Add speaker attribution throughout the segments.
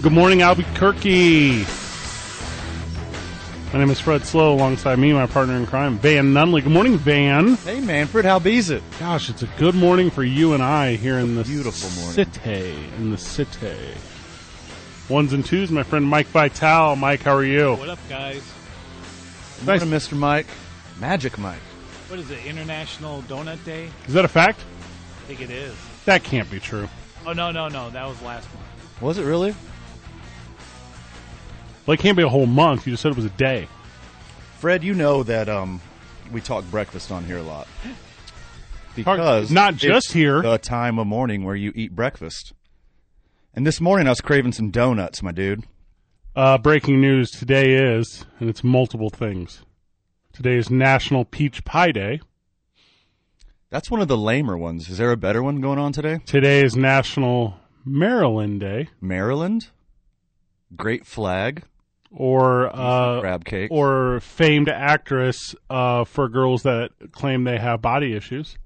Speaker 1: Good morning, Albuquerque. My name is Fred Slow. Alongside me, my partner in crime, Van Nunley. Good morning, Van.
Speaker 2: Hey, Manfred, how bees it?
Speaker 1: Gosh, it's a good morning for you and I here in the
Speaker 2: beautiful morning.
Speaker 1: city. In the city. Ones and twos, my friend Mike Vital. Mike, how are you?
Speaker 3: What up, guys?
Speaker 1: Nice.
Speaker 2: Morning, Mr. Mike. Magic Mike.
Speaker 3: What is it, International Donut Day?
Speaker 1: Is that a fact?
Speaker 3: I think it is.
Speaker 1: That can't be true.
Speaker 3: Oh, no, no, no. That was last month.
Speaker 2: Was it really?
Speaker 1: Well, it can't be a whole month. You just said it was a day.
Speaker 2: Fred, you know that um, we talk breakfast on here a lot. Because
Speaker 1: Not just
Speaker 2: it's
Speaker 1: here.
Speaker 2: the time of morning where you eat breakfast. And this morning I was craving some donuts, my dude.
Speaker 1: Uh, breaking news today is, and it's multiple things. Today is National Peach Pie Day.
Speaker 2: That's one of the lamer ones. Is there a better one going on today?
Speaker 1: Today is National Maryland Day,
Speaker 2: Maryland? Great flag.
Speaker 1: or uh,
Speaker 2: crab cake.
Speaker 1: or famed actress uh, for girls that claim they have body issues,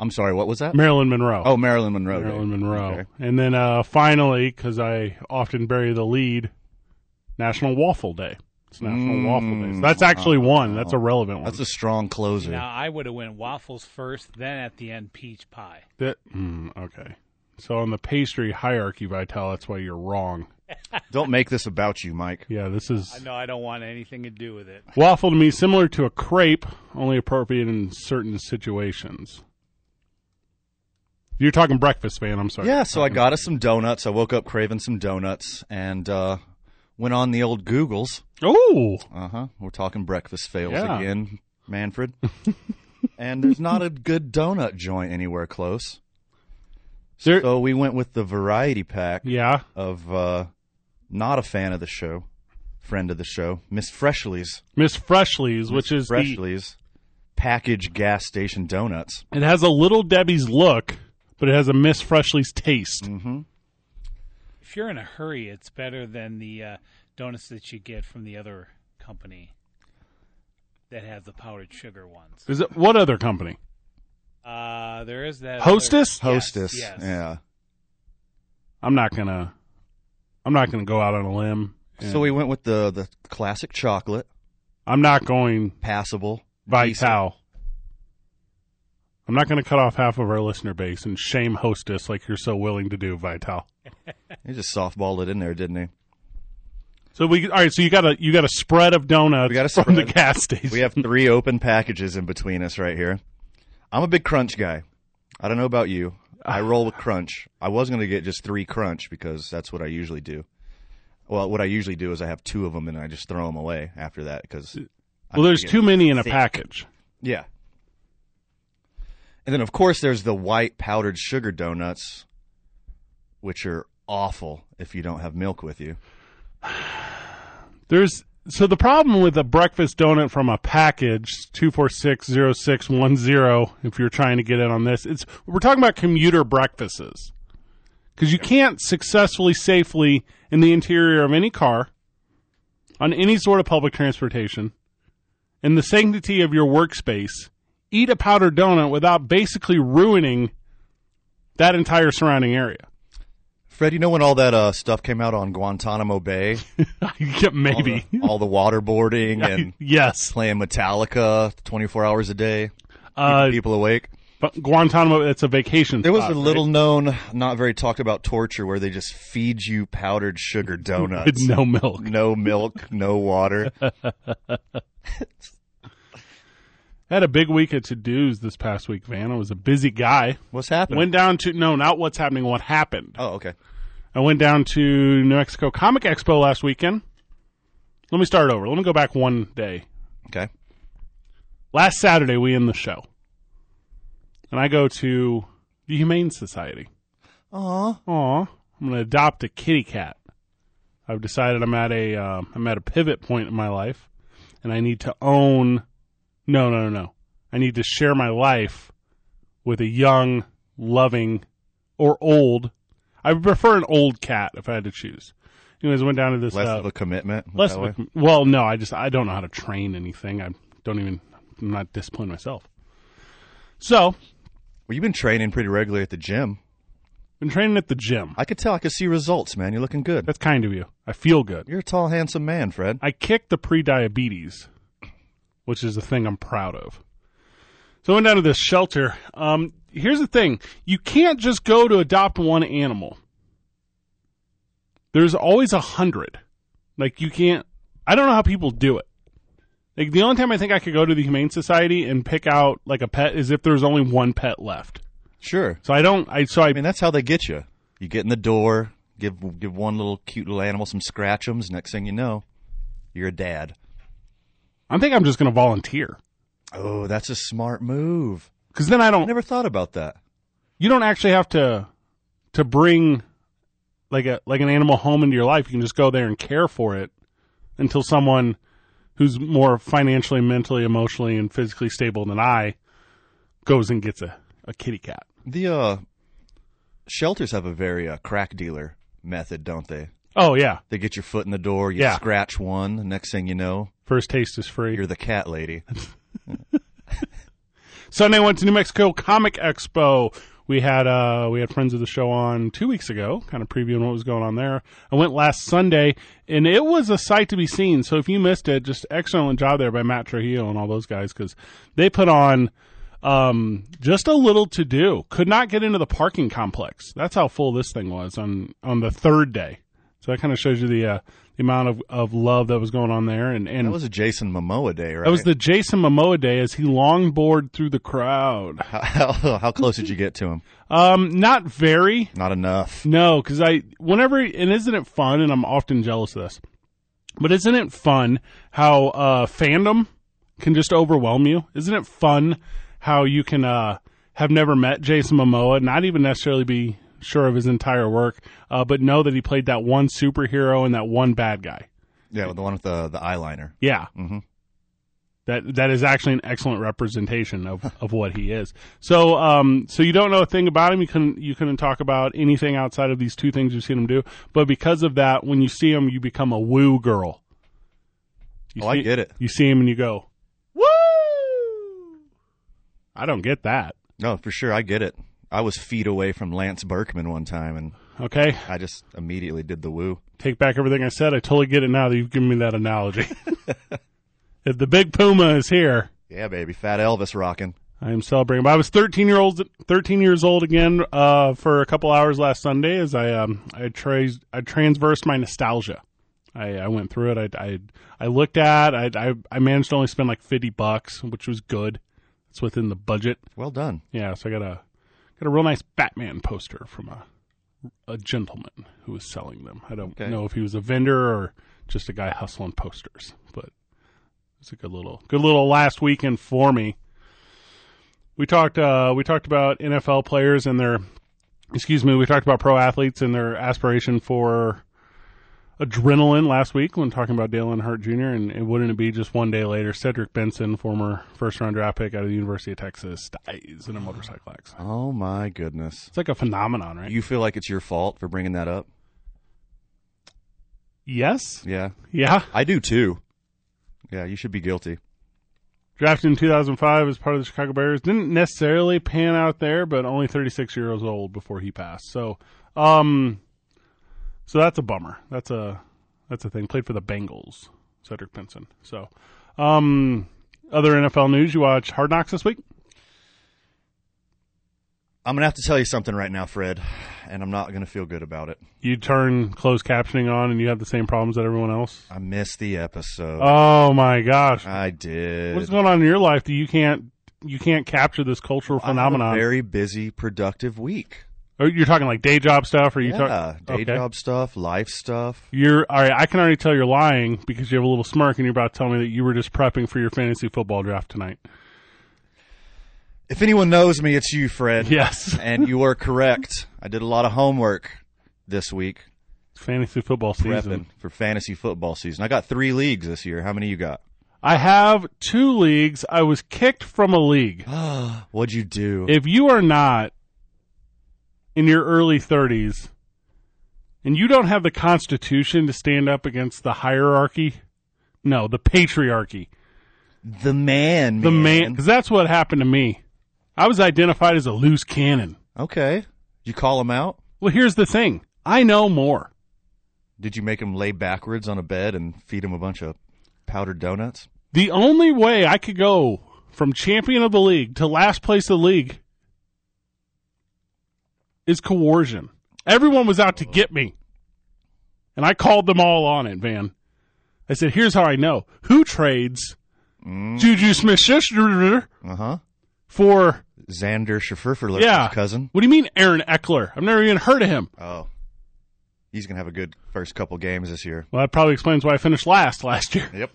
Speaker 2: I'm sorry, what was that?
Speaker 1: Marilyn Monroe.
Speaker 2: oh, Marilyn Monroe. Day.
Speaker 1: Marilyn Monroe.
Speaker 2: Okay.
Speaker 1: And then uh, finally, because I often bury the lead, National Waffle Day. It's National
Speaker 2: Mm.
Speaker 1: Waffle Day. So that's actually one. That's a relevant one.
Speaker 2: That's a strong closer.
Speaker 3: Now, I would have went waffles first, then at the end, peach pie.
Speaker 1: That mm, okay. So on the pastry hierarchy, Vital, that's why you're wrong.
Speaker 2: Don't make this about you, Mike.
Speaker 1: Yeah, this
Speaker 3: I
Speaker 1: is
Speaker 3: know I don't want anything to do with it.
Speaker 1: waffle to me similar to a crepe, only appropriate in certain situations. You're talking breakfast, man. I'm sorry.
Speaker 2: Yeah, so I got us some donuts. I woke up craving some donuts and uh, went on the old Googles.
Speaker 1: Oh,
Speaker 2: Uh huh. We're talking breakfast fails
Speaker 1: Yeah.
Speaker 2: again, Manfred. and there's not a good donut joint anywhere close.
Speaker 1: There-
Speaker 2: So we went with the variety pack
Speaker 1: yeah.
Speaker 2: of uh, not a fan of the show, friend of the show, Miss Freshley's.
Speaker 1: Miss Freshley's, which
Speaker 2: Miss
Speaker 1: is the
Speaker 2: Freshley's package gas station donuts.
Speaker 1: it has a little Debbie's look, but it has a Miss Freshley's taste.
Speaker 2: Mm-hmm.
Speaker 3: If you're in a hurry, it's better than the uh, donuts that you get from the other company that has the powdered sugar ones.
Speaker 1: Is it what other company?
Speaker 3: Uh, there is that. other-
Speaker 1: Hostess?
Speaker 3: Yes,
Speaker 2: Hostess.
Speaker 3: yes.
Speaker 2: Yeah.
Speaker 1: I'm not gonna. I'm not gonna go out on a limb.
Speaker 2: So we went with the the classic chocolate,
Speaker 1: I'm not going
Speaker 2: passable. decent.
Speaker 1: Vital. I'm not going to cut off half of our listener base and shame hostess like you're so willing to do, Vital.
Speaker 2: He just softballed it in there, didn't he?
Speaker 1: So we all right. So you got a you got a spread of donuts
Speaker 2: We got a
Speaker 1: from the
Speaker 2: spread.
Speaker 1: gas station.
Speaker 2: We have three open packages in between us right here. I'm a big crunch guy. I don't know about you. I roll with crunch. I was going to get just three crunch because that's what I usually do. Well, what I usually do is I have two of them and I just throw them away after that because
Speaker 1: well, there's too many in a package.
Speaker 2: yeah. And then of course there's the white powdered sugar donuts, which are awful if you don't have milk with you.
Speaker 1: There's so the problem with a breakfast donut from a package two four six zero six one zero. If you're trying to get in on this, it's we're talking about commuter breakfasts because you can't successfully safely in the interior of any car on any sort of public transportation in the sanctity of your workspace eat a powdered donut without basically ruining that entire surrounding area.
Speaker 2: Fred, you know when all that uh, stuff came out on Guantanamo Bay?
Speaker 1: yeah,
Speaker 2: All
Speaker 1: maybe.
Speaker 2: the, all the waterboarding and
Speaker 1: yes.
Speaker 2: playing Metallica 24 hours a day,
Speaker 1: Uh,
Speaker 2: people awake. Uh,
Speaker 1: But Guantanamo, that's a vacation.
Speaker 2: There was
Speaker 1: spot,
Speaker 2: a
Speaker 1: right?
Speaker 2: little known, not very talked about torture where they just feed you powdered sugar
Speaker 1: with
Speaker 2: donuts.
Speaker 1: no milk.
Speaker 2: no milk, no water.
Speaker 1: Had a big week of to dos this past week, Van. I was a busy guy.
Speaker 2: What's happening?
Speaker 1: Went down to no, not what's happening, what happened.
Speaker 2: oh, okay.
Speaker 1: I went down to New Mexico Comic Expo last weekend. Let me start over. Let me go back one day.
Speaker 2: Okay.
Speaker 1: Last Saturday we end the show. And I go to the Humane Society.
Speaker 2: Aw.
Speaker 1: Aw, I'm gonna adopt a kitty cat. I've decided I'm at a uh, I'm at a pivot point in my life, and I need to own. No, no, no, no. I need to share my life with a young, loving, or old. I would prefer an old cat if I had to choose. Anyways, I went down to this.
Speaker 2: Less
Speaker 1: uh,
Speaker 2: of a commitment.
Speaker 1: less
Speaker 2: that
Speaker 1: of
Speaker 2: way.
Speaker 1: a- well, no, I just I don't know how to train anything. I don't even. I'm not disciplined myself. So
Speaker 2: Well, you've been training pretty regularly at the gym.
Speaker 1: Been training at the gym.
Speaker 2: I could tell. I could see results, man. You're looking good.
Speaker 1: That's kind of you. I feel good.
Speaker 2: You're a tall, handsome man, Fred.
Speaker 1: I kicked the pre-diabetes, which is the thing I'm proud of. So I went down to this shelter. Um, here's the thing: you can't just go to adopt one animal. There's always a hundred. Like you can't. I don't know how people do it. Like the only time I think I could go to the Humane Society and pick out like a pet is if there's only one pet left.
Speaker 2: Sure.
Speaker 1: So I don't. I so I
Speaker 2: I mean, that's how they get you. You get in the door, give give one little cute little animal some scratchums. Next thing you know, you're a dad.
Speaker 1: I think I'm just going to volunteer
Speaker 2: Oh, that's a smart move.
Speaker 1: because then I
Speaker 2: I
Speaker 1: don't.
Speaker 2: never thought about that.
Speaker 1: You don't actually have to to bring like a like an animal home into your life. You can just go there and care for it until someone who's more financially, mentally, emotionally, and physically stable than I goes and gets a, a kitty cat.
Speaker 2: The uh, shelters have a very uh, crack dealer method, don't they?
Speaker 1: Oh yeah,
Speaker 2: They get your foot in the door, you
Speaker 1: Yeah.
Speaker 2: scratch one, the next thing you know,
Speaker 1: first taste is free.
Speaker 2: you're the cat lady.
Speaker 1: Sunday went to New Mexico Comic Expo. We had uh we had friends of the show on two weeks ago, kind of previewing what was going on there. I went last Sunday, and it was a sight to be seen. So if you missed it, just excellent job there by Matt Trujillo and all those guys because they put on um just a little to do. Could not get into the parking complex. That's how full this thing was on on the third day. So that kind of shows you the uh, the amount of, of love that was going on there, and and
Speaker 2: That was a Jason Momoa day, right?
Speaker 1: that was the Jason Momoa day as he longboard through the crowd.
Speaker 2: How, how, how close did you get to him?
Speaker 1: Um, not very.
Speaker 2: Not enough.
Speaker 1: No, because I whenever and isn't it fun? And I'm often jealous of this, but isn't it fun how uh, fandom can just overwhelm you? Isn't it fun how you can uh, have never met Jason Momoa, not even necessarily be sure of his entire work, uh, but know that he played that one superhero and that one bad guy.
Speaker 2: Yeah, the one with the the eyeliner.
Speaker 1: Yeah.
Speaker 2: Mhm.
Speaker 1: That that is actually an excellent representation of, of what he is. So um so you don't know a thing about him. You couldn't you couldn't talk about anything outside of these two things you've seen him do. But because of that, when you see him, you become a woo girl. You
Speaker 2: Oh, I
Speaker 1: see-
Speaker 2: get it.
Speaker 1: You see him and you go, woo. I don't get that.
Speaker 2: No, for sure, I get it. I was feet away from Lance Berkman one time, and
Speaker 1: Okay,
Speaker 2: I just immediately did the woo.
Speaker 1: take back everything I said. I totally get it now that you've given me that analogy. if the big puma is here,
Speaker 2: Yeah, baby, Fat Elvis rocking.
Speaker 1: I am celebrating. But I was 13 year old, 13 years old again uh, for a couple hours last Sunday as I um, I, tra- I transversed my nostalgia. I, I went through it. I, I I looked at. I, I I managed to only spend like 50 bucks, which was good. It's within the budget.
Speaker 2: Well done.
Speaker 1: Yeah, so I got a got a real nice Batman poster from a a gentleman who was selling them. I don't
Speaker 2: Okay.
Speaker 1: know if he was a vendor or just a guy hustling posters, but it's a good little good little last weekend for me. We talked uh, we talked about NFL players and their excuse me, we talked about pro athletes and their aspiration for adrenaline last week when talking about Dale Earnhardt Jr. And, and wouldn't it be just one day later, Cedric Benson, former first round draft pick out of the University of Texas, dies in a motorcycle accident.
Speaker 2: Oh my goodness.
Speaker 1: It's like a phenomenon, right?
Speaker 2: You feel like it's your fault for bringing that up?
Speaker 1: yes.
Speaker 2: Yeah,
Speaker 1: Yeah.
Speaker 2: I do too. Yeah, you should be guilty.
Speaker 1: Drafted in 2005 as part of the Chicago Bears. Didn't necessarily pan out there, but only 36 years old before he passed. So, um, so that's a bummer. That's a that's a thing. Played for the Bengals, Cedric Benson. So, um, other NFL news. You watch Hard Knocks this week?
Speaker 2: I'm gonna have to tell you something right now, Fred, and I'm not gonna feel good about it.
Speaker 1: You turn closed captioning on, and you have the same problems that everyone else.
Speaker 2: I missed the episode.
Speaker 1: Oh my gosh!
Speaker 2: I did.
Speaker 1: What's going on in your life that you can't you can't capture this cultural
Speaker 2: I had a
Speaker 1: phenomenon?
Speaker 2: very busy, productive week.
Speaker 1: Are you talking like day job stuff, or you
Speaker 2: yeah,
Speaker 1: talk
Speaker 2: day
Speaker 1: okay.
Speaker 2: job stuff, life stuff.
Speaker 1: You're all right. I can already tell you're lying because you have a little smirk and you're about to tell me that you were just prepping for your fantasy football draft tonight.
Speaker 2: If anyone knows me, it's you, Fred.
Speaker 1: Yes,
Speaker 2: and you are correct. I did a lot of homework this week
Speaker 1: fantasy football season.
Speaker 2: prepping for fantasy football season. I got three leagues this year. How many you got?
Speaker 1: I have two leagues. I was kicked from a league.
Speaker 2: What'd you do?
Speaker 1: If you are not in your early 30s and you don't have the constitution to stand up against the hierarchy, no, the patriarchy,
Speaker 2: the man.
Speaker 1: the man, because that's what happened to me. I was identified as a loose cannon.
Speaker 2: Okay. You call him out?
Speaker 1: Well, here's the thing. I know more.
Speaker 2: Did you make him lay backwards on a bed and feed him a bunch of powdered donuts?
Speaker 1: The only way I could go from champion of the league to last place of the league is coercion. Everyone was out to get me. And I called them all on it, man. I said, here's how I know who trades Juju Smith Schuster
Speaker 2: Uh huh.
Speaker 1: for,
Speaker 2: Xander Schafferler,
Speaker 1: yeah.
Speaker 2: cousin.
Speaker 1: What do you mean, Aaron Eckler? I've never even heard of him.
Speaker 2: Oh, he's gonna have a good first couple games this year.
Speaker 1: Well, that probably explains why I finished last last year.
Speaker 2: Yep.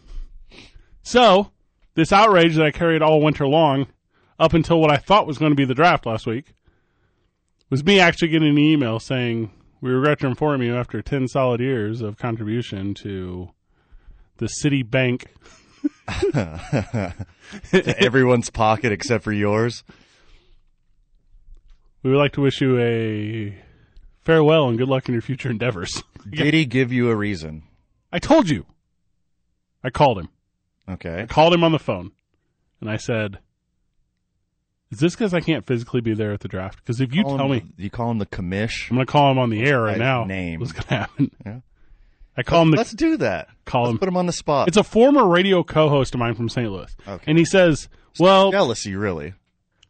Speaker 1: So, this outrage that I carried all winter long, up until what I thought was going to be the draft last week, was me actually getting an email saying, We regret to inform you after 10 solid years of contribution to the Citibank.
Speaker 2: To everyone's pocket except for yours.
Speaker 1: We would like to wish you a farewell and good luck in your future endeavors.
Speaker 2: Did he give you a reason?
Speaker 1: I told you. I called him.
Speaker 2: Okay.
Speaker 1: I called him on the phone and I said, Is this because I can't physically be there at the draft? Because if you
Speaker 2: Call
Speaker 1: tell me,
Speaker 2: him- You call him the commish.
Speaker 1: I'm going to call him on the air right
Speaker 2: Right,
Speaker 1: now.
Speaker 2: name.
Speaker 1: What's going to happen?
Speaker 2: Yeah.
Speaker 1: I call him the.
Speaker 2: Let's do that.
Speaker 1: Call
Speaker 2: Let's
Speaker 1: him.
Speaker 2: Put him on the spot.
Speaker 1: It's a former radio co-host of mine from St. Louis,
Speaker 2: Okay.
Speaker 1: and he says, "Well,
Speaker 2: jealousy, really.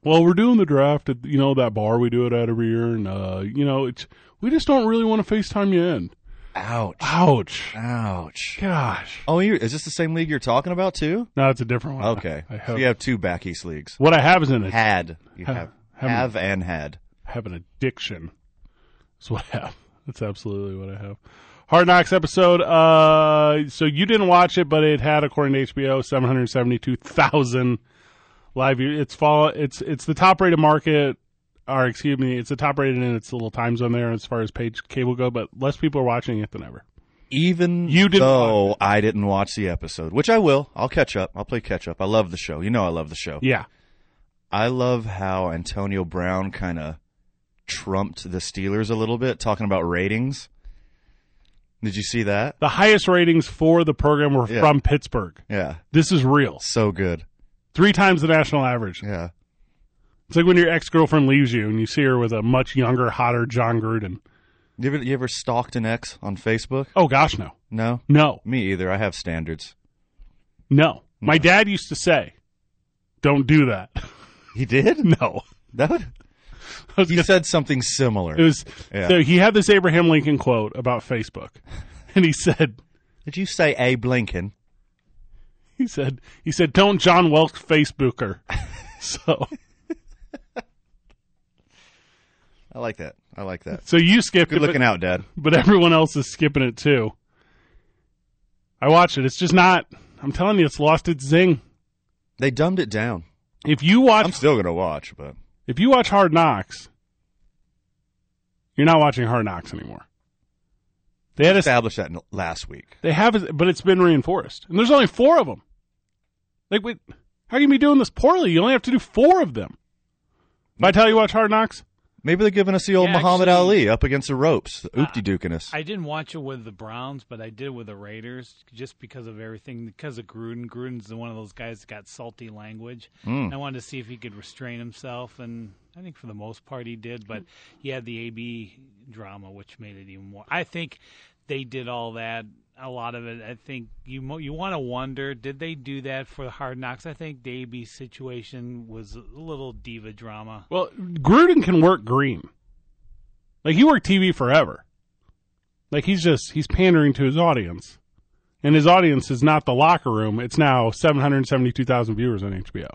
Speaker 1: well, we're doing the draft at you know that bar we do it at every year, and uh, you know it's we just don't really want to Facetime you in."
Speaker 2: Ouch.
Speaker 1: Ouch!
Speaker 2: Ouch.
Speaker 1: Gosh,
Speaker 2: Oh, you is this the same league you're talking about too?
Speaker 1: no, it's a different one.
Speaker 2: Okay.
Speaker 1: I
Speaker 2: So
Speaker 1: have,
Speaker 2: you have two back east leagues.
Speaker 1: what I have is an ad-
Speaker 2: Had you have
Speaker 1: Haven't-
Speaker 2: have and had.
Speaker 1: have an addiction. That's what I have. That's absolutely what I have. Hard Knocks episode. Uh, so you didn't watch it, but it had, according to HBO, seven hundred seventy-two thousand live. view- It's fall. It's it's the top rated market. Or excuse me, it's the top rated in its little time zone there as far as page cable go. But less people are watching it than ever.
Speaker 2: Even
Speaker 1: You didn't
Speaker 2: though I didn't watch the episode, which I will. I'll catch up. I'll play catch up. I love the show. You know I love the show.
Speaker 1: Yeah,
Speaker 2: I love how Antonio Brown kind of trumped the Steelers a little bit, talking about ratings. Did you see that?
Speaker 1: the highest ratings for the program were
Speaker 2: Yeah.
Speaker 1: from Pittsburgh.
Speaker 2: Yeah.
Speaker 1: This is real.
Speaker 2: So good.
Speaker 1: Three times the national average.
Speaker 2: Yeah.
Speaker 1: It's like when your ex girlfriend leaves you and you see her with a much younger, hotter John Gruden.
Speaker 2: You ever you ever stalked an ex on Facebook?
Speaker 1: Oh gosh, no,
Speaker 2: No.
Speaker 1: no,
Speaker 2: Me either. I have standards.
Speaker 1: no. My dad used to say, "Don't do that."
Speaker 2: He did?
Speaker 1: no,
Speaker 2: That would,
Speaker 1: I was
Speaker 2: he
Speaker 1: gonna-
Speaker 2: said something similar.
Speaker 1: it was.
Speaker 2: Yeah.
Speaker 1: So he had this Abraham Lincoln quote about Facebook, and he said,
Speaker 2: Did you say Abe Lincoln?
Speaker 1: he said, he said, "Don't John Welch Facebooker." so,
Speaker 2: I like that. I like that.
Speaker 1: so you skipped
Speaker 2: Good
Speaker 1: it,
Speaker 2: looking
Speaker 1: but,
Speaker 2: out, Dad.
Speaker 1: but everyone else is skipping it too. I watch it. It's just not. I'm telling you, it's lost its zing.
Speaker 2: They dumbed it down.
Speaker 1: If you watch
Speaker 2: I'm still gonna watch, but
Speaker 1: if you watch Hard Knocks, you're not watching Hard Knocks anymore. They had a,
Speaker 2: established that in- last week.
Speaker 1: they have, a, but it's been reinforced, and there's only four of them. Like, wait, how can you be doing this poorly? You only have to do four of them. But I tell you, watch Hard Knocks.
Speaker 2: Maybe they're giving us the old
Speaker 3: Yeah,
Speaker 2: Muhammad
Speaker 3: actually-
Speaker 2: Ali up against the ropes,
Speaker 1: uh,
Speaker 2: the oopty dooking us.
Speaker 3: I didn't watch it with the Browns, but I did with the Raiders just because of everything. Because of Gruden, Gruden's one of those guys that got salty language.
Speaker 2: Hmm.
Speaker 3: And I wanted to see if he could restrain himself, and I think for the most part he did. But he had the AB drama, which made it even more. I think they did all that. A lot of it, I think you mo- you want to wonder, did they do that for the Hard Knocks? I think the AB situation was a little diva drama.
Speaker 1: Well, Gruden can work green. Like he worked TV forever. Like he's just he's pandering to his audience, and his audience is not the locker room. It's now seven hundred seventy-two thousand viewers on HBO.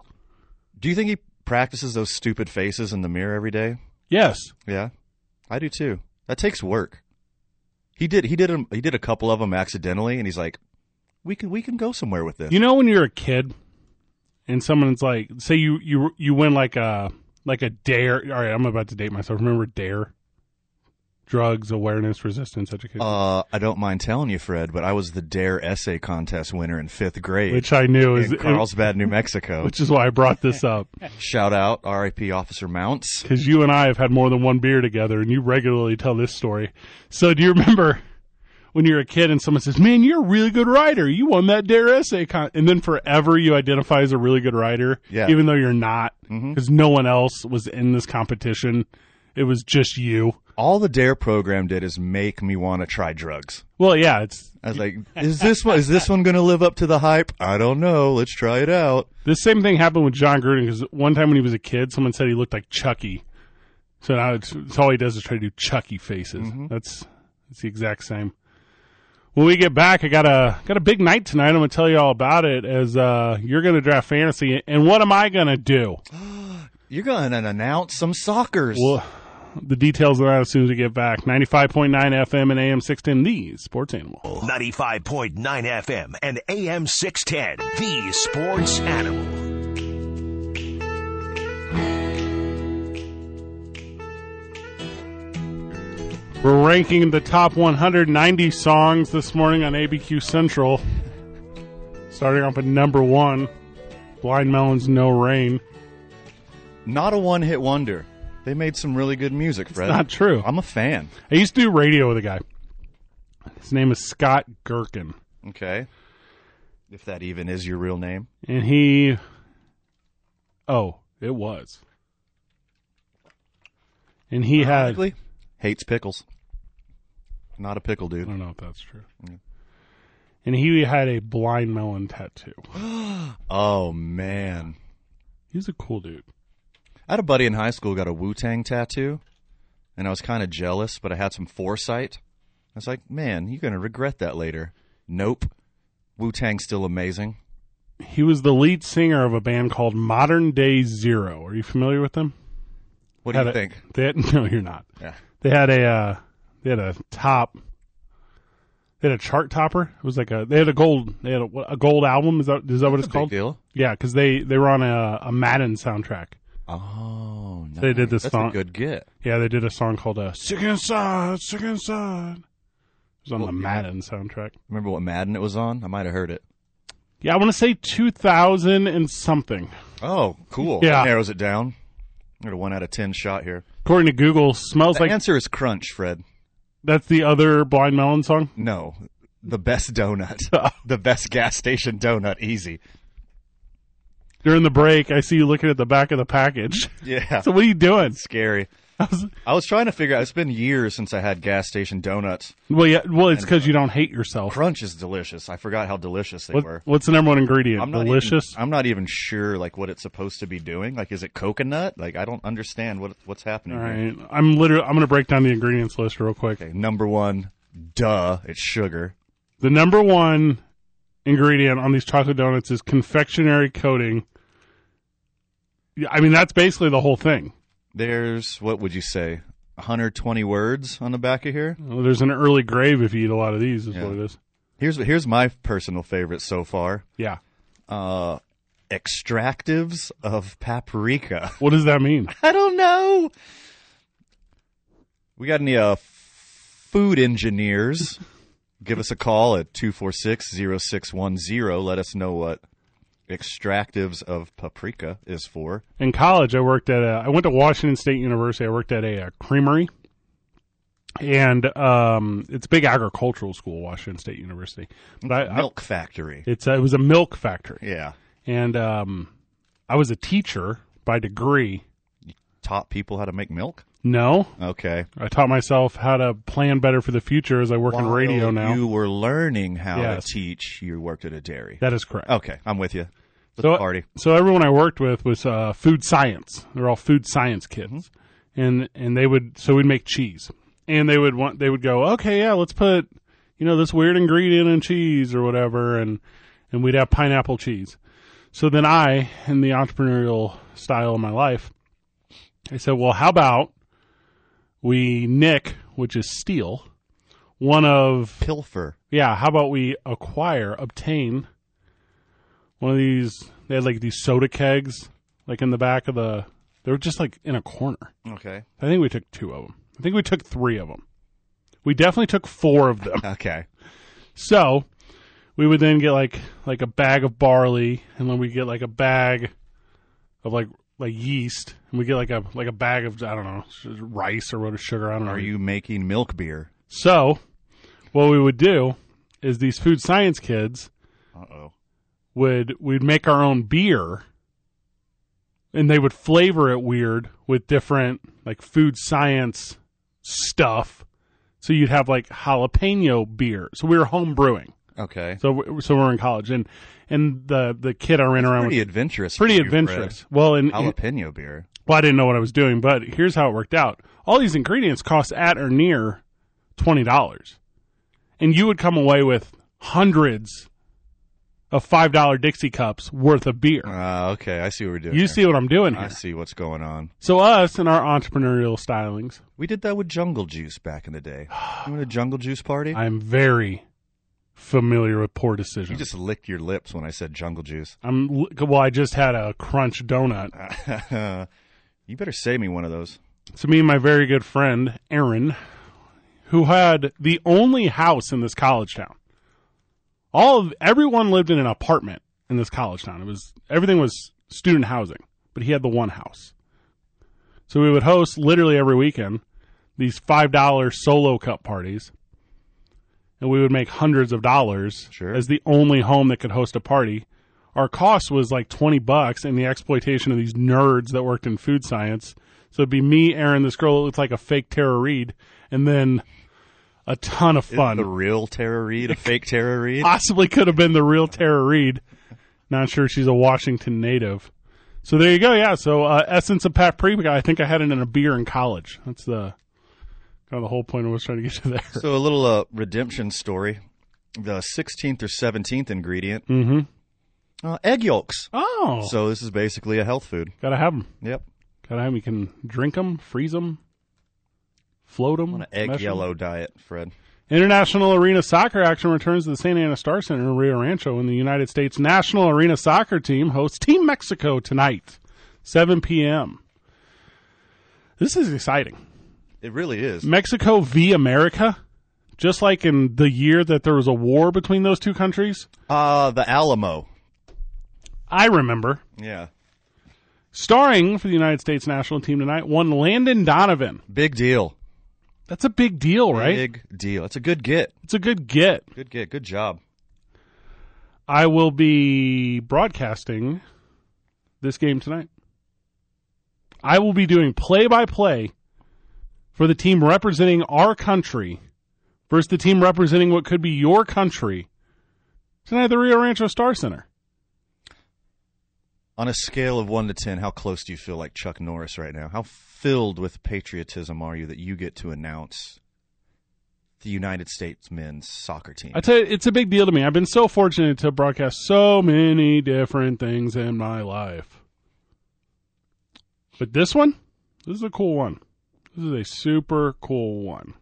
Speaker 2: Do you think he practices those stupid faces in the mirror every day?
Speaker 1: Yes,
Speaker 2: Yeah, I do too. That takes work. He did. He did. A, he did a couple of them accidentally, and he's like, "We can. We can go somewhere with this."
Speaker 1: You know when you're a kid and someone's like say you you you win like a like a dare all right, I'm about to date myself. Remember dare? Drugs awareness resistance education.
Speaker 2: uh, I don't mind telling you, Fred, but I was the Dare essay contest winner in fifth grade
Speaker 1: which I knew is
Speaker 2: in Carlsbad, New Mexico.
Speaker 1: which is why I brought this up
Speaker 2: Shout out, R.I.P. Officer Mounts.
Speaker 1: cuz you and I have had more than one beer together and you regularly tell this story. So do you remember when you're a kid and someone says, "Man, you're a really good writer. You won that dare essay con," and then forever you identify as a really good writer,
Speaker 2: Yeah.
Speaker 1: even though you're not, because no one else was in this competition, it was just you.
Speaker 2: All the Dare program did is make me want to try drugs.
Speaker 1: Well, yeah, it's
Speaker 2: I was like, is this one is this one going to live up to the hype? I don't know. Let's try it out.
Speaker 1: the same thing happened with John Gruden because one time when he was a kid, someone said he looked like Chucky. So now it's, it's all he does is try to do Chucky faces. That's it's the exact same. When we get back, I got a got a big night tonight. I'm gonna tell you all about it. As uh, you're gonna draft fantasy, and what am I gonna do?
Speaker 2: You're going to announce some soccers.
Speaker 1: Well, the details of that as soon as we get back. 95.9 FM and AM 610, the sports animal.
Speaker 4: 95.9 FM and AM 610, the sports animal.
Speaker 1: We're ranking the top 190 songs this morning on ABQ Central. Starting off at number one Blind Melon's No Rain.
Speaker 2: Not a one-hit wonder. They made some really good music, Fred.
Speaker 1: Not true.
Speaker 2: I'm a fan.
Speaker 1: I used to do radio with a guy. His name is Scott Gherkin.
Speaker 2: Okay. If that even is your real name.
Speaker 1: And he. Oh, it was. And he had.
Speaker 2: Ironically, hates pickles. Not a pickle
Speaker 1: I
Speaker 2: dude.
Speaker 1: don't know if that's true. And he had a blind melon tattoo.
Speaker 2: Oh man.
Speaker 1: He's a cool dude.
Speaker 2: I had a buddy in high school who got a Wu Tang tattoo, and I was kind of jealous, but I had some foresight. I was like, man, you're going to regret that later. Nope. Wu Tang's still amazing.
Speaker 1: He was the lead singer of a band called Modern Day Zero. Are you familiar with them?
Speaker 2: What do
Speaker 1: Had
Speaker 2: you
Speaker 1: a-
Speaker 2: think?
Speaker 1: They had, no, you're not.
Speaker 2: Yeah.
Speaker 1: They had a uh, they had a top. They had a chart topper. It was like a they had a gold they had a, what- a gold album. Is that is that what it's
Speaker 2: Big
Speaker 1: called?
Speaker 2: deal.
Speaker 1: Yeah, because they they were on a, a Madden soundtrack.
Speaker 2: Oh, nice.
Speaker 1: They did this
Speaker 2: That's
Speaker 1: song.
Speaker 2: a good get.
Speaker 1: Yeah, they did a song called uh, "Sick Inside," "Sick Inside." It was on
Speaker 2: Well,
Speaker 1: the
Speaker 2: yeah.
Speaker 1: Madden soundtrack.
Speaker 2: Remember what Madden it was on? I might have heard it.
Speaker 1: Yeah, I want to say two thousand and something.
Speaker 2: Oh, cool.
Speaker 1: Yeah.
Speaker 2: That narrows it down. I got a one out of ten shot here.
Speaker 1: According to Google, smells
Speaker 2: The
Speaker 1: like
Speaker 2: answer is crunch, Fred.
Speaker 1: that's the other Blind Melon song.
Speaker 2: No, the best donut,
Speaker 1: Oh.
Speaker 2: the best gas station donut. Easy.
Speaker 1: During the break, I see you looking at the back of the package.
Speaker 2: Yeah.
Speaker 1: So what are you doing?
Speaker 2: Scary.
Speaker 1: I was-
Speaker 2: I was trying to figure out. It's been years since I had gas station donuts.
Speaker 1: Well, yeah, well, it's because you don't hate yourself.
Speaker 2: Crunch is delicious. I forgot how delicious they
Speaker 1: What-
Speaker 2: were.
Speaker 1: what's the number one ingredient?
Speaker 2: I'm not
Speaker 1: Delicious.
Speaker 2: Even, I'm not even sure like what it's supposed to be doing. Like, is it coconut? Like, I don't understand what what's happening.
Speaker 1: All
Speaker 2: here.
Speaker 1: right, I'm literally I'm gonna break down the ingredients list real quick.
Speaker 2: Okay, number one, duh, it's sugar.
Speaker 1: The number one ingredient on these chocolate donuts is confectionery coating. Yeah, I mean, that's basically the whole thing.
Speaker 2: There's what would you say, 120 words on the back of here.
Speaker 1: Well, There's an early grave if you eat a lot of these. Is
Speaker 2: Yeah.
Speaker 1: what it is.
Speaker 2: Here's here's my personal favorite so far.
Speaker 1: Yeah.
Speaker 2: Uh, extractives of paprika.
Speaker 1: What does that mean?
Speaker 2: I don't know. We got any uh, food engineers? Give us a call at 246-0610. Let us know what extractives of paprika is for.
Speaker 1: In college, I worked at a, I went to Washington State University. I worked at a, uh creamery, and um, it's a big agricultural school, Washington State University. But I, I,
Speaker 2: Milk factory.
Speaker 1: it's a, it was a milk factory,
Speaker 2: Yeah.
Speaker 1: and um, I was a teacher by degree.
Speaker 2: Taught people how to make milk?
Speaker 1: No,
Speaker 2: Okay.
Speaker 1: I taught myself how to plan better for the future as I work in
Speaker 2: While
Speaker 1: radio now.
Speaker 2: You were learning how
Speaker 1: Yes.
Speaker 2: to teach. You worked at a dairy.
Speaker 1: that is correct.
Speaker 2: Okay, I'm with you. Let's
Speaker 1: So-
Speaker 2: party.
Speaker 1: So everyone I worked with was uh, food science. They're all food science kids, and and they would so we'd make cheese, and they would want they would go okay yeah let's put you know this weird ingredient in cheese or whatever, and and we'd have pineapple cheese. So then I, in the entrepreneurial style of my life, I said, well, how about we nick, which is steal, one of
Speaker 2: Pilfer.
Speaker 1: yeah, how about we acquire, obtain one of these? They had like these soda kegs, like in the back of the. They were just like in a corner.
Speaker 2: Okay.
Speaker 1: I think we took two of them. I think we took three of them. We definitely took four of them.
Speaker 2: Okay.
Speaker 1: So we would then get like like a bag of barley, and then we get like a bag of like like yeast, and we get like a like a bag of I don't know rice or what sugar. I don't know.
Speaker 2: Are you making milk beer?
Speaker 1: So what we would do is these food science kids
Speaker 2: Uh oh.
Speaker 1: would we'd make our own beer and they would flavor it weird with different like food science stuff. So you'd have like jalapeno beer. So we were home brewing.
Speaker 2: Okay.
Speaker 1: So we- so we're in college, and and the the kid I ran around
Speaker 2: Pretty
Speaker 1: with
Speaker 2: adventurous.
Speaker 1: pretty
Speaker 2: for you, Fred.
Speaker 1: adventurous. Well, and and-
Speaker 2: Jalapeno beer.
Speaker 1: well, I didn't know what I was doing, but here's how it worked out. All these ingredients cost at or near twenty dollars, and you would come away with hundreds of five dollar Dixie cups worth of beer.
Speaker 2: Ah, okay. I see what we're doing.
Speaker 1: You
Speaker 2: here.
Speaker 1: see what I'm doing
Speaker 2: I
Speaker 1: here.
Speaker 2: see what's going on.
Speaker 1: So us and our entrepreneurial stylings,
Speaker 2: We did that with Jungle Juice back in the day. You went to Jungle Juice party?
Speaker 1: I'm very familiar with poor
Speaker 2: you
Speaker 1: decisions.
Speaker 2: just licked your lips when I said Jungle Juice.
Speaker 1: I'm l- well. I just had a crunch donut.
Speaker 2: you better save me one of those.
Speaker 1: So me and my very good friend Aaron, who had the only house in this college town. All of everyone lived in an apartment in this college town. It was everything was student housing, but he had the one house. So we would host literally every weekend these five dollar solo cup parties. And we would make hundreds of dollars
Speaker 2: Sure.
Speaker 1: as the only home that could host a party. Our cost was like twenty bucks and the exploitation of these nerds that worked in food science. So it'd be me, Aaron, this girl that looked like a fake Tara Reed, and then a ton of
Speaker 2: Is
Speaker 1: fun
Speaker 2: The real Tara Reid, a fake Tara Reid?
Speaker 1: possibly could have been the real Tara Reid. Not sure she's a Washington native. So there you go. Yeah. So uh, essence of Pat Priebke. I think I had it in a beer in college. That's the kind of the whole point I was trying to get to there.
Speaker 2: So a little uh, redemption story. The 16th or 17th ingredient,
Speaker 1: Mm-hmm.
Speaker 2: uh, egg yolks.
Speaker 1: Oh,
Speaker 2: So this is basically a health food.
Speaker 1: gotta have them.
Speaker 2: Yep.
Speaker 1: Gotta have them. You can drink them, freeze them, float them.
Speaker 2: On an egg yellow diet, Fred.
Speaker 1: International Arena Soccer action returns to the Santa Ana Star Center in Rio Rancho, and the United States National Arena Soccer team hosts Team Mexico tonight, 7 p.m. This is exciting.
Speaker 2: It really is.
Speaker 1: Mexico v. America, just like in the year that there was a war between those two countries.
Speaker 2: Uh, the Alamo.
Speaker 1: I remember.
Speaker 2: Yeah.
Speaker 1: Starring for the United States national team tonight, one Landon Donovan.
Speaker 2: Big deal.
Speaker 1: That's a big deal, right?
Speaker 2: Big deal. It's a good get.
Speaker 1: It's a good get.
Speaker 2: Good get. Good job.
Speaker 1: I will be broadcasting this game tonight. I will be doing play by play for the team representing our country versus the team representing what could be your country tonight at the Rio Rancho Star Center.
Speaker 2: On a scale of 1 to 10, how close do you feel like Chuck Norris right now? How filled with patriotism are you that you get to announce the United States men's soccer team?
Speaker 1: I tell you, it's a big deal to me. I've been so fortunate to broadcast so many different things in my life. But this one, this is a cool one. This is a super cool one.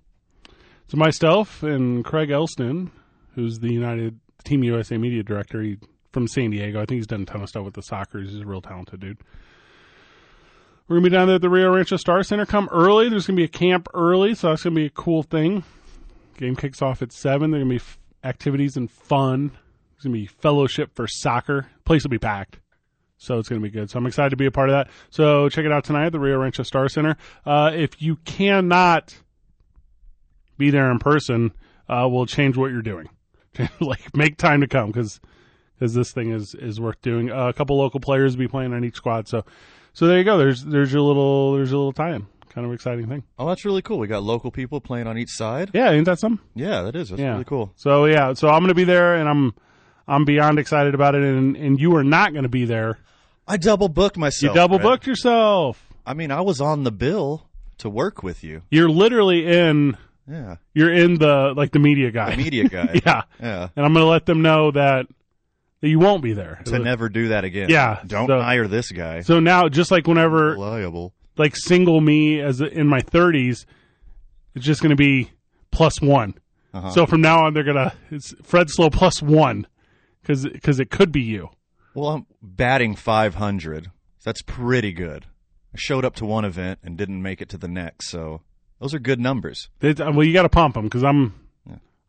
Speaker 1: So myself and Craig Elston, who's the United Team USA media director he, from San Diego, I think he's done a ton of stuff with the soccer. He's a real talented dude. We're gonna be down there at the Rio Rancho Star Center. Come early. There's gonna be a camp early, so that's gonna be a cool thing. Game kicks off at seven. There are gonna be f- activities and fun. There's gonna be fellowship for soccer. Place will be packed, so it's gonna be good. So I'm excited to be a part of that. So check it out tonight at the Rio Rancho Star Center. Uh, if you cannot be there in person, uh, we'll change what you're doing. like make time to come because this thing is is worth doing. Uh, a couple local players will be playing on each squad. So so there you go. There's there's your little there's your little tie-in. Kind of exciting thing.
Speaker 2: oh, that's really cool. We got local people playing on each side.
Speaker 1: Yeah, ain't that something?
Speaker 2: Yeah, that is. That's
Speaker 1: yeah.
Speaker 2: really cool.
Speaker 1: So yeah, so I'm gonna be there, and I'm I'm beyond excited about it. And and you are not gonna be there.
Speaker 2: I double booked
Speaker 1: You
Speaker 2: myself.
Speaker 1: double
Speaker 2: Fred.
Speaker 1: booked yourself.
Speaker 2: I mean, I was on the bill to work with you.
Speaker 1: You're literally in.
Speaker 2: Yeah.
Speaker 1: You're in the like the media guy.
Speaker 2: The media guy.
Speaker 1: yeah,
Speaker 2: Yeah.
Speaker 1: and I'm gonna let them know that that you won't be there.
Speaker 2: To never do that again.
Speaker 1: Yeah,
Speaker 2: Don't
Speaker 1: so-
Speaker 2: hire this guy.
Speaker 1: so now, just like whenever
Speaker 2: Reliable.
Speaker 1: like single me as in my 30s it's just going to be plus one
Speaker 2: Uh-huh.
Speaker 1: so from now on they're going to it's fred slow plus one because it could be you
Speaker 2: Well, I'm batting 500. That's pretty good. I showed up to one event and didn't make it to the next, so those are good numbers.
Speaker 1: It's- uh, well you got to pump them because i'm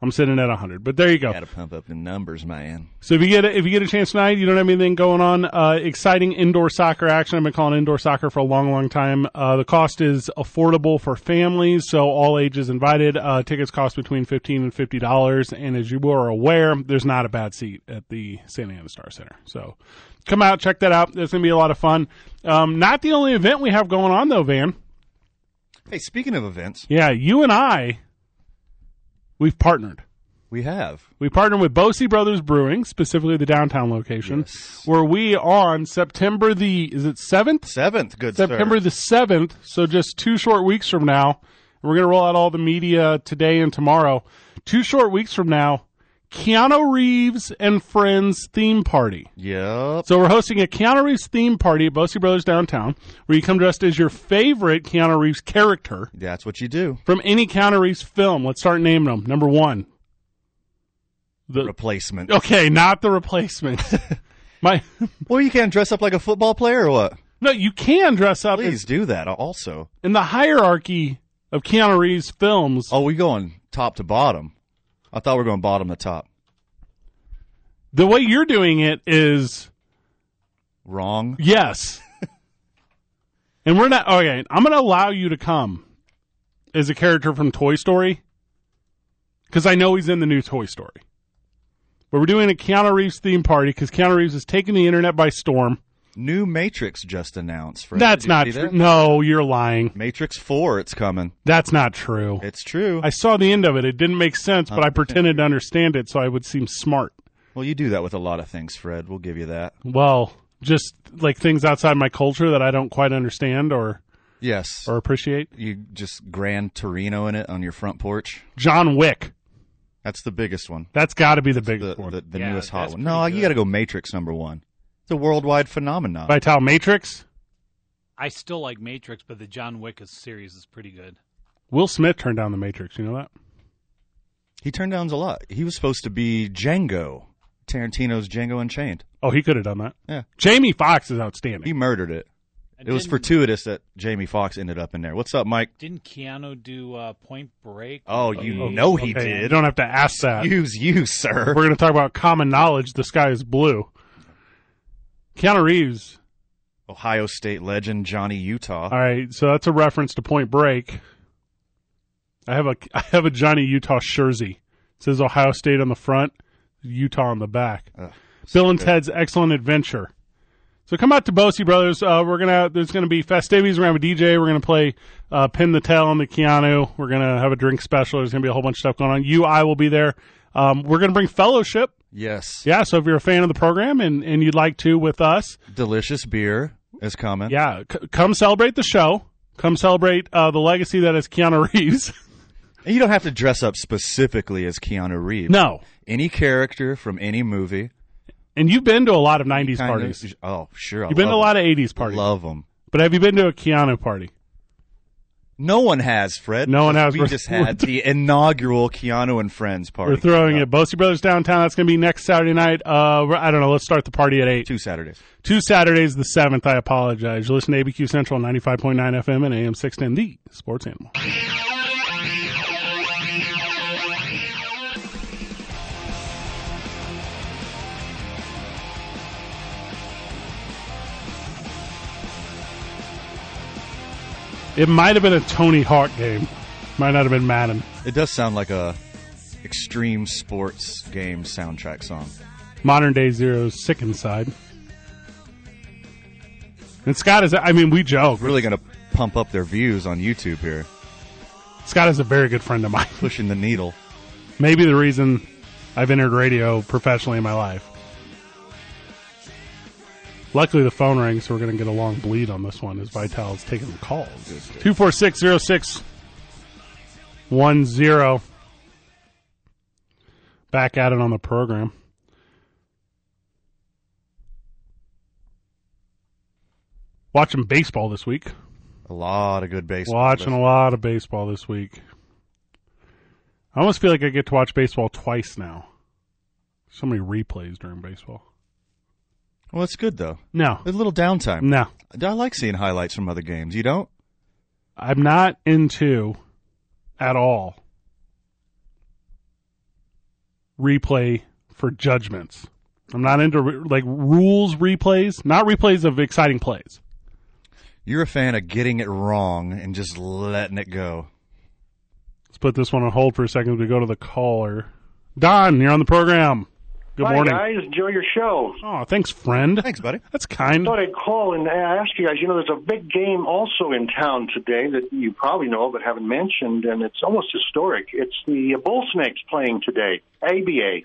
Speaker 1: I'm sitting at 100. But there you go.
Speaker 2: Got to pump up the numbers, man.
Speaker 1: So if you get a, if you get a chance tonight, you don't have anything going on. Uh, exciting indoor soccer action. I've been calling indoor soccer for a long, long time. Uh, the cost is affordable for families, so all ages invited. Uh, tickets cost between fifteen and fifty dollars, and as you are aware, there's not a bad seat at the Santa Ana Star Center. So come out, check that out. It's gonna be a lot of fun. Um, not the only event we have going on though, Van.
Speaker 2: Hey, speaking of events,
Speaker 1: Yeah, you and I, we've partnered.
Speaker 2: we have
Speaker 1: We partner with Bosey Brothers Brewing, specifically the downtown location,
Speaker 2: Yes.
Speaker 1: where we on September the is it seventh?
Speaker 2: seventh. Good sir.
Speaker 1: September the seventh. So just two short weeks from now, we're gonna roll out all the media today and tomorrow. Two short weeks from now, Keanu Reeves and Friends theme party.
Speaker 2: Yep.
Speaker 1: So we're hosting a Keanu Reeves theme party at Bosey Brothers downtown, where you come dressed as your favorite Keanu Reeves character
Speaker 2: That's what you do.
Speaker 1: from any Keanu Reeves film. Let's start naming them. Number one, the
Speaker 2: Replacement.
Speaker 1: Okay, not the replacement. My
Speaker 2: Well, you can't dress up like a football player or what?
Speaker 1: no, you can dress up
Speaker 2: Please do that also.
Speaker 1: in, in the hierarchy of Keanu Reeves films.
Speaker 2: Oh, we going top to bottom. I thought we were going bottom to top.
Speaker 1: The way you're doing it is
Speaker 2: Wrong.
Speaker 1: yes, and we're not okay. I'm going to allow you to come as a character from Toy Story because I know he's in the new Toy Story. But we're doing a Keanu Reeves theme party because Keanu Reeves is taking the internet by storm.
Speaker 2: New Matrix just announced. Fred.
Speaker 1: That's
Speaker 2: Did you
Speaker 1: not
Speaker 2: see
Speaker 1: true.
Speaker 2: that?
Speaker 1: No, you're lying.
Speaker 2: Matrix Four. It's coming.
Speaker 1: That's not true.
Speaker 2: It's true.
Speaker 1: I saw the end of it. It didn't make sense, but I pretended to understand it so I would seem smart.
Speaker 2: Well, you do that with a lot of things, Fred. We'll give you that.
Speaker 1: Well, just like things outside my culture that I don't quite understand or,
Speaker 2: Yes.
Speaker 1: or appreciate.
Speaker 2: you just Grand Torino in it on your front porch.
Speaker 1: John Wick.
Speaker 2: That's the biggest one.
Speaker 1: That's got to be the biggest
Speaker 2: The
Speaker 1: one.
Speaker 2: the, the
Speaker 3: Yeah,
Speaker 2: newest hot
Speaker 3: that's
Speaker 2: one. No,
Speaker 3: pretty
Speaker 2: you got
Speaker 3: good.
Speaker 2: to go Matrix number one. It's a worldwide phenomenon.
Speaker 1: Vital Matrix.
Speaker 3: I still like Matrix, but the John Wick is- series is pretty good.
Speaker 1: Will Smith turned down the Matrix. You know that?
Speaker 2: He turned down a lot. He was supposed to be Django, Tarantino's Django Unchained.
Speaker 1: Oh, he could have done that.
Speaker 2: Yeah.
Speaker 1: Jamie Foxx is
Speaker 2: He
Speaker 1: outstanding.
Speaker 2: murdered it.
Speaker 3: I
Speaker 2: It was
Speaker 3: didn't-
Speaker 2: fortuitous that Jamie Foxx ended up in there. What's up, Mike?
Speaker 3: Didn't Keanu do uh, Point Break?
Speaker 2: Oh, you
Speaker 3: Oh,
Speaker 2: know he
Speaker 1: Okay, You
Speaker 2: did.
Speaker 1: don't have to ask that.
Speaker 2: Use you,
Speaker 1: Uh, We're
Speaker 2: sir.
Speaker 1: going to talk about common knowledge. The sky is blue. Keanu Reeves.
Speaker 2: Ohio State legend Johnny Utah.
Speaker 1: All right, so that's a reference to Point Break. I have a I have a Johnny Utah jersey. It says Ohio State on the front, Utah on the back.
Speaker 2: Ugh,
Speaker 1: Bill and
Speaker 2: good.
Speaker 1: Ted's Excellent Adventure. So come out to Bosey Brothers. Uh, we're gonna there's gonna be festivities. We're gonna have a DJ. We're gonna play uh, Pin the Tail on the Keanu. We're gonna have a drink special. There's gonna be a whole bunch of stuff going on. You, I will be there. Um, we're gonna bring fellowship.
Speaker 2: Yes.
Speaker 1: Yeah. So if you're a fan of the program and and you'd like to with us,
Speaker 2: Delicious beer is coming.
Speaker 1: yeah, c- come celebrate the show. Come celebrate uh, the legacy that is Keanu Reeves.
Speaker 2: And you don't have to dress up specifically as Keanu Reeves.
Speaker 1: no,
Speaker 2: Any character from any movie.
Speaker 1: and you've been to a lot of '90s
Speaker 2: Kind of-
Speaker 1: parties.
Speaker 2: oh, sure. I
Speaker 1: You've been to a
Speaker 2: love
Speaker 1: lot of '80s
Speaker 2: them.
Speaker 1: parties,
Speaker 2: Love them.
Speaker 1: but have you been to a Keanu party?
Speaker 2: No one has, Fred.
Speaker 1: No one has.
Speaker 2: We
Speaker 1: We're-
Speaker 2: just had the inaugural Keanu and Friends party.
Speaker 1: We're throwing it. Bosey Brothers downtown. That's going to be next Saturday night. Uh, we're- I don't know. Let's start the party at eight.
Speaker 2: Two Saturdays.
Speaker 1: Two Saturdays, the seventh. I apologize. You listen to ABQ Central, ninety-five point nine FM and AM six ten. The Sports Animal. It might have been a Tony Hawk game. Might not have been Madden.
Speaker 2: It does sound like a extreme sports game soundtrack song.
Speaker 1: modern day zero's sick inside. And Scott is, I mean, we joke.
Speaker 2: Really going to pump up their views on YouTube here.
Speaker 1: Scott is a very good friend of mine.
Speaker 2: Pushing the needle.
Speaker 1: Maybe the reason I've entered radio professionally in my life. Luckily, the phone rang, so we're going to get a long bleed on this one as Vital is taking the calls. 2460610. Back at it on the program. Watching baseball this week.
Speaker 2: A lot of good baseball.
Speaker 1: Watching a lot of baseball this week. I almost feel like I get to watch baseball twice now. So many replays during baseball.
Speaker 2: Well, it's good, though.
Speaker 1: No,
Speaker 2: A little downtime.
Speaker 1: no,
Speaker 2: I like seeing highlights from other games. You don't?
Speaker 1: I'm not into at all replay for judgments. I'm not into re- like rules replays, not replays of exciting plays.
Speaker 2: You're a fan of getting it wrong and just letting it go.
Speaker 1: Let's put this one on hold for a second to go to the caller. Don, you're on the program. Good
Speaker 5: Hi,
Speaker 1: morning.
Speaker 5: guys. Enjoy your show.
Speaker 1: Oh, thanks, friend.
Speaker 2: Thanks, buddy.
Speaker 1: That's kind.
Speaker 5: thought I'd call and ask you guys. You know, there's a big game also in town today that you probably know but haven't mentioned, and it's almost historic. It's the Bull Snakes playing today, ABA.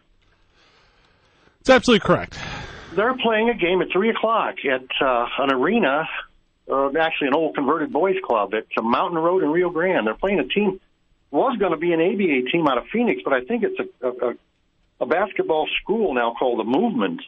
Speaker 1: It's absolutely correct.
Speaker 5: They're playing a game at 3 o'clock at uh, an arena, uh, actually, an old converted boys club at uh, Mountain Road in Rio Grande. They're playing a team, was going to be an ABA team out of Phoenix, but I think it's a, a, a, a basketball school now called the Movement.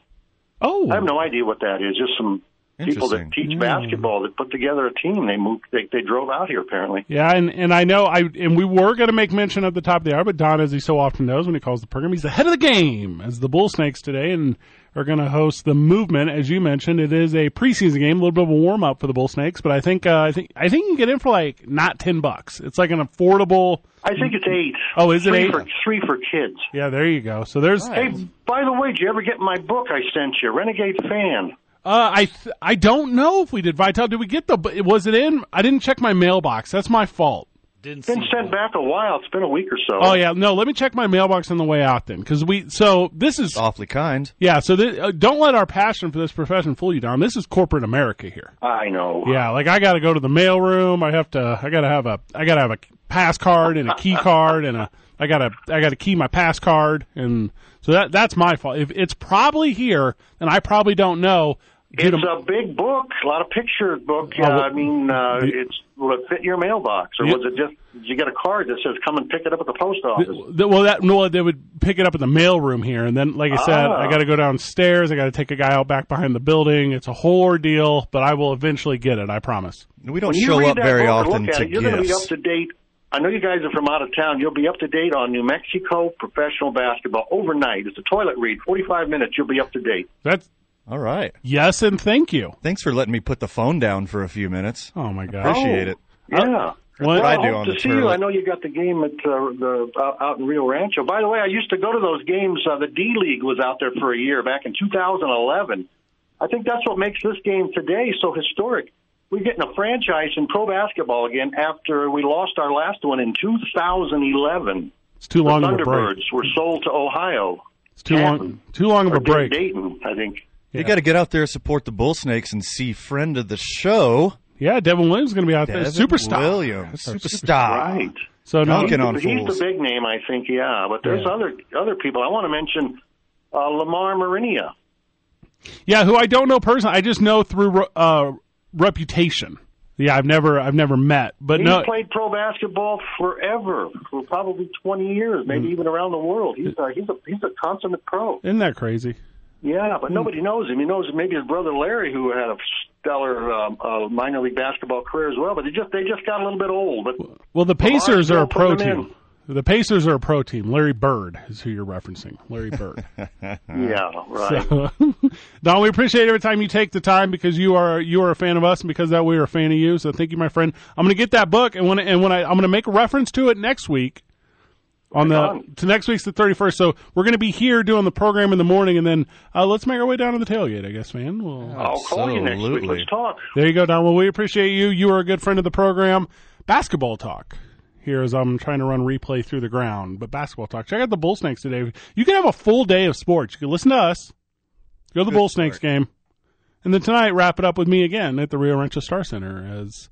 Speaker 1: Oh,
Speaker 5: I have no idea what that is. Just some people that
Speaker 2: Interesting.
Speaker 5: teach
Speaker 1: Hmm.
Speaker 5: basketball that put together a team. They moved. They, they drove out here apparently.
Speaker 1: Yeah, and, and I know I and we were going to make mention at the top of the hour, but Don, as he so often does when he calls the program, he's ahead of the game as the Bull Snakes today and are going to host the movement. As you mentioned, it is a preseason game, a little bit of a warm up for the Bull Snakes, but I think uh, I think I think you can get in for like not ten bucks. It's like an affordable.
Speaker 5: I think it's eight.
Speaker 1: Oh, is it
Speaker 5: three
Speaker 1: eight?
Speaker 5: For, three for kids.
Speaker 1: Yeah, there you go. So there's.
Speaker 5: Hey, by the way, did you ever get my book I sent you, Renegade Fan?
Speaker 1: Uh, I th- I don't know if we did Vital. Did we get the? bu- Was it in? I didn't check my mailbox. That's my fault.
Speaker 3: Didn't see
Speaker 5: Been sent back a while. It's been a week or so.
Speaker 1: Hmm. Oh yeah, no. Let me check my mailbox on the way out then, because we. So this is
Speaker 2: Awfully kind.
Speaker 1: Yeah, so th- uh, don't let our passion for this profession fool you, Don. This is corporate America here.
Speaker 5: I know.
Speaker 1: Yeah, like I got to go to the mailroom. I have to. I got to have a. I got to have a pass card and a key card and a. I got to. I got to key my pass card and so that that's my fault. If it's probably here, then I probably don't know. Due
Speaker 5: It's
Speaker 1: to-
Speaker 5: a big book, a lot of picture book.
Speaker 1: Oh,
Speaker 5: uh,
Speaker 1: well-
Speaker 5: I mean, uh,
Speaker 1: You-
Speaker 5: it's will it fit your mailbox, or
Speaker 1: You-
Speaker 5: was it just did you get a card that says "Come and pick it up at the post office"?
Speaker 1: Th- well, that no, they would pick it up at the mailroom here, and then, like I said,
Speaker 5: Ah.
Speaker 1: I got to go downstairs. I got to take a guy out back behind the building. It's a whole ordeal, but I will eventually get it. I promise.
Speaker 2: We don't
Speaker 5: When you
Speaker 2: show
Speaker 5: read
Speaker 2: up
Speaker 5: that
Speaker 2: very
Speaker 5: book and
Speaker 2: often
Speaker 5: look at
Speaker 2: to
Speaker 5: it, you're going to be up
Speaker 2: gifts.
Speaker 5: to date. I know you guys are from out of town. You'll be up to date on New Mexico professional basketball overnight. It's a toilet read, 45 minutes. You'll be up to date.
Speaker 1: That's
Speaker 2: All right.
Speaker 1: yes, and thank you.
Speaker 2: Thanks for letting me put the phone down for a few minutes.
Speaker 1: Oh my gosh.
Speaker 2: Appreciate
Speaker 5: Oh.
Speaker 2: it.
Speaker 5: Yeah.
Speaker 1: What
Speaker 5: well,
Speaker 2: I
Speaker 5: I
Speaker 2: do
Speaker 5: hope
Speaker 2: on
Speaker 5: to
Speaker 2: the
Speaker 5: see you.
Speaker 2: toilet.
Speaker 5: I know you got the game at uh, the out- out in Rio Rancho. By the way, I used to go to those games. Uh, the D League was out there for a year back in 2011. I think that's what makes this game today so historic. We're getting a franchise in pro basketball again after we lost our last one in 2011.
Speaker 1: It's too long
Speaker 5: the
Speaker 1: of a break.
Speaker 5: Thunderbirds were sold to Ohio.
Speaker 1: It's too long. Too long of
Speaker 5: Or
Speaker 1: a break.
Speaker 5: Dayton, I think.
Speaker 2: You got to get out there, support the Bull Snakes, and see friend of the show,
Speaker 1: Yeah, Devin Williams is going to be out
Speaker 2: Devin
Speaker 1: there. Superstar.
Speaker 2: Williams,
Speaker 1: That's our
Speaker 2: superstar.
Speaker 5: Right.
Speaker 1: So no,
Speaker 2: Duncan on
Speaker 5: he's
Speaker 2: fools.
Speaker 5: the big name, I think. Yeah, but there's
Speaker 1: Yeah.
Speaker 5: other other people. I want to mention uh, Lamar Marinia.
Speaker 1: yeah, who I don't know personally. I just know through uh, reputation. Yeah, I've never, I've never met, but
Speaker 5: He's
Speaker 1: no,
Speaker 5: played pro basketball forever, for probably 20 years,
Speaker 1: Mm.
Speaker 5: maybe even around the world. He's a, he's a he's a consummate pro.
Speaker 1: isn't that crazy?
Speaker 5: Yeah,
Speaker 1: Mm.
Speaker 5: but nobody knows him. He knows maybe his brother Larry, who had a stellar um, uh, minor league basketball career as well. But they just they just got a little bit old. But
Speaker 1: Well, the Pacers
Speaker 5: Lamar
Speaker 1: are a pro
Speaker 5: still put 'em
Speaker 1: team. The Pacers are a pro team. Larry Bird is who you're referencing. Larry Bird.
Speaker 5: yeah, right.
Speaker 1: Don, we appreciate every time you take the time because you are you are a fan of us and because that we are a fan of you. So thank you, my friend. I'm going to get that book and when and when I I'm going to make a reference to it next week on the
Speaker 5: Right on.
Speaker 1: to next week's the 31st. So we're going to be here doing the program in the morning and then uh, let's make our way down to the tailgate. I guess, man. We'll,
Speaker 5: I'll call you next week.
Speaker 2: Absolutely.
Speaker 5: Let's talk.
Speaker 1: there you go, Don. Well, we appreciate you. You are a good friend of the program. Basketball talk. Here as I'm trying to run replay through the ground, but basketball talk. Check out the Bull Snakes today. You can have a full day of sports. You can listen to us, go to the Bull Snakes game, and then tonight wrap it up with me again at the Rio Rancho Star Center as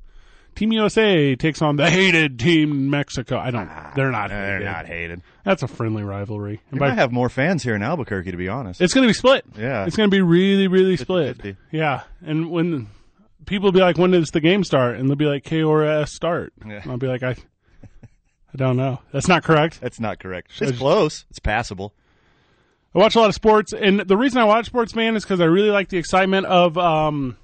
Speaker 1: Team USA takes on the hated Team Mexico. I don't. They're not.
Speaker 2: Ah, They're
Speaker 1: hated.
Speaker 2: not hated.
Speaker 1: That's a friendly rivalry. And
Speaker 2: I
Speaker 1: by,
Speaker 2: have more fans here in Albuquerque, to be honest.
Speaker 1: it's going to be split.
Speaker 2: Yeah.
Speaker 1: It's going to be really, really split.
Speaker 2: 50.
Speaker 1: Yeah. And when people be like, when does the game start? And they'll be like, K or S start.
Speaker 2: Yeah.
Speaker 1: And I'll be like, I, I don't know. That's not correct.
Speaker 2: That's not correct. It's close. It's passable.
Speaker 1: I watch a lot of sports, and the reason I watch sports, man, is because I really like the excitement of um,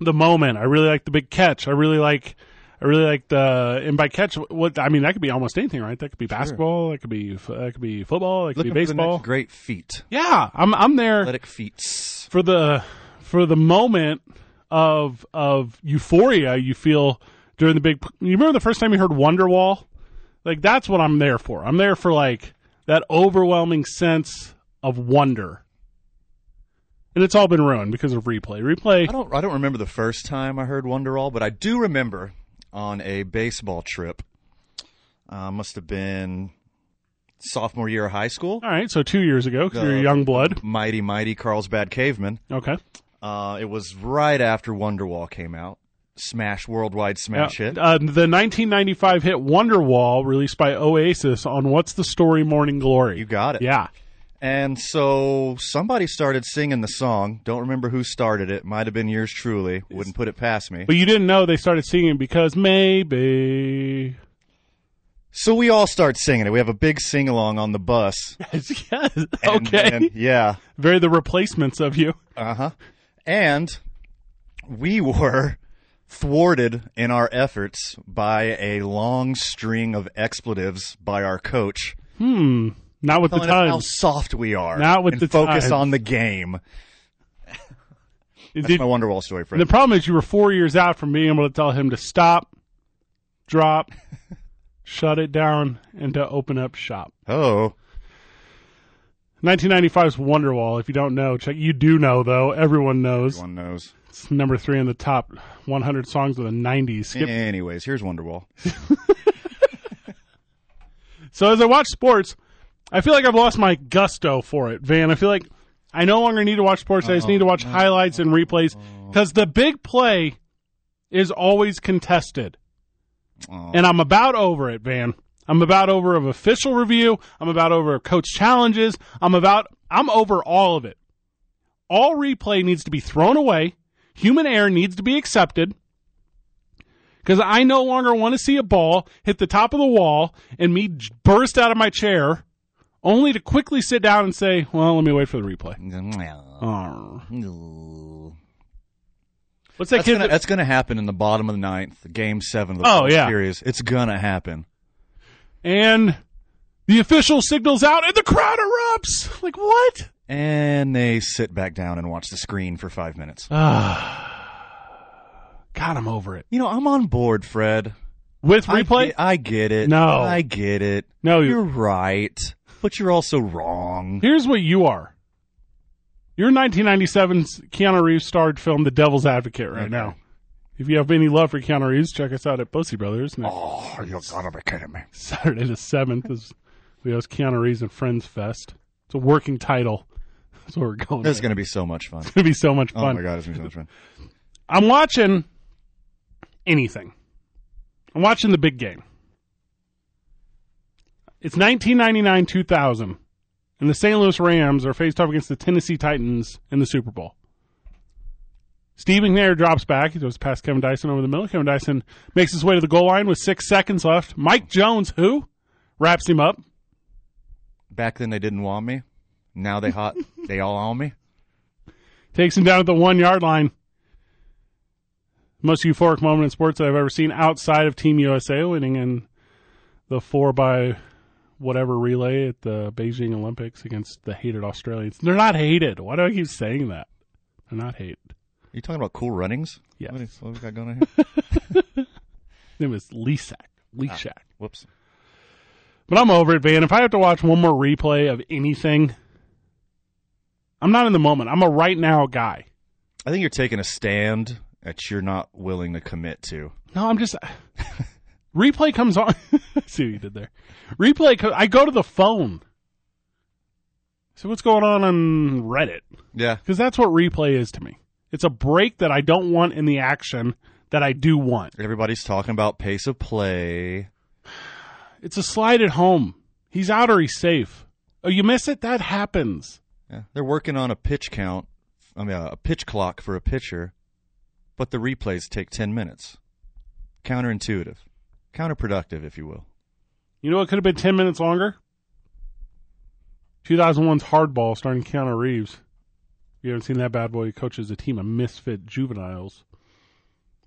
Speaker 1: the moment. I really like the big catch. I really like, I really like the and by catch, what I mean that could be almost anything, right? That could be basketball. That could be that could be football. That could
Speaker 2: Looking
Speaker 1: be
Speaker 2: for the
Speaker 1: baseball.
Speaker 2: next great feat.
Speaker 1: yeah, I'm I'm there.
Speaker 2: Athletic feats.
Speaker 1: for the for the moment of of euphoria you feel during the big you remember the first time you heard Wonderwall like that's what I'm there for I'm there for like that overwhelming sense of wonder. And it's all been ruined because of replay. Replay.
Speaker 2: I don't I don't remember the first time I heard Wonderwall, but I do remember on a baseball trip. Uh, must have been sophomore year of high school.
Speaker 1: All right, so two years ago, because you're a
Speaker 2: The-
Speaker 1: young blood.
Speaker 2: Mighty mighty Carlsbad Caveman.
Speaker 1: Okay.
Speaker 2: Uh, it was right after Wonderwall came out. Smash worldwide smash
Speaker 1: Yeah.
Speaker 2: hit.
Speaker 1: Uh, the 1995 hit Wonderwall, released by Oasis on What's the Story Morning Glory.
Speaker 2: You got it.
Speaker 1: Yeah.
Speaker 2: And so somebody started singing the song. Don't remember who started it. Might have been yours truly. Wouldn't put it past me.
Speaker 1: But you didn't know they started singing because maybe.
Speaker 2: So we all start singing it. We have a big sing along on the bus.
Speaker 1: yes.
Speaker 2: And
Speaker 1: Okay.
Speaker 2: then- yeah.
Speaker 1: Very the replacements of you.
Speaker 2: Uh huh. And we were thwarted in our efforts by a long string of expletives by our coach,
Speaker 1: Not with the
Speaker 2: telling us how
Speaker 1: time.
Speaker 2: soft we are.
Speaker 1: Not with
Speaker 2: and
Speaker 1: the
Speaker 2: focus
Speaker 1: times.
Speaker 2: on the game. That's
Speaker 1: Did-
Speaker 2: my Wonderwall story, Fred.
Speaker 1: the problem is you were four years out from being able to tell him to stop, drop, shut it down, and to open up shop.
Speaker 2: oh,
Speaker 1: 1995's Wonderwall. If you don't know, check. You do know though. Everyone knows.
Speaker 2: everyone knows.
Speaker 1: It's number three in the top 100 songs of the 90s. Skip.
Speaker 2: Anyways, here's Wonderwall.
Speaker 1: So as I watch sports, I feel like I've lost my gusto for it, Van. I feel like I no longer need to watch sports. I just need to watch highlights and replays because the big play is always contested,
Speaker 2: Oh.
Speaker 1: and I'm about over it, Van. I'm about over of official review. I'm about over of coach challenges. I'm about I'm over all of it. All replay needs to be thrown away. Human error needs to be accepted because I no longer want to see a ball hit the top of the wall and me j- burst out of my chair only to quickly sit down and say, well, let me wait for the replay. Arr. What's that
Speaker 2: That's
Speaker 1: kid?
Speaker 2: gonna, e-,
Speaker 1: that-
Speaker 2: that's gonna happen in the bottom of the ninth, game seven of the
Speaker 1: Oh,
Speaker 2: World
Speaker 1: yeah.
Speaker 2: series. It's gonna happen.
Speaker 1: and the official signals out and the crowd erupts. Like, what?
Speaker 2: And they sit back down and watch the screen for five minutes.
Speaker 1: God, I'm over it.
Speaker 2: You know, I'm on board, Fred.
Speaker 1: With
Speaker 2: I
Speaker 1: replay?
Speaker 2: get- I, get it.
Speaker 1: No.
Speaker 2: I get it.
Speaker 1: No, you-
Speaker 2: you're right, but you're also wrong.
Speaker 1: Here's what you are. You're 1997's Keanu Reeves starred film The Devil's Advocate right
Speaker 2: Okay.
Speaker 1: now. If you have any love for Keanu Reeves, check us out at Pussy Brothers. next
Speaker 2: Oh, you gotta be kidding me.
Speaker 1: Saturday the seventh is we host Keanu Reeves and Friends Fest. It's a working title. That's what we're going.
Speaker 2: This is
Speaker 1: with.
Speaker 2: gonna be so much fun.
Speaker 1: It's gonna be so much
Speaker 2: Oh
Speaker 1: fun.
Speaker 2: my god, it's gonna be so much fun.
Speaker 1: I'm watching anything. I'm watching the big game. It's 1999 2000, and the St. Louis Rams are faced off against the Tennessee Titans in the Super Bowl. Steve McNair drops back. He goes past Kevin Dyson over the middle. Kevin Dyson makes his way to the goal line with six seconds left. Mike Jones, who wraps him up,
Speaker 2: Back then they didn't want me. Now they hot. they all on me.
Speaker 1: takes him down at the one yard line. Most euphoric moment in sports that I've ever seen outside of Team USA winning in the four by whatever relay at the Beijing Olympics against the hated Australians. They're not hated. Why do I keep saying that? They're not hated.
Speaker 2: Are you talking about cool runnings?
Speaker 1: Yes.
Speaker 2: What, is, what we got going on here?
Speaker 1: It was Lisak.
Speaker 2: Ah.
Speaker 1: Lisak.
Speaker 2: Whoops.
Speaker 1: But I'm over it, Van. If I have to watch one more replay of anything, I'm not in the moment. I'm a right now guy.
Speaker 2: I think you're taking a stand that you're not willing to commit to.
Speaker 1: No, I'm just. replay comes on. I see what you did there. Replay. Co- I go to the phone. So what's going on on Reddit?
Speaker 2: Yeah.
Speaker 1: Because that's what replay is to me. It's a break that I don't want in the action that I do want.
Speaker 2: Everybody's talking about pace of play.
Speaker 1: It's a slide at home. He's out or he's safe. Oh, you miss it? That happens.
Speaker 2: Yeah. They're working on a pitch count, I mean, a pitch clock for a pitcher, but the replays take 10 minutes. Counterintuitive, counterproductive, if you will.
Speaker 1: You know what could have been 10 minutes longer? 2001's Hardball starring Keanu Reeves. If you haven't seen that bad boy, he coaches a team of misfit juveniles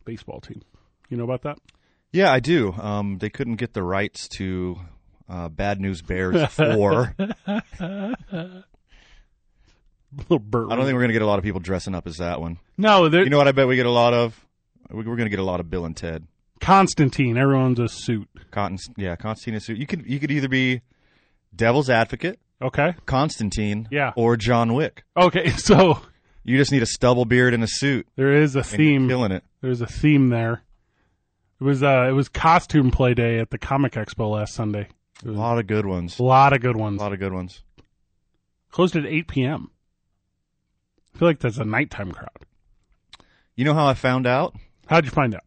Speaker 1: baseball team. You know about that?
Speaker 2: Yeah, I do. Um, they couldn't get the rights to uh, Bad News Bears 4. I
Speaker 1: Little Burt.
Speaker 2: don't think we're going to get a lot of people dressing up as that one.
Speaker 1: No, there-
Speaker 2: You know what I bet we get a lot of? We- We're going to get a lot of Bill and Ted.
Speaker 1: Constantine. Everyone's a suit.
Speaker 2: Cotton, yeah, Constantine suit. You could you could either be Devil's Advocate,
Speaker 1: Okay.
Speaker 2: Constantine,
Speaker 1: Yeah.
Speaker 2: or John Wick.
Speaker 1: Okay. So
Speaker 2: You just need a stubble beard and a suit.
Speaker 1: there is a
Speaker 2: And you're
Speaker 1: theme.
Speaker 2: killing it.
Speaker 1: There's a theme there. It was uh, it was costume play day at the Comic Expo last Sunday.
Speaker 2: A lot of good ones.
Speaker 1: A lot of good
Speaker 2: A
Speaker 1: ones.
Speaker 2: lot of good ones.
Speaker 1: Closed at 8 p.m. I feel like that's a nighttime crowd.
Speaker 2: You know how I found out?
Speaker 1: How'd you find out?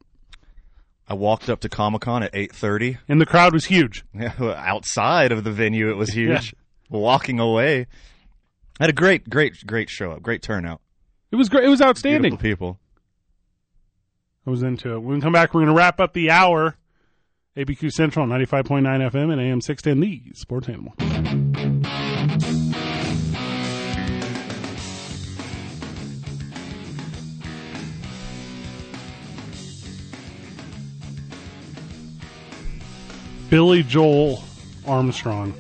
Speaker 2: I walked up to Comic Con at eight thirty.
Speaker 1: And the crowd was huge.
Speaker 2: Outside of the venue, it was huge. Walking away, had a great, great, great show up. Great turnout.
Speaker 1: It was great. It was outstanding.
Speaker 2: Beautiful people.
Speaker 1: I was into it. When we come back, we're going to wrap up the hour. ABQ Central, 95.9 FM and AM 610, the sports animal. Billy Joel Armstrong.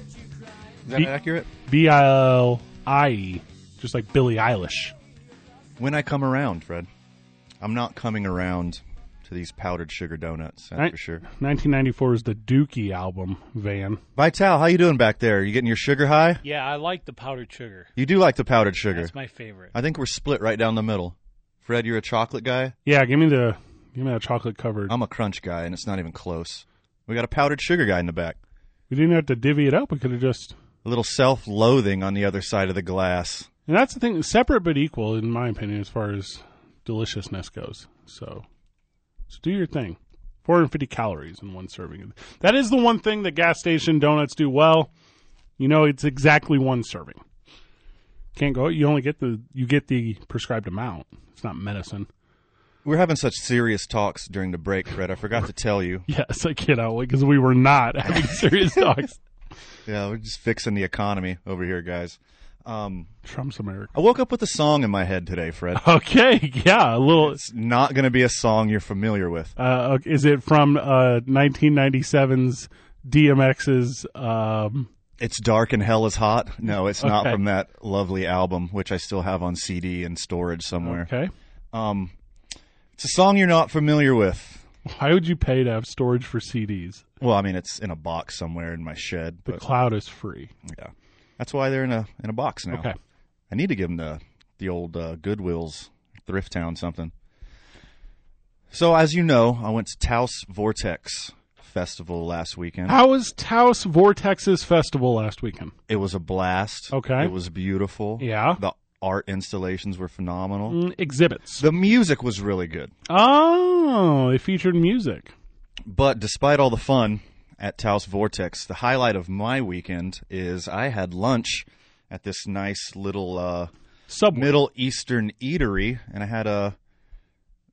Speaker 2: Is that
Speaker 1: Be-
Speaker 2: accurate?
Speaker 1: B I L I E. Just like Billie Eilish.
Speaker 2: When I come around, Fred, I'm not coming around to these powdered sugar donuts. That's
Speaker 1: Right.
Speaker 2: for sure.
Speaker 1: 1994 is the Dookie album, Van.
Speaker 2: Vital, how you doing back there? You getting your sugar high?
Speaker 3: Yeah, I like the powdered sugar.
Speaker 2: You do like the powdered sugar.
Speaker 3: That's my favorite.
Speaker 2: I think we're split right down the middle. Fred, you're a chocolate guy.
Speaker 1: Yeah, give me the give me that chocolate covered.
Speaker 2: I'm a crunch guy, and it's not even close. We got a powdered sugar guy in the back.
Speaker 1: we didn't have to divvy it up. We could have just.
Speaker 2: A little self-loathing on the other side of the glass.
Speaker 1: And that's the thing, separate but equal, in my opinion, as far as deliciousness goes. So, so do your thing. 450 calories in one serving. That is the one thing that gas station donuts do well. You know, it's exactly one serving. Can't go. You only get the you get the prescribed amount. It's not medicine.
Speaker 2: We're having such serious talks during the break, Fred. I forgot to tell you.
Speaker 1: Yes, I cannot because we were not having serious talks.
Speaker 2: Yeah, we're just fixing the economy over here, guys. Um,
Speaker 1: Trump's America.
Speaker 2: I woke up with a song in my head today, Fred.
Speaker 1: Okay, yeah, a little.
Speaker 2: It's not going to be a song you're familiar with.
Speaker 1: uh, is it from uh, 1997's DMX's? Um,
Speaker 2: It's Dark and Hell is Hot. No, it's not
Speaker 1: Okay.
Speaker 2: from that lovely album, which I still have on CD and storage somewhere.
Speaker 1: okay,
Speaker 2: Um, it's a song you're not familiar with.
Speaker 1: why would you pay to have storage for CDs?
Speaker 2: Well, I mean, it's in a box somewhere in my shed,
Speaker 1: The
Speaker 2: but
Speaker 1: cloud is free.
Speaker 2: yeah, that's why they're in a in a box now.
Speaker 1: Okay,
Speaker 2: I need to give him the the old uh, Goodwills, Thrift Town, something. So, as you know, I went to Taos Vortex Festival last weekend.
Speaker 1: how was Taos Vortex's festival last weekend?
Speaker 2: It was a blast.
Speaker 1: Okay.
Speaker 2: it was beautiful.
Speaker 1: Yeah.
Speaker 2: the art installations were phenomenal.
Speaker 1: Mm, exhibits.
Speaker 2: The music was really good.
Speaker 1: Oh, they featured music.
Speaker 2: But despite all the fun at Taos Vortex, the highlight of my weekend is I had lunch at this nice little uh,
Speaker 1: Subway.
Speaker 2: Middle Eastern eatery, and I had a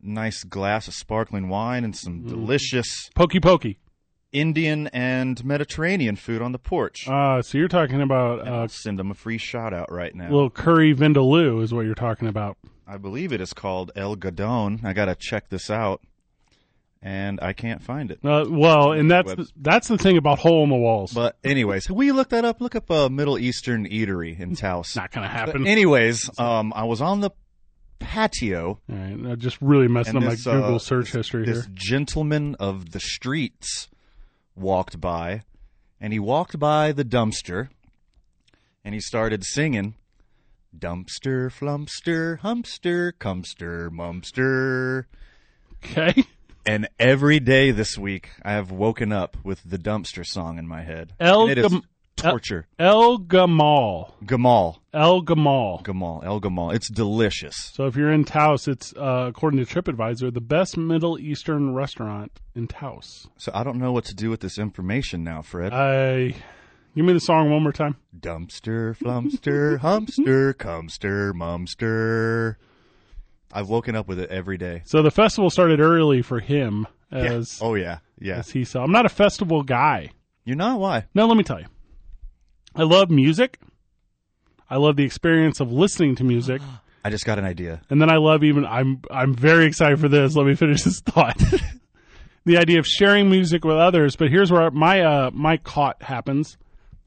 Speaker 2: nice glass of sparkling wine and
Speaker 1: Mm.
Speaker 2: some delicious
Speaker 1: Pokey Pokey.
Speaker 2: Indian and Mediterranean food on the porch.
Speaker 1: Uh, so you're talking about
Speaker 2: And I'll
Speaker 1: uh,
Speaker 2: send them a free shout out right now.
Speaker 1: little curry vindaloo is what you're talking about.
Speaker 2: I believe it is called El Gadon. I gotta check this out, and I can't find it.
Speaker 1: Uh, well, and that's the, that's the thing about hole in the walls.
Speaker 2: But anyways, will you look that up? Look up a Middle Eastern eatery in Taos.
Speaker 1: Hmm. Not gonna
Speaker 2: But
Speaker 1: happen.
Speaker 2: anyways, um, I was on the patio.
Speaker 1: All right, I'm just really messing up my
Speaker 2: uh,
Speaker 1: Google search
Speaker 2: this-
Speaker 1: history
Speaker 2: this
Speaker 1: here.
Speaker 2: gentleman of the streets walked by, and he walked by the dumpster, and he started singing, "Dumpster, flumpster, humpster, cumster, mumpster."
Speaker 1: Okay.
Speaker 2: And every day this week, I have woken up with the dumpster song in my head.
Speaker 1: El
Speaker 2: And it is
Speaker 1: Gam-
Speaker 2: torture.
Speaker 1: El Gamal.
Speaker 2: Gamal,
Speaker 1: El Gamal.
Speaker 2: Gamal, El Gamal. It's delicious.
Speaker 1: So if you're in Taos, it's uh, according to TripAdvisor the best Middle Eastern restaurant in Taos.
Speaker 2: So I don't know what to do with this information now, Fred.
Speaker 1: I give me the song one more time.
Speaker 2: Dumpster, flumpster, humpster, cumster, mumster. I've woken up with it every day.
Speaker 1: So the festival started early for him as
Speaker 2: yeah. Oh yeah, yeah.
Speaker 1: as he saw. I'm not a festival guy.
Speaker 2: You're not why.
Speaker 1: Now let me tell you, I love music. I love the experience of listening to music.
Speaker 2: I just got an idea.
Speaker 1: And then I love even I'm I'm very excited for this. Let me finish this thought. the idea of sharing music with others, but here's where my uh my caught happens.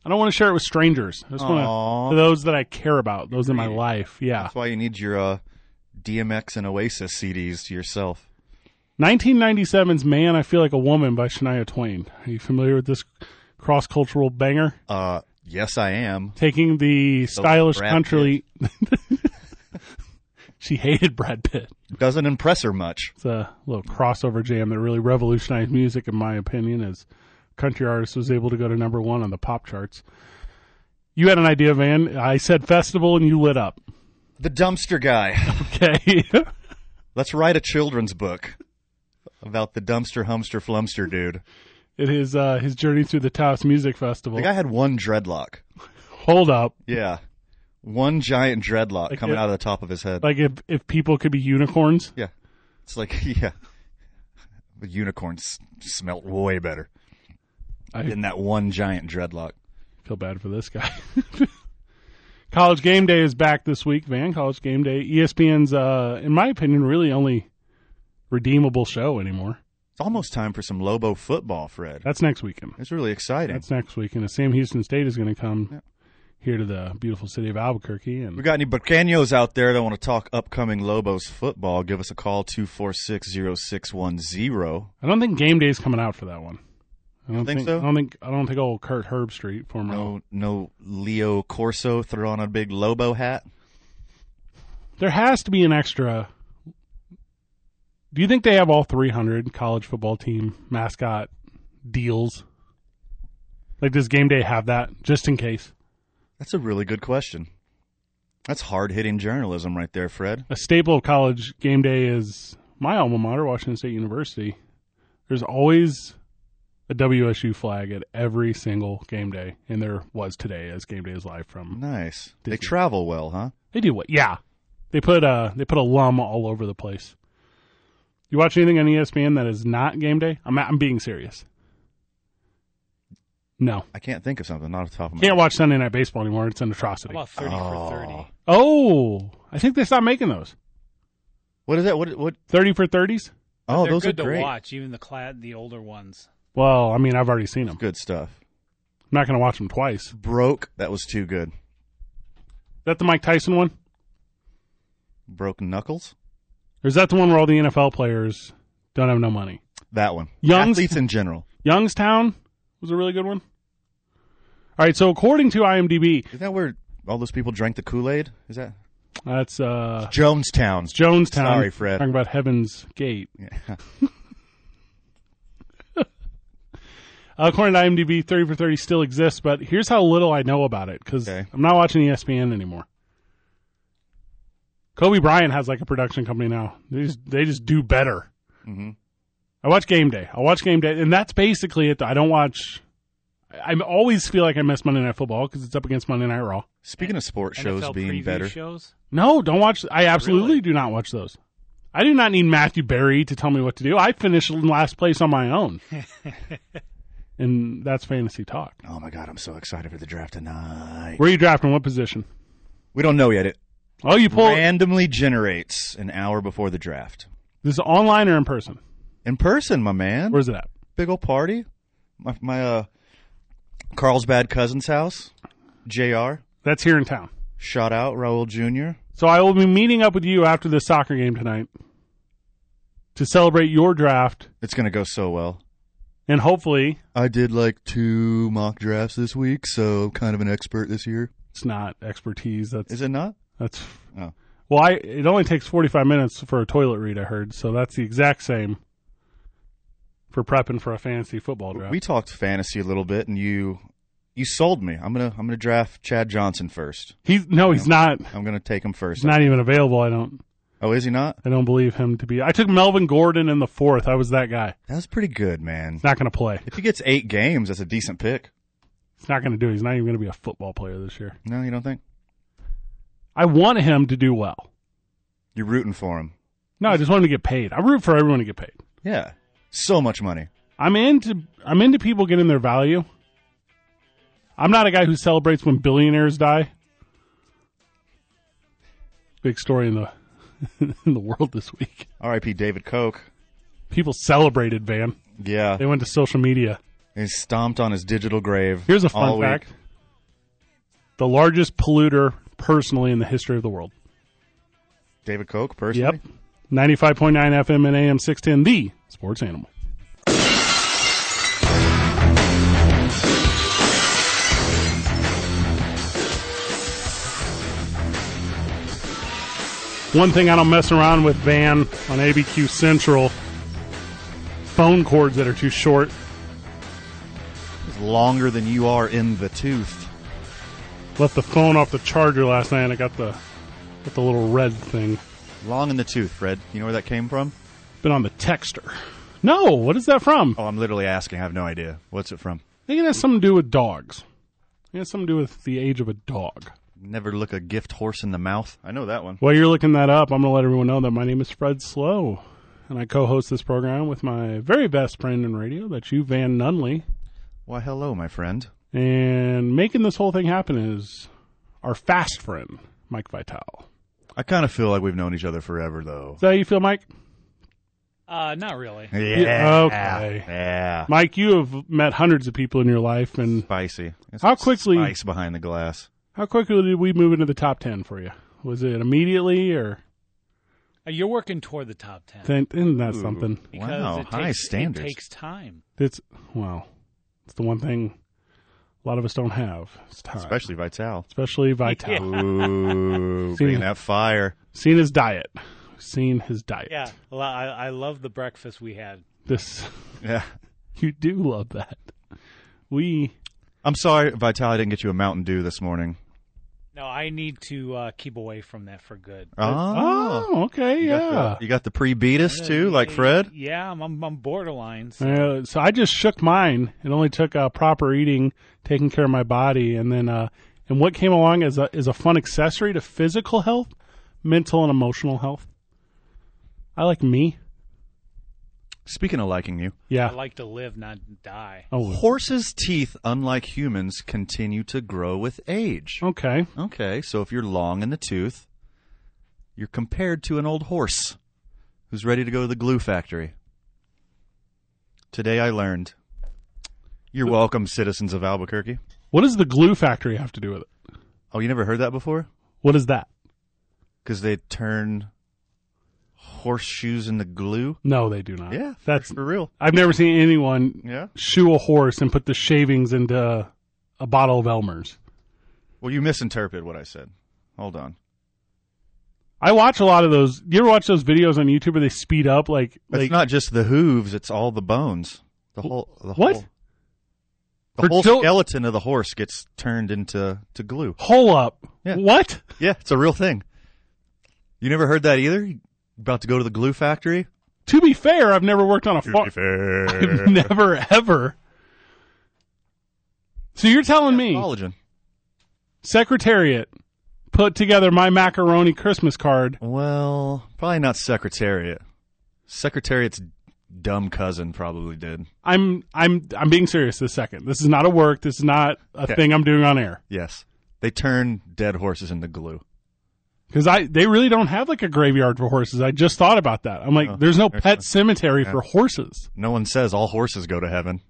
Speaker 1: I don't want to share it with strangers. I just
Speaker 2: Aw.
Speaker 1: want to those that I care about, those in my life. Yeah.
Speaker 2: That's why you need your uh, DMX and Oasis CDs to yourself.
Speaker 1: 1997's Man I Feel Like a Woman by Shania Twain. Are you familiar with this cross-cultural banger?
Speaker 2: Uh, Yes, I am.
Speaker 1: taking the stylish
Speaker 2: Brad
Speaker 1: country. she hated Brad Pitt.
Speaker 2: Doesn't impress her much.
Speaker 1: It's a little crossover jam that really revolutionized music, in my opinion, as country artist was able to go to number one on the pop charts. You had an idea, Van. I said festival, and you lit up.
Speaker 2: The dumpster guy.
Speaker 1: Okay,
Speaker 2: Let's write a children's book about the dumpster humster flumster dude.
Speaker 1: it is uh, his journey through the Taos Music Festival.
Speaker 2: The guy had one dreadlock.
Speaker 1: Hold up,
Speaker 2: Yeah. One giant dreadlock
Speaker 1: Like,
Speaker 2: coming
Speaker 1: yeah.
Speaker 2: out of the top of his head.
Speaker 1: like if if people could be unicorns,
Speaker 2: yeah. It's like, yeah. The unicorns smelt way better
Speaker 1: I-
Speaker 2: than that one giant dreadlock.
Speaker 1: feel bad for this guy. College Game Day is back this week, Van. College Game Day, E ESPN's, uh, in my opinion, really only redeemable show anymore.
Speaker 2: It's almost time for some Lobo football, Fred.
Speaker 1: That's next weekend.
Speaker 2: It's really exciting.
Speaker 1: That's next weekend. And Sam Houston State is going to come here to the beautiful city of Albuquerque,
Speaker 2: We
Speaker 1: and
Speaker 2: got any Bucanos out there that want to talk upcoming Lobos football? Give us a call 2460610.
Speaker 1: I don't think Game Day's coming out for that one. I don't
Speaker 2: think so?
Speaker 1: I don't think I don't think old Kurt Herbstreit, former
Speaker 2: No, no Leo Corso throw on a big Lobo hat.
Speaker 1: There has to be an extra. Do you think they have all 300 college football team mascot deals? Like, does game day have that just in case?
Speaker 2: That's a really good question. That's hard hitting journalism right there, Fred.
Speaker 1: A staple of college game day is my alma mater, Washington State University. There's always a WSU flag at every single game day, and there was today as game day is live from.
Speaker 2: Nice.
Speaker 1: Did
Speaker 2: they
Speaker 1: you-
Speaker 2: travel well, huh?
Speaker 1: They do what? Yeah, they put uh they put alum all over the place. You watch anything on E ESPN that is not game day? I'm I'm being serious. No,
Speaker 2: I can't think of something, not off the top of my
Speaker 1: can't watch Sunday Night Baseball anymore. It's an
Speaker 3: How
Speaker 1: atrocity.
Speaker 3: about 30
Speaker 2: Oh.
Speaker 3: for 30?
Speaker 1: Oh, I think they stopped making those
Speaker 2: What is that? What? What?
Speaker 1: thirty for thirties.
Speaker 2: Oh,
Speaker 3: They're
Speaker 2: those
Speaker 3: good
Speaker 2: are
Speaker 3: to
Speaker 2: great.
Speaker 3: watch, even the clad, the older ones.
Speaker 1: Well, I mean, I've already seen them.
Speaker 2: Good stuff.
Speaker 1: I'm not going to watch them twice. Is
Speaker 2: Broke. That was too good.
Speaker 1: that the Mike Tyson one,
Speaker 2: Broke knuckles.
Speaker 1: or is that the one where all the NFL players don't have no money?
Speaker 2: That one.
Speaker 1: Young's-
Speaker 2: Athletes in general.
Speaker 1: Youngstown was a really good one. All right, so according to IMDb,
Speaker 2: Is that where all those people drank the Kool Aid? Is that
Speaker 1: that's uh
Speaker 2: Jonestown?
Speaker 1: It's Jonestown.
Speaker 2: Sorry, Fred.
Speaker 1: Talking about Heaven's Gate.
Speaker 2: Yeah.
Speaker 1: Uh, according to IMDb, 30 for 30 still exists, but here's how little I know about it because
Speaker 2: Okay.
Speaker 1: I'm not watching E ESPN anymore. Kobe Bryant has like a production company now. They just, they just do better.
Speaker 2: Mhm.
Speaker 1: I watch Game Day. I watch Game Day, and that's basically it. I don't watch. I I always feel like I miss Monday Night Football because it's up against Monday Night Raw.
Speaker 2: Speaking of sports shows
Speaker 3: NFL
Speaker 2: being
Speaker 3: preview
Speaker 2: better,
Speaker 3: shows?
Speaker 1: No, don't watch. I absolutely
Speaker 3: Really?
Speaker 1: do not watch those. I do not need Matthew Berry to tell me what to do. I finished in last place on my own, and that's fantasy talk.
Speaker 2: oh my god, I'm so excited for the draft tonight.
Speaker 1: Where are you drafting? What position?
Speaker 2: We don't know yet. It
Speaker 1: Oh, you pull.
Speaker 2: randomly generates an hour before the draft.
Speaker 1: This is online or in person?
Speaker 2: In person, my man.
Speaker 1: Where's it at?
Speaker 2: Big old party. My my uh, Carlsbad cousin's house. Jr.
Speaker 1: That's here in town.
Speaker 2: Shout out Raul Jr.
Speaker 1: So I will be meeting up with you after the soccer game tonight to celebrate your draft,
Speaker 2: It's gonna go so well.
Speaker 1: and hopefully
Speaker 2: I did like two mock drafts this week, so I'm kind of an expert this year.
Speaker 1: it's not expertise. That's
Speaker 2: Is it not?
Speaker 1: that's.
Speaker 2: Oh.
Speaker 1: Well, I, it only takes 45 minutes for a toilet read, I heard, so that's the exact same for prepping for a fantasy football draft.
Speaker 2: We talked fantasy a little bit, and you you sold me. I'm gonna I'm gonna draft Chad Johnson first.
Speaker 1: he's no, he's not.
Speaker 2: I'm gonna take him first.
Speaker 1: He's not even available. I don't.
Speaker 2: oh, is he not?
Speaker 1: I don't believe him to be. I took Melvin Gordon in the fourth. I was that guy.
Speaker 2: That was pretty good, man.
Speaker 1: He's not going to play.
Speaker 2: If he gets eight games, that's a decent pick.
Speaker 1: He's not going to do it. He's not even going to be a football player this year.
Speaker 2: No, you don't think?
Speaker 1: I want him to do well.
Speaker 2: You're rooting for him.
Speaker 1: No, I just want him to get paid. I root for everyone to get paid.
Speaker 2: Yeah. So much money.
Speaker 1: I'm into I'm into people getting their value. I'm not a guy who celebrates when billionaires die. Big story in the in the world this week.
Speaker 2: R.I.P. David Koch.
Speaker 1: People celebrated Van.
Speaker 2: Yeah.
Speaker 1: They went to social media.
Speaker 2: He stomped on his digital grave.
Speaker 1: Here's a fun
Speaker 2: all week.
Speaker 1: fact. The largest polluter personally in the history of the world.
Speaker 2: David Koch, personally?
Speaker 1: Yep. 95.9 FM and AM 610, the sports animal. One thing I don't mess around with, Van, on ABQ Central phone cords that are too short.
Speaker 2: It's longer than you are in the tooth.
Speaker 1: Left the phone off the charger last night and I got the, got the little red thing.
Speaker 2: Long in the tooth, Fred. You know where that came from?
Speaker 1: Been on the texter. No, what is that from? I
Speaker 2: Oh, I'm literally asking. I have no idea. What's it from?
Speaker 1: think it has something to do with dogs. It has something to do with the age of a dog.
Speaker 2: Never look a gift horse in the mouth. I know that one.
Speaker 1: While you're looking that up, I'm going to let everyone know that my name is Fred Slow, and I co host this program with my very best friend in radio, that's you, Van Nunley.
Speaker 2: Why, hello, my friend.
Speaker 1: And making this whole thing happen is our fast friend, Mike Vital.
Speaker 2: I kind of feel like we've known each other forever, though.
Speaker 1: Is that how you feel, Mike?
Speaker 3: Uh, not really.
Speaker 2: Yeah.
Speaker 1: Yeah, okay.
Speaker 2: Yeah.
Speaker 1: Mike, you have met hundreds of people in your life, and
Speaker 2: Spicy. It's
Speaker 1: How quickly-
Speaker 2: Spice behind the glass.
Speaker 1: how quickly did we move into the top 10 for you? Was it immediately, or
Speaker 3: Uh, You're working toward the top ten.
Speaker 1: then, isn't
Speaker 2: Mm-hmm.
Speaker 1: that something?
Speaker 3: because
Speaker 2: wow,
Speaker 3: it takes,
Speaker 2: high standards.
Speaker 3: It takes time.
Speaker 1: It's, well, it's the one thing a lot of us don't have. It's time.
Speaker 2: Especially Vital.
Speaker 1: Especially Vital.
Speaker 2: Ooh, bring that fire.
Speaker 1: Seen his diet. Seen his diet.
Speaker 3: Yeah, well, I, I love the breakfast we had.
Speaker 1: This
Speaker 2: Yeah.
Speaker 1: you do love that. We
Speaker 2: I'm sorry, Vital, I didn't get you a Mountain Dew this morning.
Speaker 3: No, I need to uh, keep away from that for good.
Speaker 2: Oh.
Speaker 1: Oh, okay,
Speaker 2: You got the-
Speaker 1: yeah.
Speaker 2: you got the pre-beatus, too, like Fred?
Speaker 3: Yeah, I'm, I'm, I'm borderline. So
Speaker 1: Uh, so I just shook mine. It only took uh, proper eating, taking care of my body, and then uh, and what came along as a is a fun accessory to physical health, mental and emotional health. I like me.
Speaker 2: Speaking of liking you,
Speaker 1: Yeah.
Speaker 3: I like to live, not die.
Speaker 1: oh.
Speaker 2: horses' teeth, unlike humans, continue to grow with age.
Speaker 1: Okay.
Speaker 2: Okay, so if you're long in the tooth, you're compared to an old horse who's ready to go to the glue factory. Today I learned. You're welcome, citizens of Albuquerque.
Speaker 1: What does the glue factory have to do with it?
Speaker 2: Oh, you never heard that before?
Speaker 1: What is that?
Speaker 2: Because they turn horseshoes into glue?
Speaker 1: No, they do not.
Speaker 2: Yeah, for-
Speaker 1: Uh, That's
Speaker 2: for real.
Speaker 1: I've never seen anyone
Speaker 2: Yeah.
Speaker 1: shoe a horse and put the shavings into a bottle of Elmer's.
Speaker 2: Well, you misinterpreted what I said. Hold on.
Speaker 1: I watch a lot of those. You ever watch those videos on YouTube where they speed up? Like, like
Speaker 2: it's not just the hooves; it's all the bones. The whole, the
Speaker 1: What?
Speaker 2: whole, the
Speaker 1: For
Speaker 2: whole
Speaker 1: don't-
Speaker 2: skeleton of the horse gets turned into to glue.
Speaker 1: hole up.
Speaker 2: Yeah.
Speaker 1: What?
Speaker 2: Yeah, it's a real thing. You never heard that either? You about to go to the glue factory?
Speaker 1: To be fair, I've never worked on a farm. I've
Speaker 2: fair.
Speaker 1: never ever. So you're telling me
Speaker 2: Collagen.
Speaker 1: Secretariat put together my macaroni Christmas card?
Speaker 2: Well, probably not Secretariat. Secretariat's dumb cousin probably did.
Speaker 1: I'm I'm I'm being serious this second. This is not a work. This is not a
Speaker 2: Okay.
Speaker 1: thing I'm doing on air
Speaker 2: Yes. They turn dead horses into glue.
Speaker 1: because I they really don't have like a graveyard for horses. I just thought about that. I'm
Speaker 2: Oh,
Speaker 1: like, there's no pet cemetery for horses.
Speaker 2: No one says all horses go to heaven.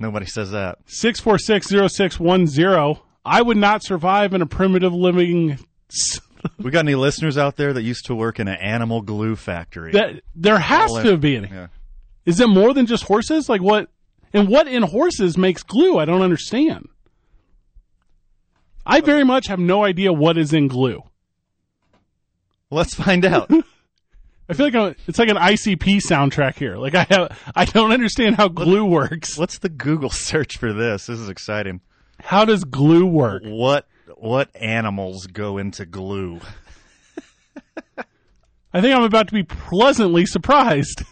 Speaker 2: Nobody says that.
Speaker 1: six four six zero six one zero. I would not survive in a primitive living. s-
Speaker 2: We got any listeners out there that used to work in an animal glue factory?
Speaker 1: That there has
Speaker 2: All in.
Speaker 1: to be any.
Speaker 2: Yeah.
Speaker 1: Is it more than just horses? Like what? And what in horses makes glue? I don't understand. I very much have no idea what is in glue.
Speaker 2: Let's find out.
Speaker 1: I feel like i it's like an ICP soundtrack here. Like I have, I don't understand how glue works.
Speaker 2: What's the Google search for this? This is exciting.
Speaker 1: How does glue work?
Speaker 2: What what animals go into glue?
Speaker 1: I think I'm about to be pleasantly surprised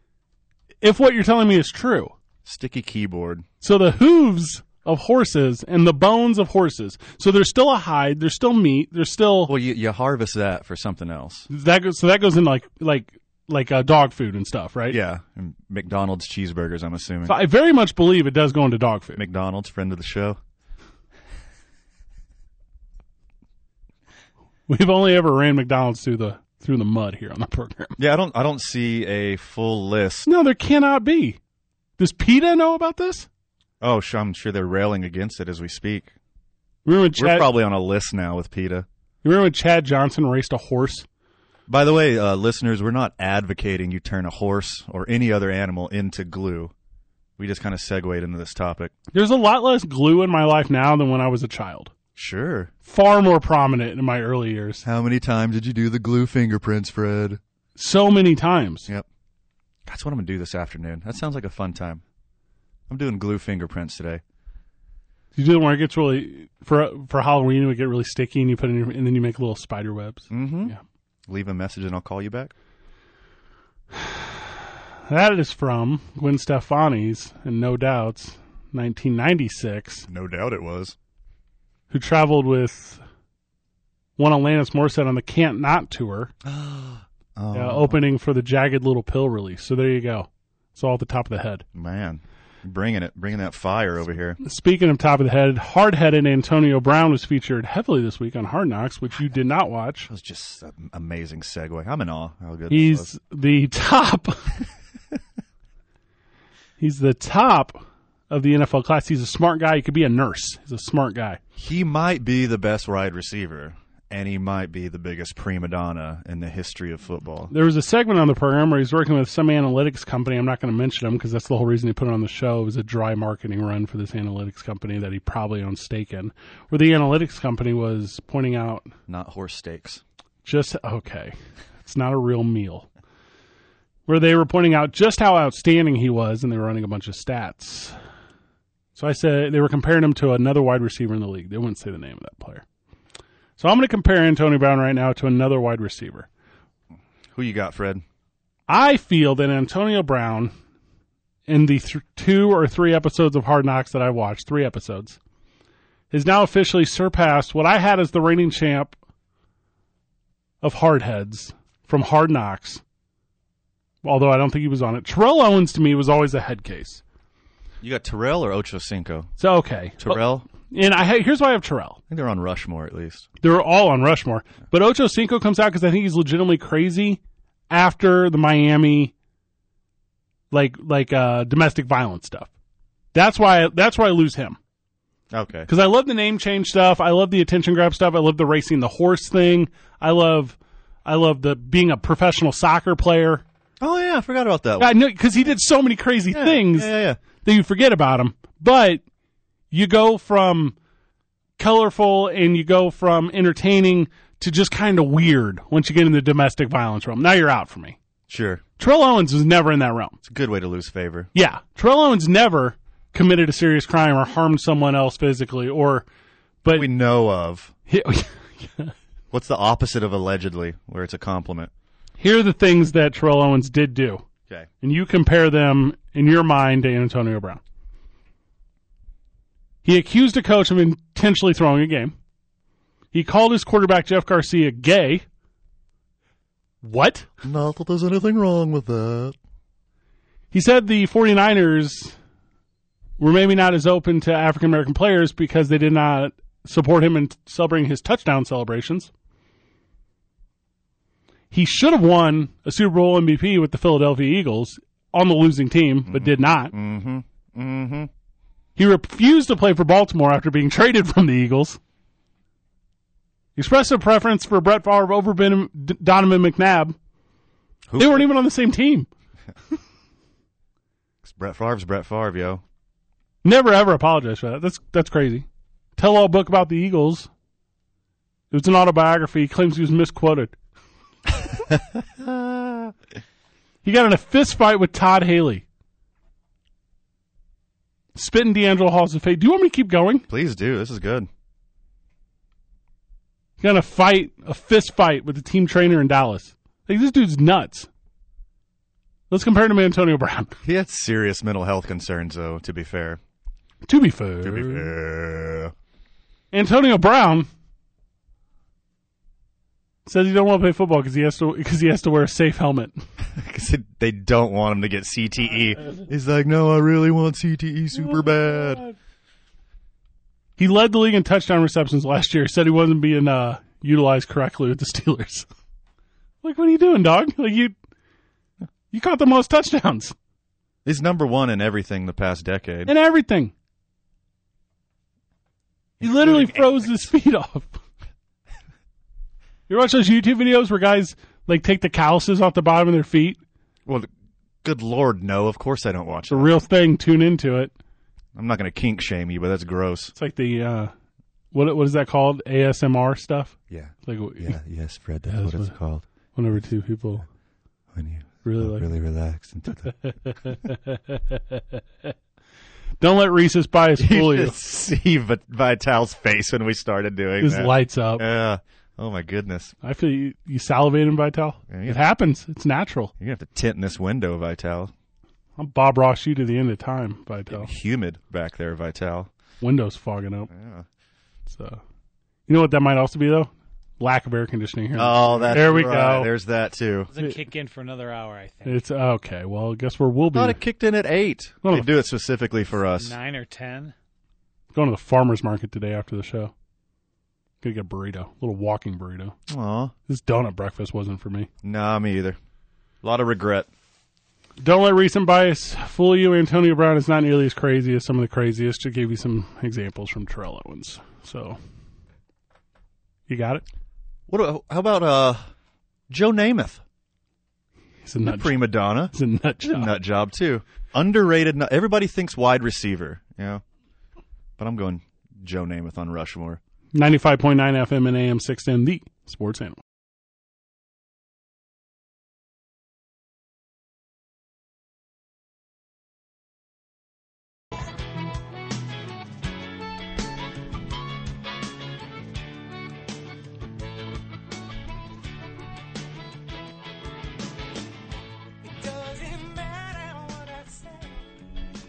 Speaker 1: if what you're telling me is true.
Speaker 2: Sticky keyboard.
Speaker 1: So the hooves of horses and the bones of horses. So there's still a hide. There's still meat. There's still
Speaker 2: Well, you, you harvest that for something else.
Speaker 1: that. Goes, so that goes in like like like uh, dog food and stuff, right?
Speaker 2: Yeah, and McDonald's cheeseburgers. I'm assuming
Speaker 1: So I very much believe it does go into dog food.
Speaker 2: McDonald's friend of the show.
Speaker 1: We've only ever ran McDonald's through the through the mud here on the program.
Speaker 2: Yeah, I don't I don't see a full list.
Speaker 1: No, there cannot be. Does PETA know about this?
Speaker 2: Oh, sh- I'm sure they're railing against it as we speak.
Speaker 1: Remember when
Speaker 2: We're
Speaker 1: Chad?
Speaker 2: probably on a list now with PETA.
Speaker 1: remember when Chad Johnson raced a horse?
Speaker 2: By the way, uh, listeners, we're not advocating you turn a horse or any other animal into glue. We just kind of segued into this topic.
Speaker 1: There's a lot less glue in my life now than when I was a child.
Speaker 2: Sure.
Speaker 1: Far more prominent in my early years.
Speaker 2: How many times did you do the glue fingerprints, Fred?
Speaker 1: So many times.
Speaker 2: Yep. That's what I'm gonna do this afternoon. That sounds like a fun time. I'm doing glue fingerprints today.
Speaker 1: You do it where it gets really for for Halloween. It would get really sticky, and you put it in your, and then you make little spider webs.
Speaker 2: Mm-hmm.
Speaker 1: Yeah.
Speaker 2: Leave a message and I'll call you back.
Speaker 1: That is from Gwen Stefani's and No Doubts, 1996,
Speaker 2: No doubt it was.
Speaker 1: who traveled with one Alanis Morissette on the Can't Not tour,
Speaker 2: Oh
Speaker 1: uh, opening for the Jagged Little Pill release. So there you go. It's all at the top of the head.
Speaker 2: man, bringing it, bringing that fire over here.
Speaker 1: Speaking of top of the head, hard-headed Antonio Brown was featured heavily this week on Hard Knocks, which you did not watch.
Speaker 2: That was just an amazing segue. I'm in awe. How good this was.
Speaker 1: He's the top. he's the top of the NFL class. He's a smart guy. He could be a nurse. He's a smart guy.
Speaker 2: He might be the best wide receiver, and he might be the biggest prima donna in the history of football.
Speaker 1: There was a segment on the program where he's working with some analytics company. I'm not going to mention him because that's the whole reason he put it on the show. It was a dry marketing run for this analytics company that he probably owns stake in, where the analytics company was pointing out
Speaker 2: Not horse steaks.
Speaker 1: just okay. It's not a real meal. Where they were pointing out just how outstanding he was, and they were running a bunch of stats. So I said they were comparing him to another wide receiver in the league. They wouldn't say the name of that player. So I'm going to compare Antonio Brown right now to another wide receiver.
Speaker 2: Who you got, Fred?
Speaker 1: I feel that Antonio Brown, in the th- two or three episodes of Hard Knocks that I watched, three episodes, has now officially surpassed what I had as the reigning champ of Hardheads from Hard Knocks. Although I don't think he was on it. Terrell Owens to me was always a head case.
Speaker 2: You got Terrell or Ocho Cinco?
Speaker 1: So okay,
Speaker 2: Terrell? I
Speaker 1: and I ha- here's why I have Terrell.
Speaker 2: think they're on Rushmore at least.
Speaker 1: They're all on Rushmore, but Ocho Cinco comes out because I think he's legitimately crazy after the Miami, like like uh, domestic violence stuff. That's why that's why I lose him
Speaker 2: Okay.
Speaker 1: because I love the name change stuff. I love the attention grab stuff. I love the racing the horse thing. I love I love the being a professional soccer player.
Speaker 2: Oh yeah, I forgot about that. One.
Speaker 1: I know because he did so many crazy
Speaker 2: Yeah,
Speaker 1: things
Speaker 2: Yeah, yeah, yeah.
Speaker 1: that you forget about him. But you go from colorful and you go from entertaining to just kind of weird once you get in the domestic violence realm. Now you're out for me.
Speaker 2: Sure.
Speaker 1: Terrell Owens was never in that realm.
Speaker 2: It's a good way to lose favor.
Speaker 1: Yeah. Terrell Owens never committed a serious crime or harmed someone else physically or, but
Speaker 2: We know of.
Speaker 1: he-
Speaker 2: What's the opposite of allegedly, where it's a compliment?
Speaker 1: here are the things that Terrell Owens did do.
Speaker 2: Okay.
Speaker 1: and you compare them in your mind to Antonio Brown. He accused a coach of intentionally throwing a game. He called his quarterback Jeff Garcia gay. What?
Speaker 2: Not that there's anything wrong with that.
Speaker 1: He said the 49ers were maybe not as open to African American players because they did not support him in celebrating his touchdown celebrations. He should have won a Super Bowl MVP with the Philadelphia Eagles on the losing team, but did not.
Speaker 2: Mm-hmm. Mm-hmm.
Speaker 1: He refused to play for Baltimore after being traded from the Eagles. Expressed a preference for Brett Favre over ben, D- Donovan McNabb.
Speaker 2: Who-
Speaker 1: They weren't even on the same team.
Speaker 2: Brett Favre's Brett Favre, yo.
Speaker 1: Never ever apologized for that. That's that's crazy. Tell all book about the Eagles. It was an autobiography. He claims he was misquoted. he got in a fist fight with Todd Haley. Spitting D'Angelo Halls of Fate. Do you want me to keep going?
Speaker 2: Please do. This is good.
Speaker 1: gonna fight a fist fight with the team trainer in Dallas. Like this dude's nuts. Let's compare him to Antonio Brown.
Speaker 2: He had serious mental health concerns, though. To be fair,
Speaker 1: to be fair,
Speaker 2: to be
Speaker 1: Mm-hmm.
Speaker 2: fair,
Speaker 1: Antonio Brown says he don't want to play football because he has to because he has to wear a safe helmet.
Speaker 2: 'Cause it- they don't want him to get CTE. He's like, no, I really want CTE super bad.
Speaker 1: He led the league in touchdown receptions last year. He said he wasn't being uh, utilized correctly with the Steelers. like, what are you doing, dog? Like you, you caught the most touchdowns.
Speaker 2: He's number one in everything the past decade.
Speaker 1: and everything. He literally froze his feet off. You watch those YouTube videos where guys like take the calluses off the bottom of their feet?
Speaker 2: Well, good lord, no. Of course, I don't watch
Speaker 1: It's a
Speaker 2: it.
Speaker 1: real thing. Tune into it.
Speaker 2: I'm not going to kink shame you, but that's gross.
Speaker 1: It's like the uh, What what is that called? ASMR stuff.
Speaker 6: Yeah.
Speaker 1: Like
Speaker 6: Yeah. Yes, Fred. That's
Speaker 1: Yeah,
Speaker 6: what
Speaker 1: that's
Speaker 6: it's called
Speaker 1: whenever two people
Speaker 6: when you
Speaker 1: really
Speaker 6: really,
Speaker 1: like.
Speaker 6: relax into the
Speaker 1: Don't let Reese's bias fool
Speaker 2: You
Speaker 1: you.
Speaker 2: should see Vi- Vital's face when we started doing
Speaker 1: His
Speaker 2: that.
Speaker 1: lights up.
Speaker 2: Uh, oh my goodness!
Speaker 1: I feel you, you salivating, Vital.
Speaker 2: Yeah, yeah.
Speaker 1: It happens. It's natural.
Speaker 2: You're gonna have to tint this window, Vital.
Speaker 1: I'm Bob Ross you to the end of time, Vital.
Speaker 2: Humid back there, Vital.
Speaker 1: Windows fogging up.
Speaker 2: Yeah.
Speaker 1: So, you know what that might also be though? Lack of air conditioning here.
Speaker 2: Oh, that's
Speaker 1: There we
Speaker 2: right.
Speaker 1: go.
Speaker 2: There's that too.
Speaker 3: Doesn't kick in for another hour, I think.
Speaker 1: It's okay. Well, guess where we'll be
Speaker 2: Thought it kicked in at eight.
Speaker 1: Well,
Speaker 2: they do it specifically for us.
Speaker 3: Nine or ten.
Speaker 1: going to the farmers market today after the show. Gonna get a burrito, a little walking burrito.
Speaker 2: Aw,
Speaker 1: This donut breakfast wasn't for me.
Speaker 2: nah, me either. A lot of regret.
Speaker 1: Don't let recent bias fool you. Antonio Brown is not nearly as crazy as some of the craziest. To give you some examples from Terrell Owens. So, you got it.
Speaker 2: What? a- How about uh, Joe Namath,
Speaker 1: He's a nut.
Speaker 2: prima donna,
Speaker 1: he's a nut
Speaker 2: He's a
Speaker 1: job.
Speaker 2: nut job too. Underrated. nut- Everybody thinks wide receiver. You know, but I'm going Joe Namath on Rushmore.
Speaker 1: Ninety-five point nine FM and AM six ten. The Sports Animal.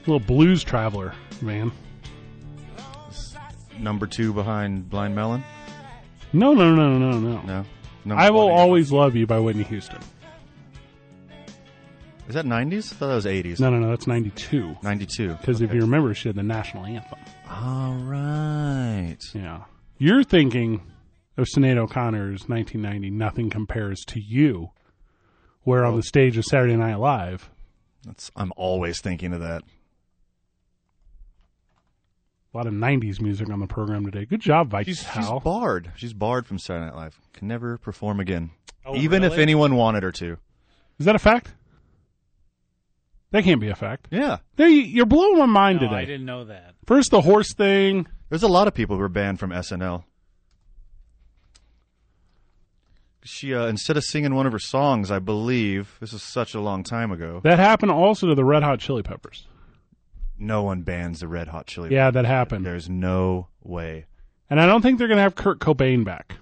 Speaker 1: Little blues traveler, man.
Speaker 2: Number two behind Blind Melon.
Speaker 1: No, no, no, no, no.
Speaker 2: No. Number
Speaker 1: I will
Speaker 2: one,
Speaker 1: always love you by Whitney Houston.
Speaker 2: Is that 90s? I thought that was 80s.
Speaker 1: No, no, no. That's ninety-two.
Speaker 2: 92.
Speaker 1: Because if you remember, she had the national anthem.
Speaker 2: All right.
Speaker 1: Yeah. You're thinking of Sinead O'Connor's 1990 Nothing Compares to You, where on the stage of Saturday Night Live,
Speaker 2: That's, I'm always thinking of that.
Speaker 1: a lot of 90s music on the program today. Good job, Vital.
Speaker 2: She's, she's barred. She's barred from Saturday Night Live. Can never perform again.
Speaker 3: Oh,
Speaker 2: Even if
Speaker 3: really?
Speaker 2: anyone wanted her to.
Speaker 1: Is that a fact? That can't be a fact.
Speaker 2: Yeah.
Speaker 1: There, you- you're blowing my mind
Speaker 3: No,
Speaker 1: today.
Speaker 3: I didn't know that.
Speaker 1: First, the horse thing.
Speaker 2: There's a lot of people who are banned from SNL. She, uh, instead of singing one of her songs, I believe, this is such a long time ago,
Speaker 1: That happened also to the Red Hot Chili Peppers.
Speaker 2: no one bans the Red Hot Chili
Speaker 1: Yeah, that happened.
Speaker 2: There's no way.
Speaker 1: And I don't think they're going to have Kurt Cobain back.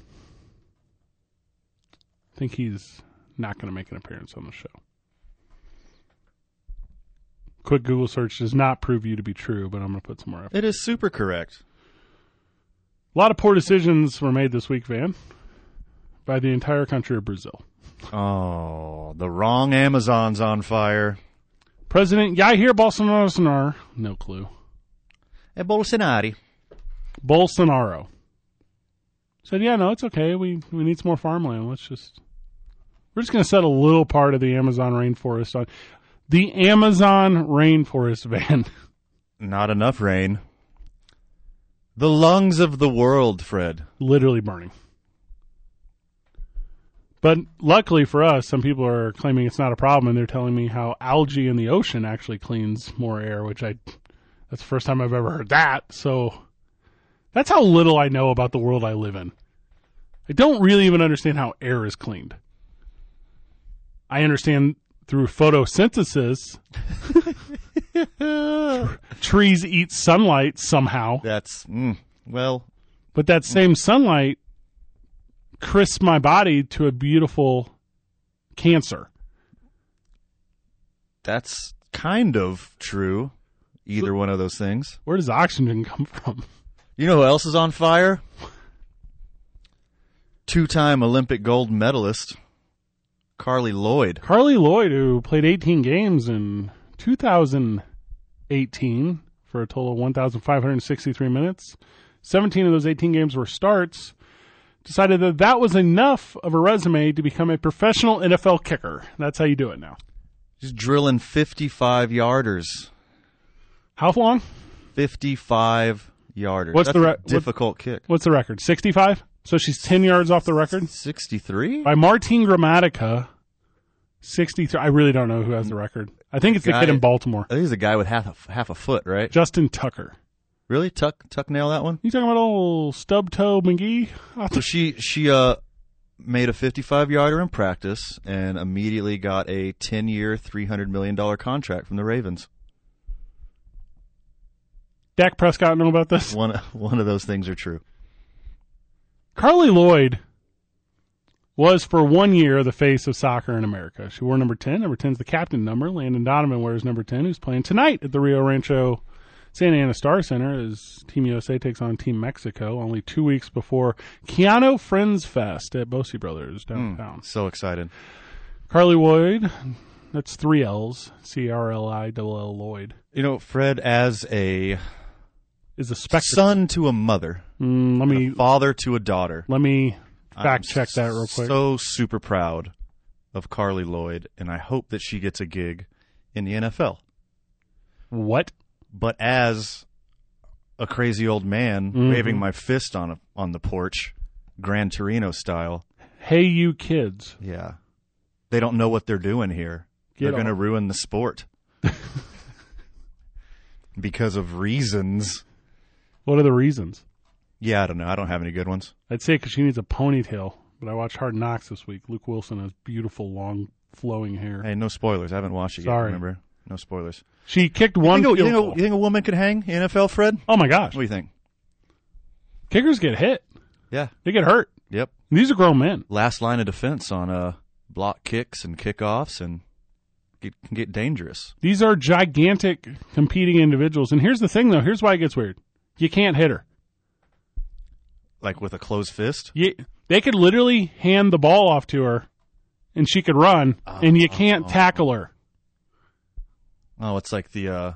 Speaker 1: I think he's not going to make an appearance on the show. Quick Google search does not prove you to be true, but I'm going to put some more effort.
Speaker 2: It is super correct.
Speaker 1: A lot of poor decisions were made this week, Van, by the entire country of Brazil.
Speaker 2: Oh, the wrong Amazon's on fire.
Speaker 1: President Jair Bolsonaro, no clue,
Speaker 2: And Bolsonaro.
Speaker 1: Bolsonaro said, "Yeah, no, it's okay. We we need some more farmland. Let's just we're just going to set a little part of the Amazon rainforest on the Amazon rainforest van.
Speaker 2: Not enough rain. The lungs of the world, Fred.
Speaker 1: literally burning. But luckily for us, some people are claiming it's not a problem, and they're telling me how algae in the ocean actually cleans more air, which I that's the first time I've ever heard that. So that's how little I know about the world I live in. I don't really even understand how air is cleaned. I understand through photosynthesis, trees eat sunlight somehow.
Speaker 2: That's, mm, well,
Speaker 1: But that same sunlight crisps my body to a beautiful cancer.
Speaker 2: that's kind of true. Either one of those things.
Speaker 1: Where does oxygen come from?
Speaker 2: You know who else is on fire? Two time Olympic gold medalist, Carly Lloyd.
Speaker 1: Carly Lloyd, who played 18 games in 2018 for a total of 1,563 minutes, 17 of those 18 games were starts, decided that that was enough of a resume to become a professional NFL kicker. That's how you do it now.
Speaker 2: She's drilling 55 yarders.
Speaker 1: How long?
Speaker 2: 55 yarders.
Speaker 1: What's
Speaker 2: That's
Speaker 1: the re-
Speaker 2: a
Speaker 1: what-
Speaker 2: difficult kick?
Speaker 1: What's the record? 65? So she's 10 yards off the record?
Speaker 2: 63?
Speaker 1: by Martin Grammatica, 63. I really don't know who has the record. I think it's the
Speaker 2: Guy-
Speaker 1: kid in Baltimore,
Speaker 2: I think he's a guy with half a, half a foot, right?
Speaker 1: Justin Tucker.
Speaker 2: Really, Tuck Tuck nail that one.
Speaker 1: You talking about old stub toe McGee? I
Speaker 2: So
Speaker 1: th-
Speaker 2: she she uh made a 55 yarder in practice and immediately got a 10 year, 300 million dollar contract from the Ravens.
Speaker 1: Dak Prescott know about this?
Speaker 2: One one of those things are true.
Speaker 1: Carly Lloyd was for one year the face of soccer in America. She wore number 10. Number 10 is the captain number. Landon Donovan wears number 10, who's playing tonight at the Rio Rancho Santa Ana Star Center as Team USA takes on Team Mexico only two weeks before Keanu Friends Fest at Bosie Brothers downtown.
Speaker 2: So excited.
Speaker 1: Carly Lloyd, that's three L's, C R L I L L Lloyd,
Speaker 2: You know, Fred as a
Speaker 1: is a specter.
Speaker 2: son to a mother,
Speaker 1: Mm, let me
Speaker 2: a father to a daughter.
Speaker 1: let me
Speaker 2: I'm
Speaker 1: fact check that real quick.
Speaker 2: So super proud of Carly Lloyd, and I hope that she gets a gig in the NFL.
Speaker 1: what?
Speaker 2: But as a crazy old man
Speaker 1: Mm-hmm.
Speaker 2: waving my fist on a, on the porch, Gran Torino style,
Speaker 1: Hey, you kids.
Speaker 2: yeah, they don't know what they're doing here.
Speaker 1: Get
Speaker 2: they're going to
Speaker 1: on.
Speaker 2: ruin the sport because of reasons.
Speaker 1: What are the reasons?
Speaker 2: Yeah, I don't know. I don't have any good ones.
Speaker 1: I'd say because she needs a ponytail, but I watched Hard Knocks this week. Luke Wilson has beautiful, long, flowing hair.
Speaker 2: Hey, no spoilers. I haven't watched it
Speaker 1: Sorry.
Speaker 2: yet. Remember, no spoilers.
Speaker 1: She kicked one
Speaker 2: you,
Speaker 1: field
Speaker 2: think a, you, think
Speaker 1: goal.
Speaker 2: a, you think a woman could hang in NFL, Fred?
Speaker 1: oh my gosh!
Speaker 2: What do you think?
Speaker 1: Kickers get hit;
Speaker 2: Yeah.
Speaker 1: they get hurt.
Speaker 2: Yep.
Speaker 1: These are grown men.
Speaker 2: Last line of defense on uh, block kicks and kickoffs and it can get dangerous.
Speaker 1: These are gigantic competing individuals. And here's the thing, though. Here's why it gets weird. You can't hit her.
Speaker 2: Like with a closed fist.
Speaker 1: You, they could literally hand the ball off to her, and she could run, and you can't tackle her.
Speaker 2: Oh, it's like the uh,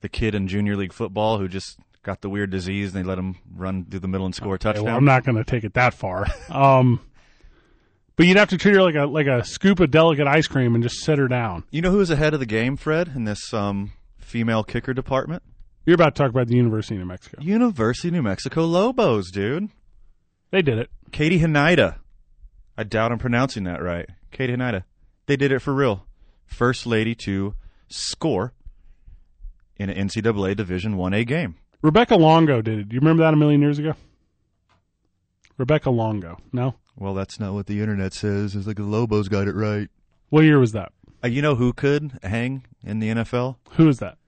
Speaker 2: the kid in junior league football who just got the weird disease and they let him run through the middle and score a
Speaker 1: Okay,
Speaker 2: touchdown.
Speaker 1: well, I'm not going to take it that far. Um, but you'd have to treat her like a like a scoop of delicate ice cream and just sit her down.
Speaker 2: You know who's ahead of the game, Fred, in this um, female kicker department?
Speaker 1: You're about to talk about the University of New Mexico.
Speaker 2: University of New Mexico Lobos, dude.
Speaker 1: They did it.
Speaker 2: Katie Hanida. I doubt I'm pronouncing that right. Katie Hanida. They did it for real. First lady to score in an NCAA Division 1A game.
Speaker 1: Rebecca Longo did it. Do you remember that a million years ago? Rebecca Longo. No.
Speaker 2: Well, that's not what the internet says. It's like the Lobos got it right.
Speaker 1: What year was that?
Speaker 2: Uh, you know who could hang in the NFL?
Speaker 1: Who is that?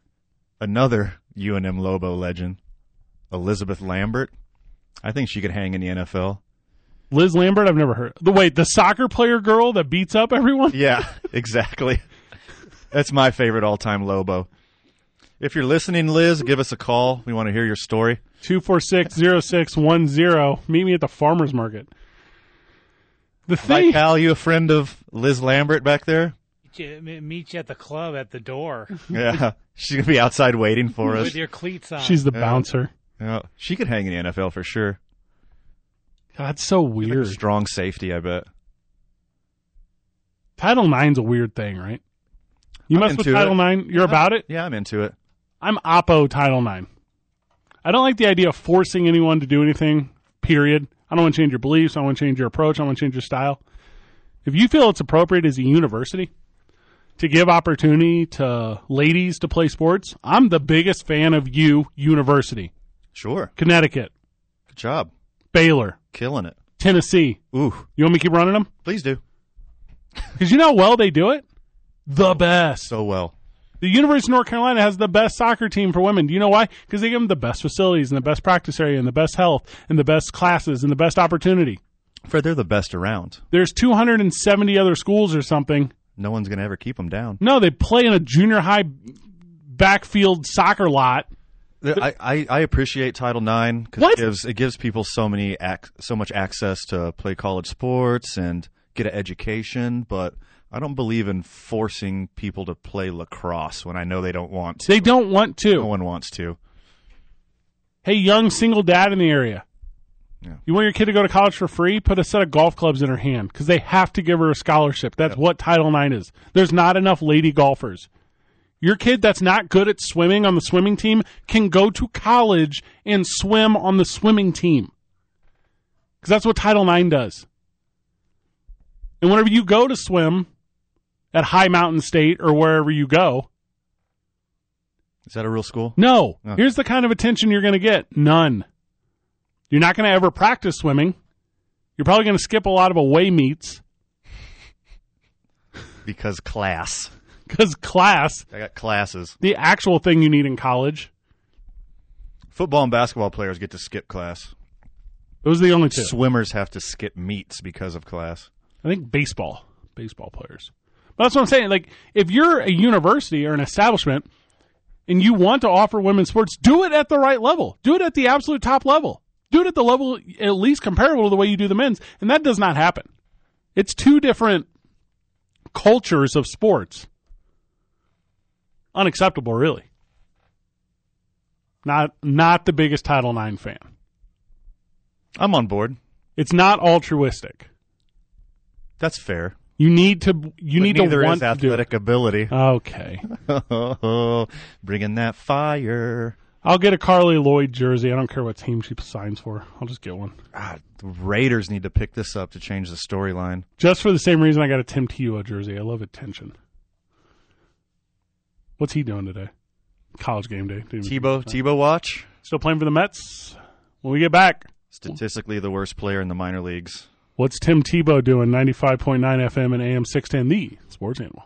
Speaker 2: Another UNM Lobo legend, Elizabeth Lambert. I think she could hang in the NFL.
Speaker 1: Liz Lambert. I've never heard. The wait, the soccer player girl that beats up everyone.
Speaker 2: Yeah, exactly. That's my favorite all time Lobo. If you're listening, Liz, give us a call. We want to hear your story.
Speaker 1: Two four six zero six one zero. Meet me at the farmers market. The
Speaker 2: Mike
Speaker 1: thing.
Speaker 2: Hal, you a friend of Liz Lambert back there?
Speaker 3: Meet you, m- meet you at the club at the door
Speaker 2: Yeah. She's going to be outside waiting for
Speaker 3: with
Speaker 2: us.
Speaker 3: your cleats on.
Speaker 1: She's the bouncer.
Speaker 2: Yeah, she could hang in the NFL for sure.
Speaker 1: God, it's so
Speaker 2: Like a
Speaker 1: weird.
Speaker 2: strong safety, I bet.
Speaker 1: Title Nine's a weird thing, right? You
Speaker 2: I'm
Speaker 1: mess with
Speaker 2: into
Speaker 1: Title
Speaker 2: it.
Speaker 1: Nine. You're about it.
Speaker 2: Yeah, I'm into it.
Speaker 1: I'm oppo Title Nine. I don't like the idea of forcing anyone to do anything. Period. I don't want to change your beliefs. I don't want to change your approach. I don't want to change your style. If you feel it's appropriate as a university to give opportunity to ladies to play sports, I'm the biggest fan of you, University,
Speaker 2: Sure.
Speaker 1: Connecticut,
Speaker 2: Good job.
Speaker 1: Baylor,
Speaker 2: Killing it.
Speaker 1: Tennessee.
Speaker 2: Ooh,
Speaker 1: You want me to keep running them?
Speaker 2: please do.
Speaker 1: Because you know how well they do it? The best.
Speaker 2: So well.
Speaker 1: The University of North Carolina has the best soccer team for women. Do you know why? Because they give them the best facilities and the best practice area and the best health and the best classes and the best opportunity.
Speaker 2: Fred, they're the best around.
Speaker 1: There's 270 other schools or something.
Speaker 2: No one's going to ever keep them down.
Speaker 1: No, they play in a junior high backfield soccer lot.
Speaker 2: The- I, I, I appreciate Title IX because
Speaker 1: What?
Speaker 2: it gives it gives people so many ac- so much access to play college sports and get an education, but I don't believe in forcing people to play lacrosse when I know they don't want to.
Speaker 1: They don't want
Speaker 2: No
Speaker 1: to.
Speaker 2: one wants to.
Speaker 1: Hey, young single dad in the area.
Speaker 2: Yeah.
Speaker 1: You want your kid to go to college for free? Put a set of golf clubs in her hand because they have to give her a scholarship. That's what Title IX is. There's not enough lady golfers. Your kid that's not good at swimming on the swimming team can go to college and swim on the swimming team. Because that's what Title IX does. And whenever you go to swim at High Mountain State or wherever you go,
Speaker 2: Is that a real school?
Speaker 1: No.
Speaker 2: Huh.
Speaker 1: Here's the kind of attention you're going to get none. You're not going to ever practice swimming. You're probably going to skip a lot of away meets
Speaker 2: Because class.
Speaker 1: because class,
Speaker 2: I got classes.
Speaker 1: the actual thing you need in college,
Speaker 2: Football and basketball players get to skip class.
Speaker 1: those are the only two.
Speaker 2: Swimmers have to skip meets because of class.
Speaker 1: I think baseball, baseball players. But that's what I'm saying. Like, if you're a university or an establishment and you want to offer women's sports, do it at the right level. Do it at the absolute top level. Do it at the level at least comparable to the way you do the men's. And that does not happen. It's two different cultures of sports. Unacceptable, really. Not not the biggest Title IX fan.
Speaker 2: I'm on board.
Speaker 1: It's not altruistic.
Speaker 2: That's fair.
Speaker 1: You need to you
Speaker 2: But
Speaker 1: need
Speaker 2: neither
Speaker 1: to
Speaker 2: is
Speaker 1: want to do it.
Speaker 2: athletic ability.
Speaker 1: Okay.
Speaker 2: bringing that fire.
Speaker 1: I'll get a Carly Lloyd jersey. I don't care what team she signs for. I'll just get one.
Speaker 2: Ah, the Raiders need to pick this up to change the storyline.
Speaker 1: Just for the same reason I got a Tim Tebow jersey. I love attention. What's he doing today? College game day. Didn't even-
Speaker 2: Tebow, Tebow watch.
Speaker 1: Still playing for the Mets? When we get back,
Speaker 2: Statistically, the worst player in the minor leagues.
Speaker 1: what's Tim Tebow doing? 95.9 FM and AM 610, the sports animal.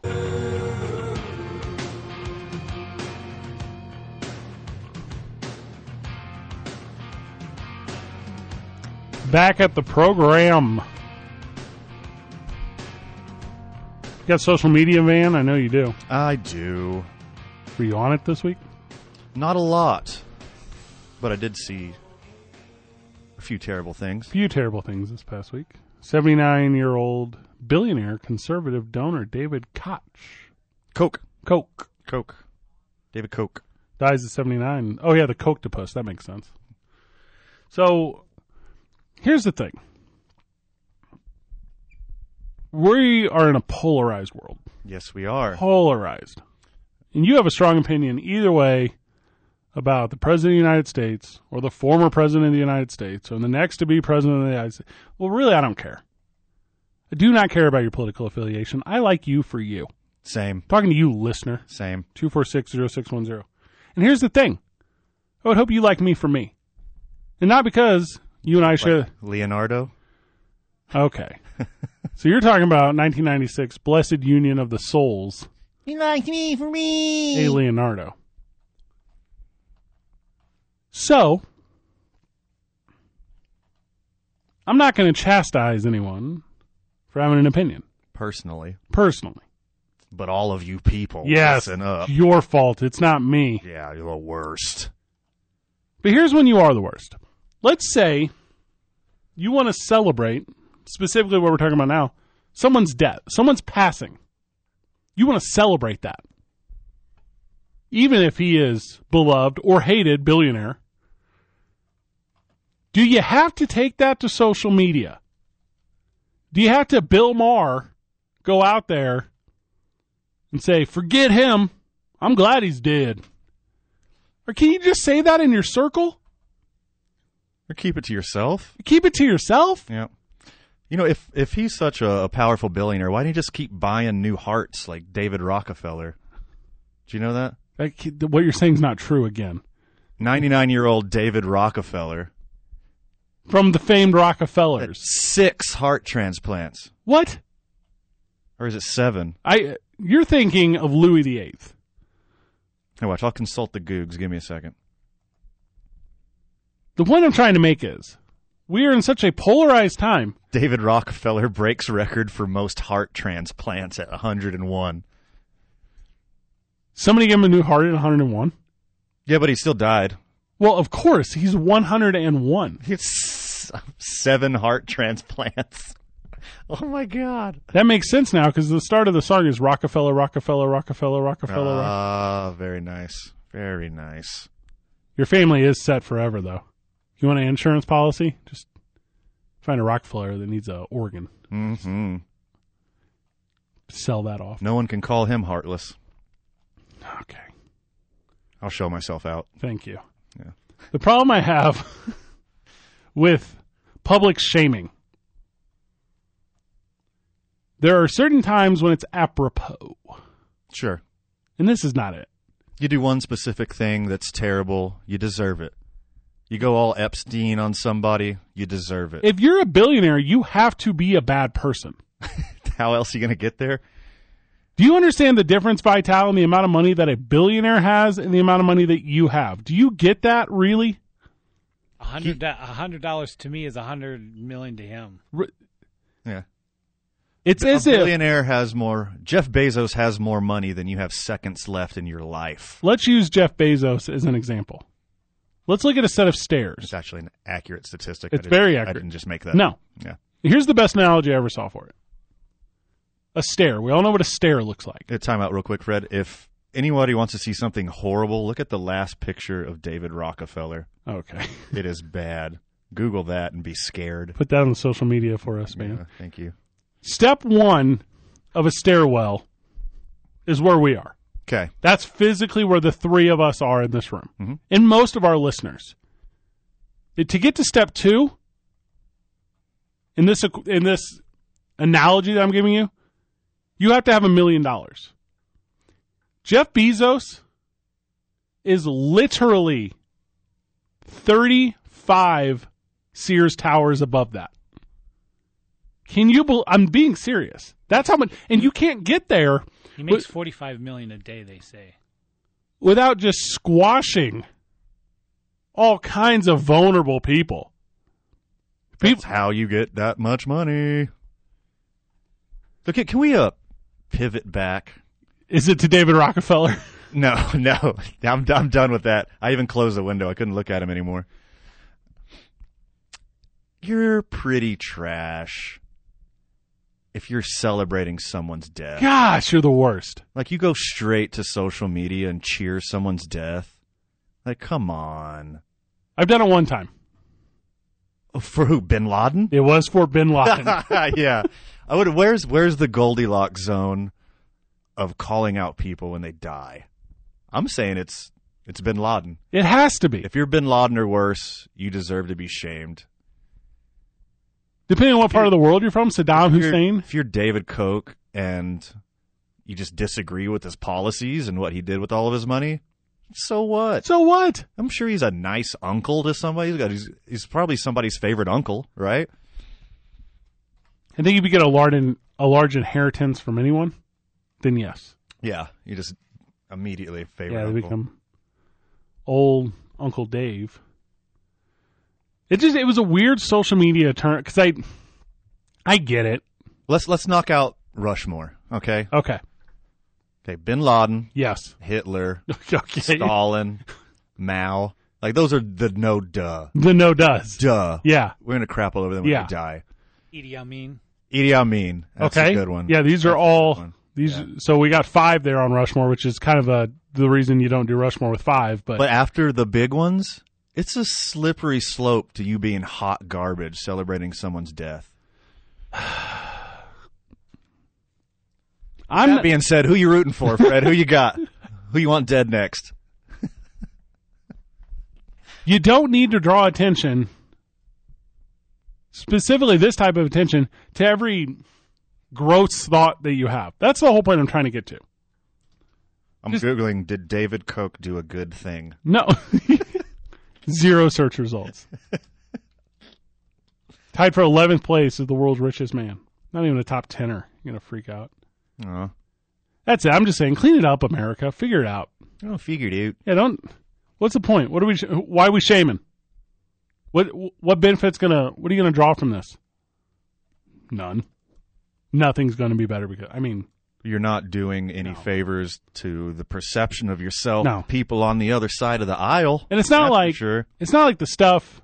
Speaker 1: Back at the program. Got social media, Van? I know you do.
Speaker 2: I do.
Speaker 1: Were you on it this week?
Speaker 2: Not a lot, but I did see a few terrible things.
Speaker 1: few terrible things this past week. 79 year old billionaire conservative donor David Koch,
Speaker 2: Coke.
Speaker 1: Koch,
Speaker 2: Coke. David Coke.
Speaker 1: dies at 79. Oh, yeah, the Coctopus. That makes sense. So here's the thing we are in a polarized world.
Speaker 2: Yes, we are.
Speaker 1: Polarized. And you have a strong opinion either way about the President of the United States or the former President of the United States or the next to be President of the United States. Well, really, I don't care. I do not care about your political affiliation. I like you for you.
Speaker 2: Same.
Speaker 1: talking to you, listener.
Speaker 2: Same.
Speaker 1: 2460610. And here's the thing. I would hope you like me for me. And not because you and I share
Speaker 2: Like Leonardo.
Speaker 1: Okay. so you're talking about 1996 Blessed Union of the Souls. You like me for me. A Leonardo. So I'm not going to chastise anyone for having an opinion
Speaker 2: Personally.
Speaker 1: personally.
Speaker 2: But all of you people,
Speaker 1: Yes,
Speaker 2: listen up.
Speaker 1: your fault. It's not me.
Speaker 2: Yeah, you're the worst.
Speaker 1: But here's when you are the worst. Let's say you want to celebrate, specifically what we're talking about now, someone's death, someone's passing. You want to celebrate that. Even if he is beloved or hated billionaire. Do you have to take that to social media? Do you have to Bill Maher go out there and say, forget him. I'm glad he's dead. Or can you just say that in your circle?
Speaker 2: Or keep it to yourself.
Speaker 1: Keep it to yourself?
Speaker 2: Yeah. You know, if if he's such a, a powerful billionaire, why do not he just keep buying new hearts like David Rockefeller? Do you know that?
Speaker 1: Like, what you're saying is not true again.
Speaker 2: 99 year old David Rockefeller.
Speaker 1: From the famed
Speaker 2: had
Speaker 1: Rockefellers.
Speaker 2: Six heart transplants.
Speaker 1: What?
Speaker 2: Or is it seven?
Speaker 1: I you're thinking of Louis the Eighth.
Speaker 2: Hey, watch. I'll consult the Googs. Give me a second.
Speaker 1: The point I'm trying to make is we are in such a polarized time.
Speaker 2: David Rockefeller breaks record for most heart transplants at 101.
Speaker 1: Somebody gave him a new heart at 101.
Speaker 2: Yeah, but he still died.
Speaker 1: Well, of course, he's 101.
Speaker 2: He had s- seven heart transplants. Oh my God.
Speaker 1: That makes sense now because the start of the song is Rockefeller, Rockefeller, Rockefeller, Rockefeller. Rock-
Speaker 2: Ah, very nice. Very nice.
Speaker 1: Your family is set forever, though. You want an insurance policy? Just find a Rockefeller that needs a organ.
Speaker 2: hmm
Speaker 1: Sell that off.
Speaker 2: No one can call him heartless.
Speaker 1: Okay.
Speaker 2: I'll show myself out.
Speaker 1: Thank you.
Speaker 2: Yeah.
Speaker 1: The problem I have with public shaming, there are certain times when it's apropos,
Speaker 2: Sure.
Speaker 1: and this is not it.
Speaker 2: You do one specific thing that's terrible. You deserve it. You go all Epstein on somebody. You deserve it.
Speaker 1: If you're a billionaire, you have to be a bad person.
Speaker 2: How else are you going to get there?
Speaker 1: Do you understand the difference, Vital, in the amount of money that a billionaire has and the amount of money that you have? Do you get that really?
Speaker 3: A hundred do- a hundred dollars to me is a hundred million to him.
Speaker 2: Yeah.
Speaker 1: It's as
Speaker 2: a
Speaker 1: if
Speaker 2: billionaire has more. Jeff Bezos has more money than you have seconds left in your life.
Speaker 1: let's use Jeff Bezos as an example. Let's look at a set of stairs.
Speaker 2: It's actually an accurate statistic.
Speaker 1: It's
Speaker 2: I didn't-
Speaker 1: very
Speaker 2: I
Speaker 1: accurate.
Speaker 2: didn't just make that.
Speaker 1: No.
Speaker 2: up. Yeah.
Speaker 1: Here's the best analogy I ever saw for it. A stair. We all know what a stair looks like.
Speaker 2: Uh, Time out real quick, Fred. If anybody wants to see something horrible, look at the last picture of David Rockefeller.
Speaker 1: Okay.
Speaker 2: It is bad. Google that and be scared.
Speaker 1: Put that on social media for us, man.
Speaker 2: Yeah, thank you.
Speaker 1: Step one of a stairwell is where we are.
Speaker 2: Okay.
Speaker 1: That's physically where the three of us are in this room, and most of our listeners. To get to step two, in this in this analogy that I'm giving you, you have to have a million dollars. Jeff Bezos is literally 35 Sears towers above that. Can you? bel I'm being serious. That's how much, and you can't get there
Speaker 3: He makes forty five million a day. They say.
Speaker 1: without just squashing all kinds of vulnerable people.
Speaker 2: That's
Speaker 1: Peop-
Speaker 2: how you get that much money. Okay, can we uh pivot back?
Speaker 1: Is it to David Rockefeller?
Speaker 2: No, no. I'm I'm done with that. I even closed the window. I couldn't look at him anymore. You're pretty trash if you're celebrating someone's death.
Speaker 1: Gosh, you're the worst.
Speaker 2: Like you go straight to social media and cheer someone's death. Like come on.
Speaker 1: I've done it one time.
Speaker 2: For who? Bin Laden?
Speaker 1: It was for Bin Laden.
Speaker 2: yeah. I would where's where's the Goldilocks zone of calling out people when they die? I'm saying it's it's Bin Laden.
Speaker 1: it has to be,
Speaker 2: If you're Bin Laden or worse, you deserve to be shamed.
Speaker 1: depending on what part of the world you're from. Saddam
Speaker 2: If you're-
Speaker 1: Hussein.
Speaker 2: If you're David Koch and you just disagree with his policies and what he did with all of his money, so what?
Speaker 1: So what?
Speaker 2: I'm sure he's a nice uncle to somebody. He's, got, he's, he's probably somebody's favorite uncle, right?
Speaker 1: I think if you get a large in, a large inheritance from anyone, then yes,
Speaker 2: Yeah, you just immediately favorite
Speaker 1: yeah, they
Speaker 2: uncle.
Speaker 1: become old Uncle Dave. It just it was a weird social media turn because I I get it.
Speaker 2: let's let's knock out Rushmore, okay?
Speaker 1: Okay,
Speaker 2: Okay, Bin Laden,
Speaker 1: yes,
Speaker 2: Hitler,
Speaker 1: okay.
Speaker 2: Stalin, Mao. Like those are the no duh.
Speaker 1: The no does.
Speaker 2: Duh.
Speaker 1: Yeah.
Speaker 2: We're gonna crap all over them when
Speaker 1: Yeah.
Speaker 2: they die.
Speaker 3: Idi Amin.
Speaker 2: Idi Amin. That's
Speaker 1: okay.
Speaker 2: a good one.
Speaker 1: Yeah, these are
Speaker 2: That's a good
Speaker 1: all
Speaker 2: one.
Speaker 1: these. So we got five there on Rushmore, which is kind of a the reason you don't do Rushmore with five. But,
Speaker 2: But after the big ones, it's a slippery slope to you being hot garbage celebrating someone's death.
Speaker 1: I'm
Speaker 2: that being said, who you rooting for, Fred? who you got? Who you want dead next?
Speaker 1: you don't need to draw attention specifically this type of attention to every gross thought that you have. That's the whole point I'm trying to get to.
Speaker 2: I'm googling. Did David Koch do a good thing?
Speaker 1: No. Zero search results. Tied for 11th place is the world's richest man. Not even a top 10er. You're going to freak out.
Speaker 2: Oh,
Speaker 1: That's it. I'm just saying, clean it up, America. Figure it out.
Speaker 2: oh figured out.
Speaker 1: Yeah, don't. What's the point? What are we? sh- Why are we shaming? What what benefits gonna? What are you gonna draw from this? None. Nothing's gonna be better because I mean,
Speaker 2: You're not doing any favors to the perception of yourself,
Speaker 1: No.
Speaker 2: people on the other side of the aisle.
Speaker 1: and it's not
Speaker 2: That's for
Speaker 1: like
Speaker 2: sure.
Speaker 1: it's not like the stuff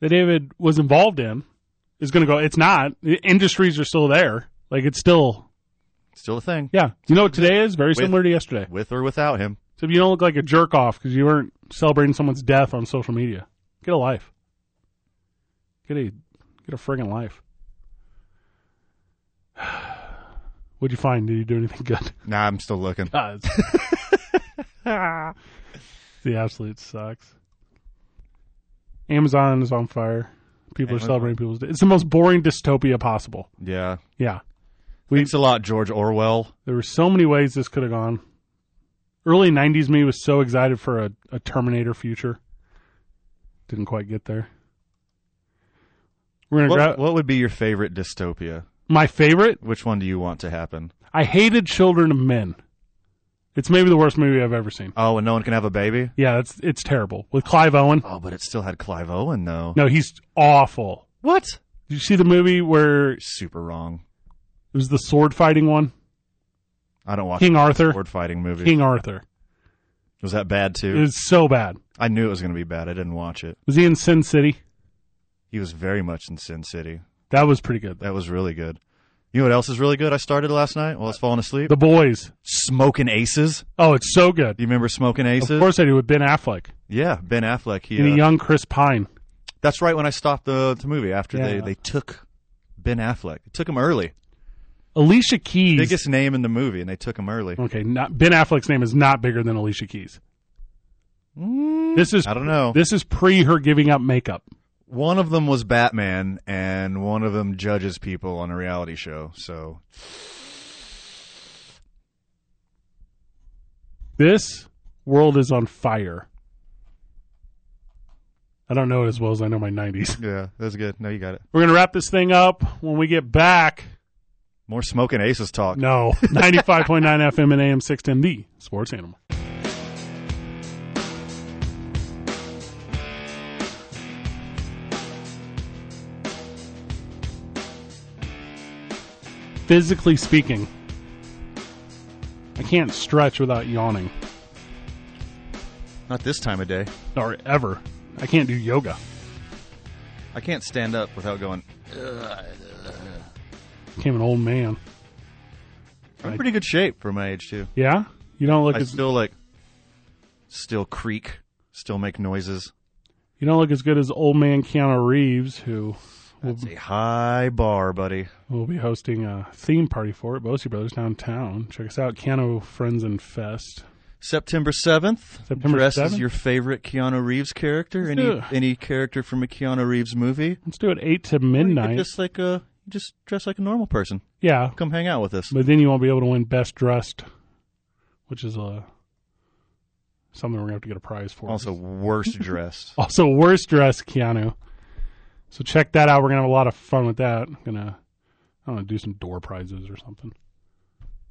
Speaker 1: that David was involved in is gonna go. It's not. The industries are still there. Like it's still
Speaker 2: Still a thing,
Speaker 1: yeah. You know what today is very
Speaker 2: With-
Speaker 1: similar to yesterday.
Speaker 2: with or without him.
Speaker 1: So if you don't look like a jerk off because you weren't celebrating someone's death on social media, get a life. Get a get a friggin' life. What'd you find? Did you do anything good?
Speaker 2: Nah, I'm still looking.
Speaker 1: Guys. the absolute sucks. Amazon is on fire. People
Speaker 2: Amazon.
Speaker 1: are celebrating people's. It's the most boring dystopia possible.
Speaker 2: Yeah,
Speaker 1: Yeah,
Speaker 2: thanks a lot, George Orwell.
Speaker 1: there were so many ways this could have gone. Early '90s me was so excited for a, a Terminator future. Didn't quite get there. We're gonna grab
Speaker 2: What, what would be your favorite dystopia?
Speaker 1: my favorite.
Speaker 2: Which one do you want to happen?
Speaker 1: I hated Children of Men. It's maybe the worst movie I've ever seen.
Speaker 2: Oh, and no one can have a baby.
Speaker 1: Yeah, it's it's terrible with Clive Owen.
Speaker 2: Oh, but it still had Clive Owen though.
Speaker 1: No, he's awful.
Speaker 2: What?
Speaker 1: Did you see the movie where it
Speaker 2: Super wrong.
Speaker 1: was the sword fighting one?
Speaker 2: I don't watch
Speaker 1: King Arthur.
Speaker 2: sword fighting movie.
Speaker 1: King Arthur.
Speaker 2: was that bad too?
Speaker 1: It was so bad.
Speaker 2: I knew it was going to be bad. I didn't watch it.
Speaker 1: Was he in Sin City?
Speaker 2: He was very much in Sin City.
Speaker 1: That was pretty good. though.
Speaker 2: That was really good. You know what else is really good? I started last night while I was falling asleep.
Speaker 1: The Boys.
Speaker 2: Smoking Aces.
Speaker 1: Oh, it's so good.
Speaker 2: Do you remember Smoking Aces?
Speaker 1: Of course I do with Ben Affleck
Speaker 2: Yeah, Ben Affleck. He,
Speaker 1: and a
Speaker 2: uh,
Speaker 1: young Chris Pine.
Speaker 2: that's right when I stopped the, the movie after they,
Speaker 1: Yeah.
Speaker 2: they took Ben Affleck. They took him early.
Speaker 1: Alicia Keys.
Speaker 2: Biggest name in the movie, and they took him early.
Speaker 1: Okay, not, Ben Affleck's name is not bigger than Alicia Keys. This is
Speaker 2: Hmm, I don't know.
Speaker 1: This is pre her giving up makeup.
Speaker 2: One of them was Batman, and one of them judges people on a reality show. So
Speaker 1: This world is on fire. I don't know it as well as I know my 90s.
Speaker 2: yeah, that's good. No, you got it.
Speaker 1: We're going to wrap this thing up. When we get back,
Speaker 2: More Smoking Aces talk.
Speaker 1: no, 95.9 FM and AM 610, the sports animal. Physically speaking, I can't stretch without yawning.
Speaker 2: Not this time of day.
Speaker 1: or ever. I can't do yoga.
Speaker 2: I can't stand up without going.
Speaker 1: Became an old man.
Speaker 2: I'm in pretty good shape for my age too.
Speaker 1: Yeah, you don't look
Speaker 2: I
Speaker 1: as
Speaker 2: still like, still creak, still make noises.
Speaker 1: you don't look as good as old man Keanu Reeves, who
Speaker 2: That's a high bar, buddy.
Speaker 1: will be hosting a theme party for it. Bosie Brothers downtown. Check us out, Keanu Friends and Fest.
Speaker 2: September seventh.
Speaker 1: September
Speaker 2: Dress
Speaker 1: 7th?
Speaker 2: as your favorite Keanu Reeves character. Any
Speaker 1: do it.
Speaker 2: any character from a Keanu Reeves movie.
Speaker 1: Let's do it eight to
Speaker 2: Or you could
Speaker 1: midnight.
Speaker 2: Just like a, just dress like a normal person.
Speaker 1: Yeah,
Speaker 2: Come hang out with us.
Speaker 1: but then you won't be able to win best dressed, which is uh, something we're gonna have to get a prize for.
Speaker 2: Also, worst dressed.
Speaker 1: Also, worst dressed Keanu. So check that out. We're gonna have a lot of fun with that. I'm gonna, I don't know, do some door prizes or something.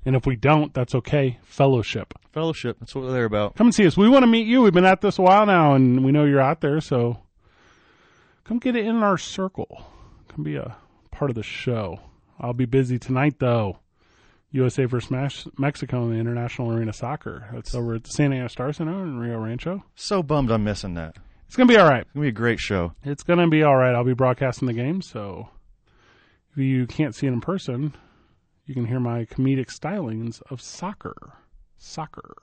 Speaker 1: And if we don't, that's okay. Fellowship.
Speaker 2: Fellowship. That's what they're about.
Speaker 1: Come and see us. We want to meet you. We've been at this a while now, and we know you're out there. So come get it in our circle. Come be a part of the show. I'll be busy tonight though. USA versus Mex- Mexico in the International Arena Soccer. That's over at the San Diego Star Center in Rio Rancho.
Speaker 2: So bummed I'm missing that. It's
Speaker 1: It's gonna be all right.
Speaker 2: gonna be a great show.
Speaker 1: It's gonna be all right. I'll be broadcasting the game, so if you can't see it in person, you can hear my comedic stylings of soccer. Soccer.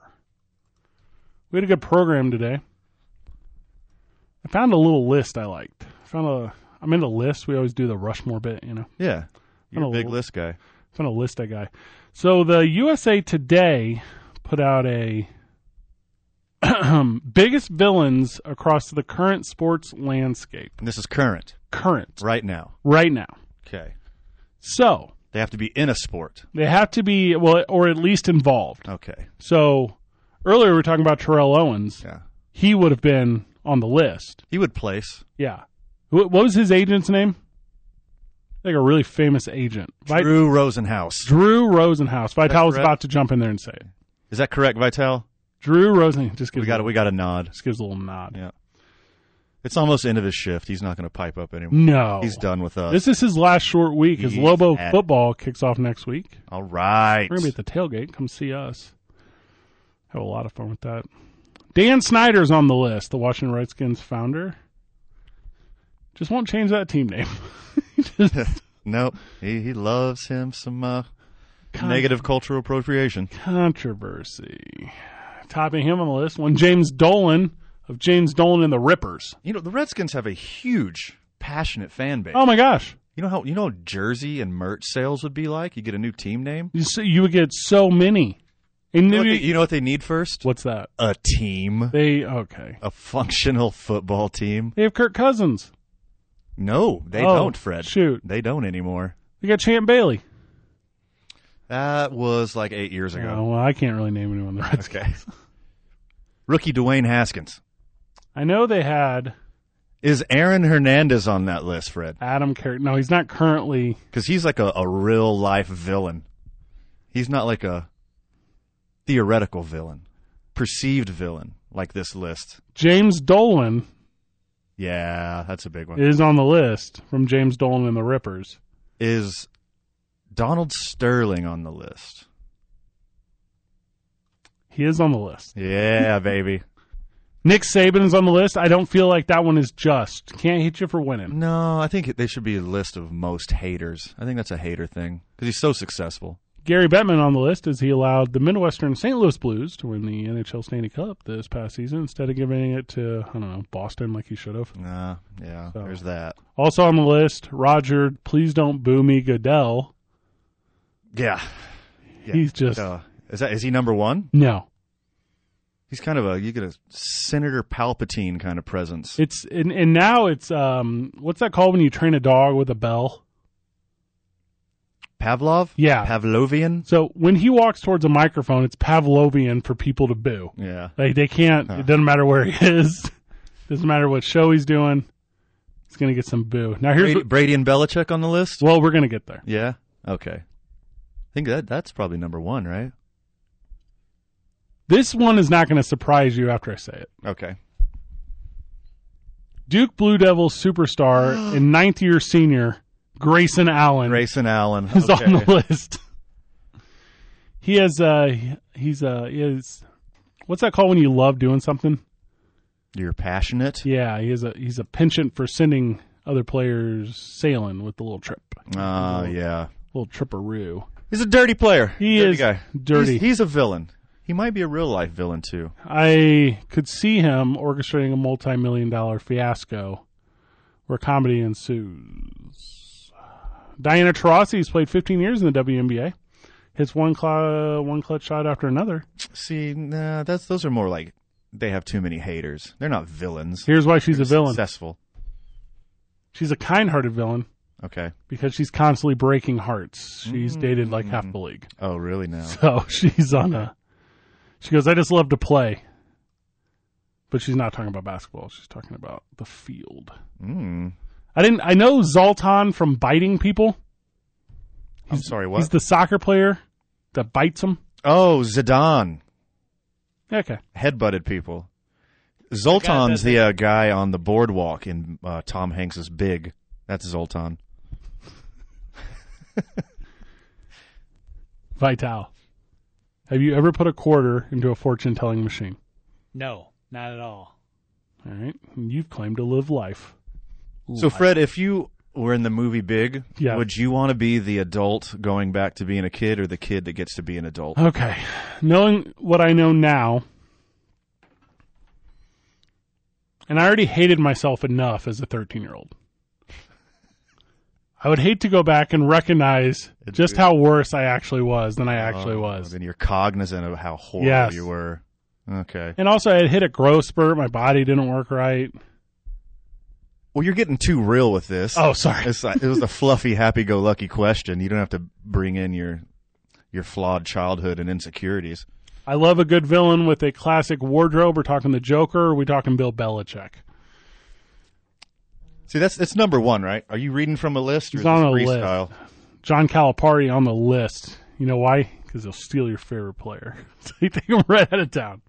Speaker 1: We had a good program today. I found a little list I liked. I found a. I'm into lists. We always do the Rushmore bit, you know.
Speaker 2: Yeah, you're a
Speaker 1: Hello.
Speaker 2: big list guy.
Speaker 1: Found a list I guy. So the USA Today put out a biggest villains across the current sports landscape.
Speaker 2: And this is current
Speaker 1: Current
Speaker 2: right now.
Speaker 1: right now.
Speaker 2: Okay.
Speaker 1: So
Speaker 2: They have to be in a sport.
Speaker 1: they have to be well, or at least involved.
Speaker 2: Okay.
Speaker 1: So earlier we were talking about Terrell Owens.
Speaker 2: Yeah.
Speaker 1: He would have been on the list.
Speaker 2: He would place.
Speaker 1: Yeah. Wh- What was his agent's name? Like a really famous agent, Vi-
Speaker 2: Drew Rosenhaus.
Speaker 1: Drew Rosenhaus. Vital was
Speaker 2: correct?
Speaker 1: about to jump in there and say it.
Speaker 2: Is that correct, Vital?
Speaker 1: Drew Rosen just gives
Speaker 2: We got
Speaker 1: a,
Speaker 2: a, we got a nod.
Speaker 1: just gives a little nod.
Speaker 2: Yeah. It's almost the end of his shift. He's not going to pipe up anymore.
Speaker 1: No,
Speaker 2: He's done with us.
Speaker 1: This is his last short week. His
Speaker 2: He's
Speaker 1: Lobo
Speaker 2: at it.
Speaker 1: football kicks off next week.
Speaker 2: All right.
Speaker 1: We're gonna be at the tailgate. Come see us. Have a lot of fun with that. Dan Snyder's on the list, the Washington Redskins founder. Just won't change that team name. Just
Speaker 2: Nope. He, he loves him some uh, negative cultural appropriation.
Speaker 1: controversy. Topping him on the list, one James Dolan of James Dolan and the Rippers.
Speaker 2: You know, the Redskins have a huge, passionate fan base.
Speaker 1: Oh my gosh.
Speaker 2: You know how you know what jersey and merch sales would be like? You get a new team name.
Speaker 1: You, see, you would get so many. And
Speaker 2: You know, what
Speaker 1: maybe-
Speaker 2: they, you know what they need first?
Speaker 1: what's that?
Speaker 2: A team.
Speaker 1: They okay.
Speaker 2: A functional football team.
Speaker 1: They have Kirk Cousins.
Speaker 2: No, they
Speaker 1: Oh,
Speaker 2: don't, Fred.
Speaker 1: shoot.
Speaker 2: They don't anymore.
Speaker 1: They got Champ Bailey.
Speaker 2: That was like eight years ago.
Speaker 1: Uh, well, I can't really name anyone. The Redskins.
Speaker 2: Okay. Rookie Dwayne Haskins.
Speaker 1: I know they had
Speaker 2: Is Aaron Hernandez on that list, Fred?
Speaker 1: Adam Carey. No, he's not currently.
Speaker 2: Because he's like a, a real life villain. He's not like a theoretical villain, perceived villain like this list.
Speaker 1: James Dolan
Speaker 2: Yeah, that's a big one.
Speaker 1: is on the list from James Dolan and the Rippers.
Speaker 2: Is Donald Sterling on the list?
Speaker 1: He is on the list.
Speaker 2: Yeah, baby.
Speaker 1: Nick Saban is on the list. I don't feel like that one is just. Can't hit you for winning.
Speaker 2: No, I think they should be a list of most haters. I think that's a hater thing because he's so successful.
Speaker 1: Gary Bettman on the list as he allowed the Midwestern St. Louis Blues to win the NHL Stanley Cup this past season instead of giving it to, I don't know, Boston like he should have.
Speaker 2: Nah, yeah,
Speaker 1: So-
Speaker 2: there's that.
Speaker 1: Also on the list, Roger, please don't boo me, Goodell.
Speaker 2: Yeah, Yeah.
Speaker 1: He's just,
Speaker 2: So, is that is he number one?
Speaker 1: no.
Speaker 2: He's kind of a you get a Senator Palpatine kind of presence.
Speaker 1: It's, and, and now it's, um, what's that called when you train a dog with a bell?
Speaker 2: Pavlov.
Speaker 1: Yeah.
Speaker 2: Pavlovian.
Speaker 1: So when he walks towards a microphone, it's Pavlovian for people to boo.
Speaker 2: Yeah,
Speaker 1: Like they can't,
Speaker 2: Huh.
Speaker 1: it doesn't matter where he is, doesn't matter what show he's doing. He's going to get some boo. Now here's,
Speaker 2: Brady, Brady and Belichick on the list.
Speaker 1: well, we're going to get there.
Speaker 2: Yeah. Okay. I think that that's probably number one, right?
Speaker 1: This one is not going to surprise you after I say it.
Speaker 2: Okay.
Speaker 1: Duke Blue Devils superstar and ninth year senior Grayson Allen
Speaker 2: Grayson Allen
Speaker 1: is
Speaker 2: okay.
Speaker 1: on the list. He has uh he's uh he is what's that called when you love doing something?
Speaker 2: You're passionate.
Speaker 1: Yeah, he is a he's a penchant for sending other players sailing with the little trip,
Speaker 2: Ah, yeah.
Speaker 1: little tripperoo.
Speaker 2: He's a dirty player.
Speaker 1: He
Speaker 2: dirty
Speaker 1: is
Speaker 2: guy.
Speaker 1: dirty.
Speaker 2: He's, he's a villain. He might be a real life villain too.
Speaker 1: I could see him orchestrating a multi-million dollar fiasco where comedy ensues. Diana Taurasi has played 15 years in the WNBA. Hits one cl- one clutch shot after another.
Speaker 2: See, nah, that's those are more like they have too many haters. They're not villains.
Speaker 1: Here's why she's a villain.
Speaker 2: Successful.
Speaker 1: She's a kind-hearted villain
Speaker 2: Okay.
Speaker 1: because she's constantly breaking hearts. She's dated like half the league.
Speaker 2: Oh, really? Now.
Speaker 1: So she's on a. She goes, I just love to play. But she's not talking about basketball. She's talking about the field.
Speaker 2: Mm.
Speaker 1: I didn't. I know Zoltan from biting people.
Speaker 2: I'm sorry.
Speaker 1: He's
Speaker 2: What?
Speaker 1: the soccer player that bites them.
Speaker 2: oh, Zidane
Speaker 1: Okay.
Speaker 2: headbutted people. Zoltan's the uh, guy on the boardwalk in uh, Tom Hanks's Big. That's Zoltan.
Speaker 1: Vital. Have you ever put a quarter into a fortune telling machine?
Speaker 3: No, not at all.
Speaker 1: All right. You've claimed to live life.
Speaker 2: So, Fred, if you were in the movie Big,
Speaker 1: Yeah.
Speaker 2: would you want to be the adult going back to being a kid, or the kid that gets to be an adult? Uh,
Speaker 1: Okay. Knowing what I know now, and I already hated myself enough as a 13 year old, I would hate to go back and recognize just how worse I actually was than I actually
Speaker 2: Oh,
Speaker 1: was.
Speaker 2: Then you're cognizant of how horrible
Speaker 1: Yes.
Speaker 2: you were. Okay.
Speaker 1: And also, I had hit a growth spurt. My body didn't work right.
Speaker 2: Well, you're getting too real with this.
Speaker 1: Oh, sorry.
Speaker 2: It's, it was the fluffy, happy-go-lucky question. You don't have to bring in your your flawed childhood and insecurities.
Speaker 1: I love a good villain with a classic wardrobe. We're talking the Joker. Or are we talking Bill Belichick?
Speaker 2: See, that's it's number one, right? Are you reading from a list? Or
Speaker 1: It's
Speaker 2: is this
Speaker 1: on a
Speaker 2: freestyle?
Speaker 1: John Calipari on the list. You know why? Because he'll steal your favorite player. so you take him right out of town.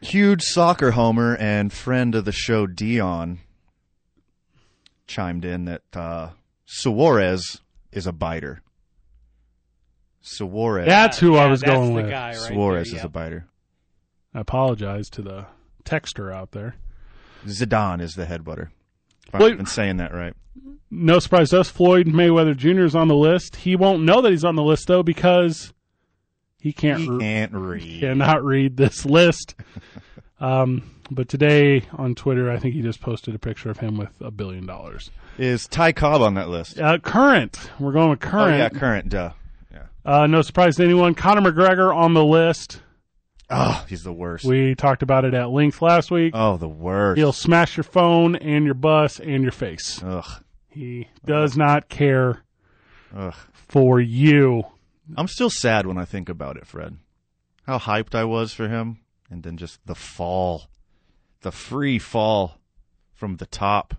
Speaker 2: Huge soccer homer and friend of the show Dion chimed in that uh, Suarez is a biter. Suarez,
Speaker 1: That's who I
Speaker 3: Yeah,
Speaker 1: was
Speaker 3: that's
Speaker 1: going
Speaker 3: the
Speaker 1: with.
Speaker 3: guy right there,
Speaker 2: Suarez is
Speaker 3: yeah.
Speaker 2: a biter.
Speaker 1: I apologize to the texter out there.
Speaker 2: Zidane is the head butter. If
Speaker 1: Wait.
Speaker 2: I'm even saying that right.
Speaker 1: No surprise to us. Floyd Mayweather Jr. is on the list. He won't know that he's on the list though because he can't.
Speaker 2: He
Speaker 1: re-
Speaker 2: can't read.
Speaker 1: cannot read this list. Um, but today on Twitter, I think he just posted a picture of him with a billion dollars.
Speaker 2: Is Ty Cobb on that list?
Speaker 1: Uh, current, we're going with
Speaker 2: Oh, yeah,
Speaker 1: current.
Speaker 2: current. Duh.
Speaker 1: uh, no surprise to anyone. Conor McGregor on the list.
Speaker 2: Oh, he's the worst.
Speaker 1: We talked about it at length last week.
Speaker 2: oh, the worst.
Speaker 1: He'll smash your phone and your bus and your face.
Speaker 2: Ugh.
Speaker 1: He does not care.
Speaker 2: Ugh.
Speaker 1: for you.
Speaker 2: I'm still sad when I think about it, Fred. How hyped I was for him, and then just the fall, the free fall from the top.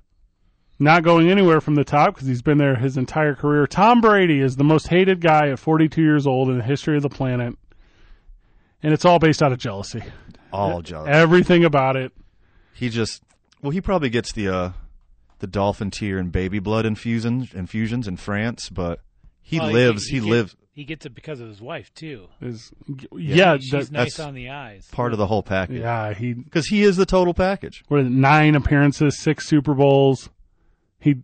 Speaker 1: Not going anywhere from the top because he's been there his entire career. Tom Brady is the most hated guy at 42 years old in the history of the planet. And it's all based out of jealousy.
Speaker 2: All jealous.
Speaker 1: Everything about it.
Speaker 2: He just well, he probably gets the uh, the dolphin tear and baby blood infusions infusions in France, but he
Speaker 3: Well,
Speaker 2: lives. He,
Speaker 3: gets-
Speaker 2: lives
Speaker 3: He gets it because of his wife too.
Speaker 1: Is yeah,
Speaker 3: she's
Speaker 1: that-
Speaker 2: that's-
Speaker 3: nice on the eyes.
Speaker 2: part of the whole package
Speaker 1: yeah. He
Speaker 2: because he is the total package.
Speaker 1: what is it, nine appearances, six Super Bowls. He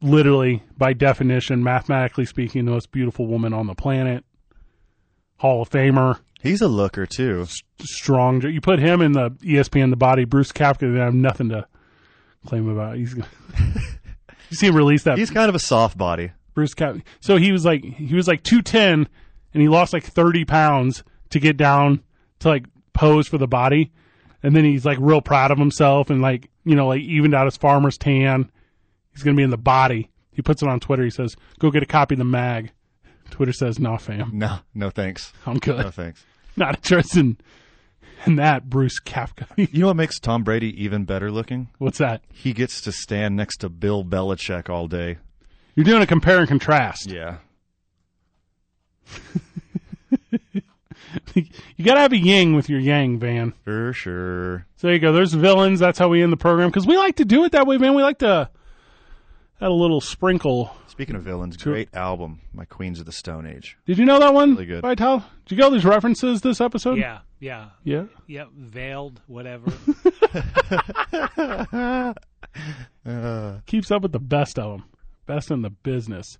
Speaker 1: literally, by definition, mathematically speaking, the most beautiful woman on the planet. Hall of Famer,
Speaker 2: He's a looker too.
Speaker 1: strong. You put him in the E ESPN the body, Bruce Kapka. They have nothing to claim about. He's gonna- you see him release that
Speaker 2: He's kind of a soft body.
Speaker 1: Bruce Kapka. So he was like he was like two ten, and he lost like thirty pounds to get down to like pose for the body, and then he's like real proud of himself and like you know like evened out his farmer's tan. He's gonna be in the body. He puts it on Twitter. He says, "Go get a copy of the mag." Twitter says, "Nah, fam,
Speaker 2: No, no thanks.
Speaker 1: I'm
Speaker 2: No
Speaker 1: good.
Speaker 2: thanks.
Speaker 1: Not interested in, in that." Bruce Kapka.
Speaker 2: You know what makes Tom Brady even better looking?
Speaker 1: What's that?
Speaker 2: He gets to stand next to Bill Belichick all day.
Speaker 1: You're doing a compare and contrast.
Speaker 2: Yeah.
Speaker 1: You gotta have a yin with your yang, Van.
Speaker 2: For sure.
Speaker 1: So there you go. There's villains. That's how we end the program because we like to do it that way, man. We like to add a little sprinkle.
Speaker 2: Speaking of villains, great album, My Queens of the Stone Age.
Speaker 1: Did you know that one?
Speaker 2: Really good.
Speaker 1: By Tal? Did you get all these references this episode?
Speaker 3: yeah, yeah,
Speaker 1: Yeah.
Speaker 3: yeah. Veiled, whatever.
Speaker 1: Keeps up with the best of them. Best in the business.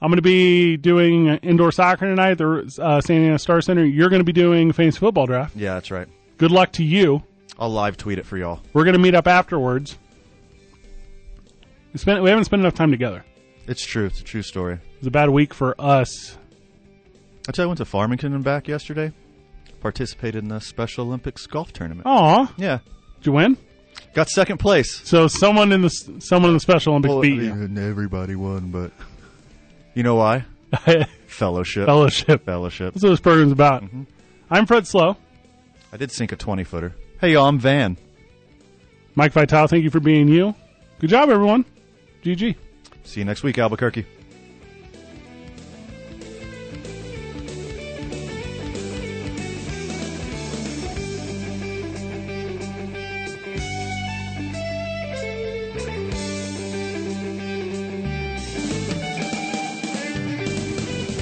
Speaker 1: I'm going to be doing indoor soccer tonight at the uh, San Diego Star Center. You're going to be doing Fantasy Football Draft.
Speaker 2: Yeah, that's right.
Speaker 1: Good luck to you.
Speaker 2: I'll live tweet it for y'all.
Speaker 1: We're going to meet up afterwards. We, spent, we haven't spent enough time together.
Speaker 2: It's true. It's a true story.
Speaker 1: It was a bad week for us.
Speaker 2: I tell you, I went to Farmington and back yesterday. Participated in the Special Olympics golf
Speaker 1: Oh.
Speaker 2: tournament.
Speaker 1: Aw,
Speaker 2: Yeah.
Speaker 1: did you win?
Speaker 2: Got second place.
Speaker 1: So someone in the someone in the Special Olympics
Speaker 2: Well,
Speaker 1: beat you.
Speaker 2: everybody won, but. You know why? Fellowship.
Speaker 1: Fellowship.
Speaker 2: Fellowship.
Speaker 1: That's what this program's about. I'm Fred Slow.
Speaker 2: I did sink a 20 footer. Hey, y'all, I'm Van.
Speaker 1: Mike Vitale, thank you for being you. Good job, everyone. GG.
Speaker 2: See you next week, Albuquerque.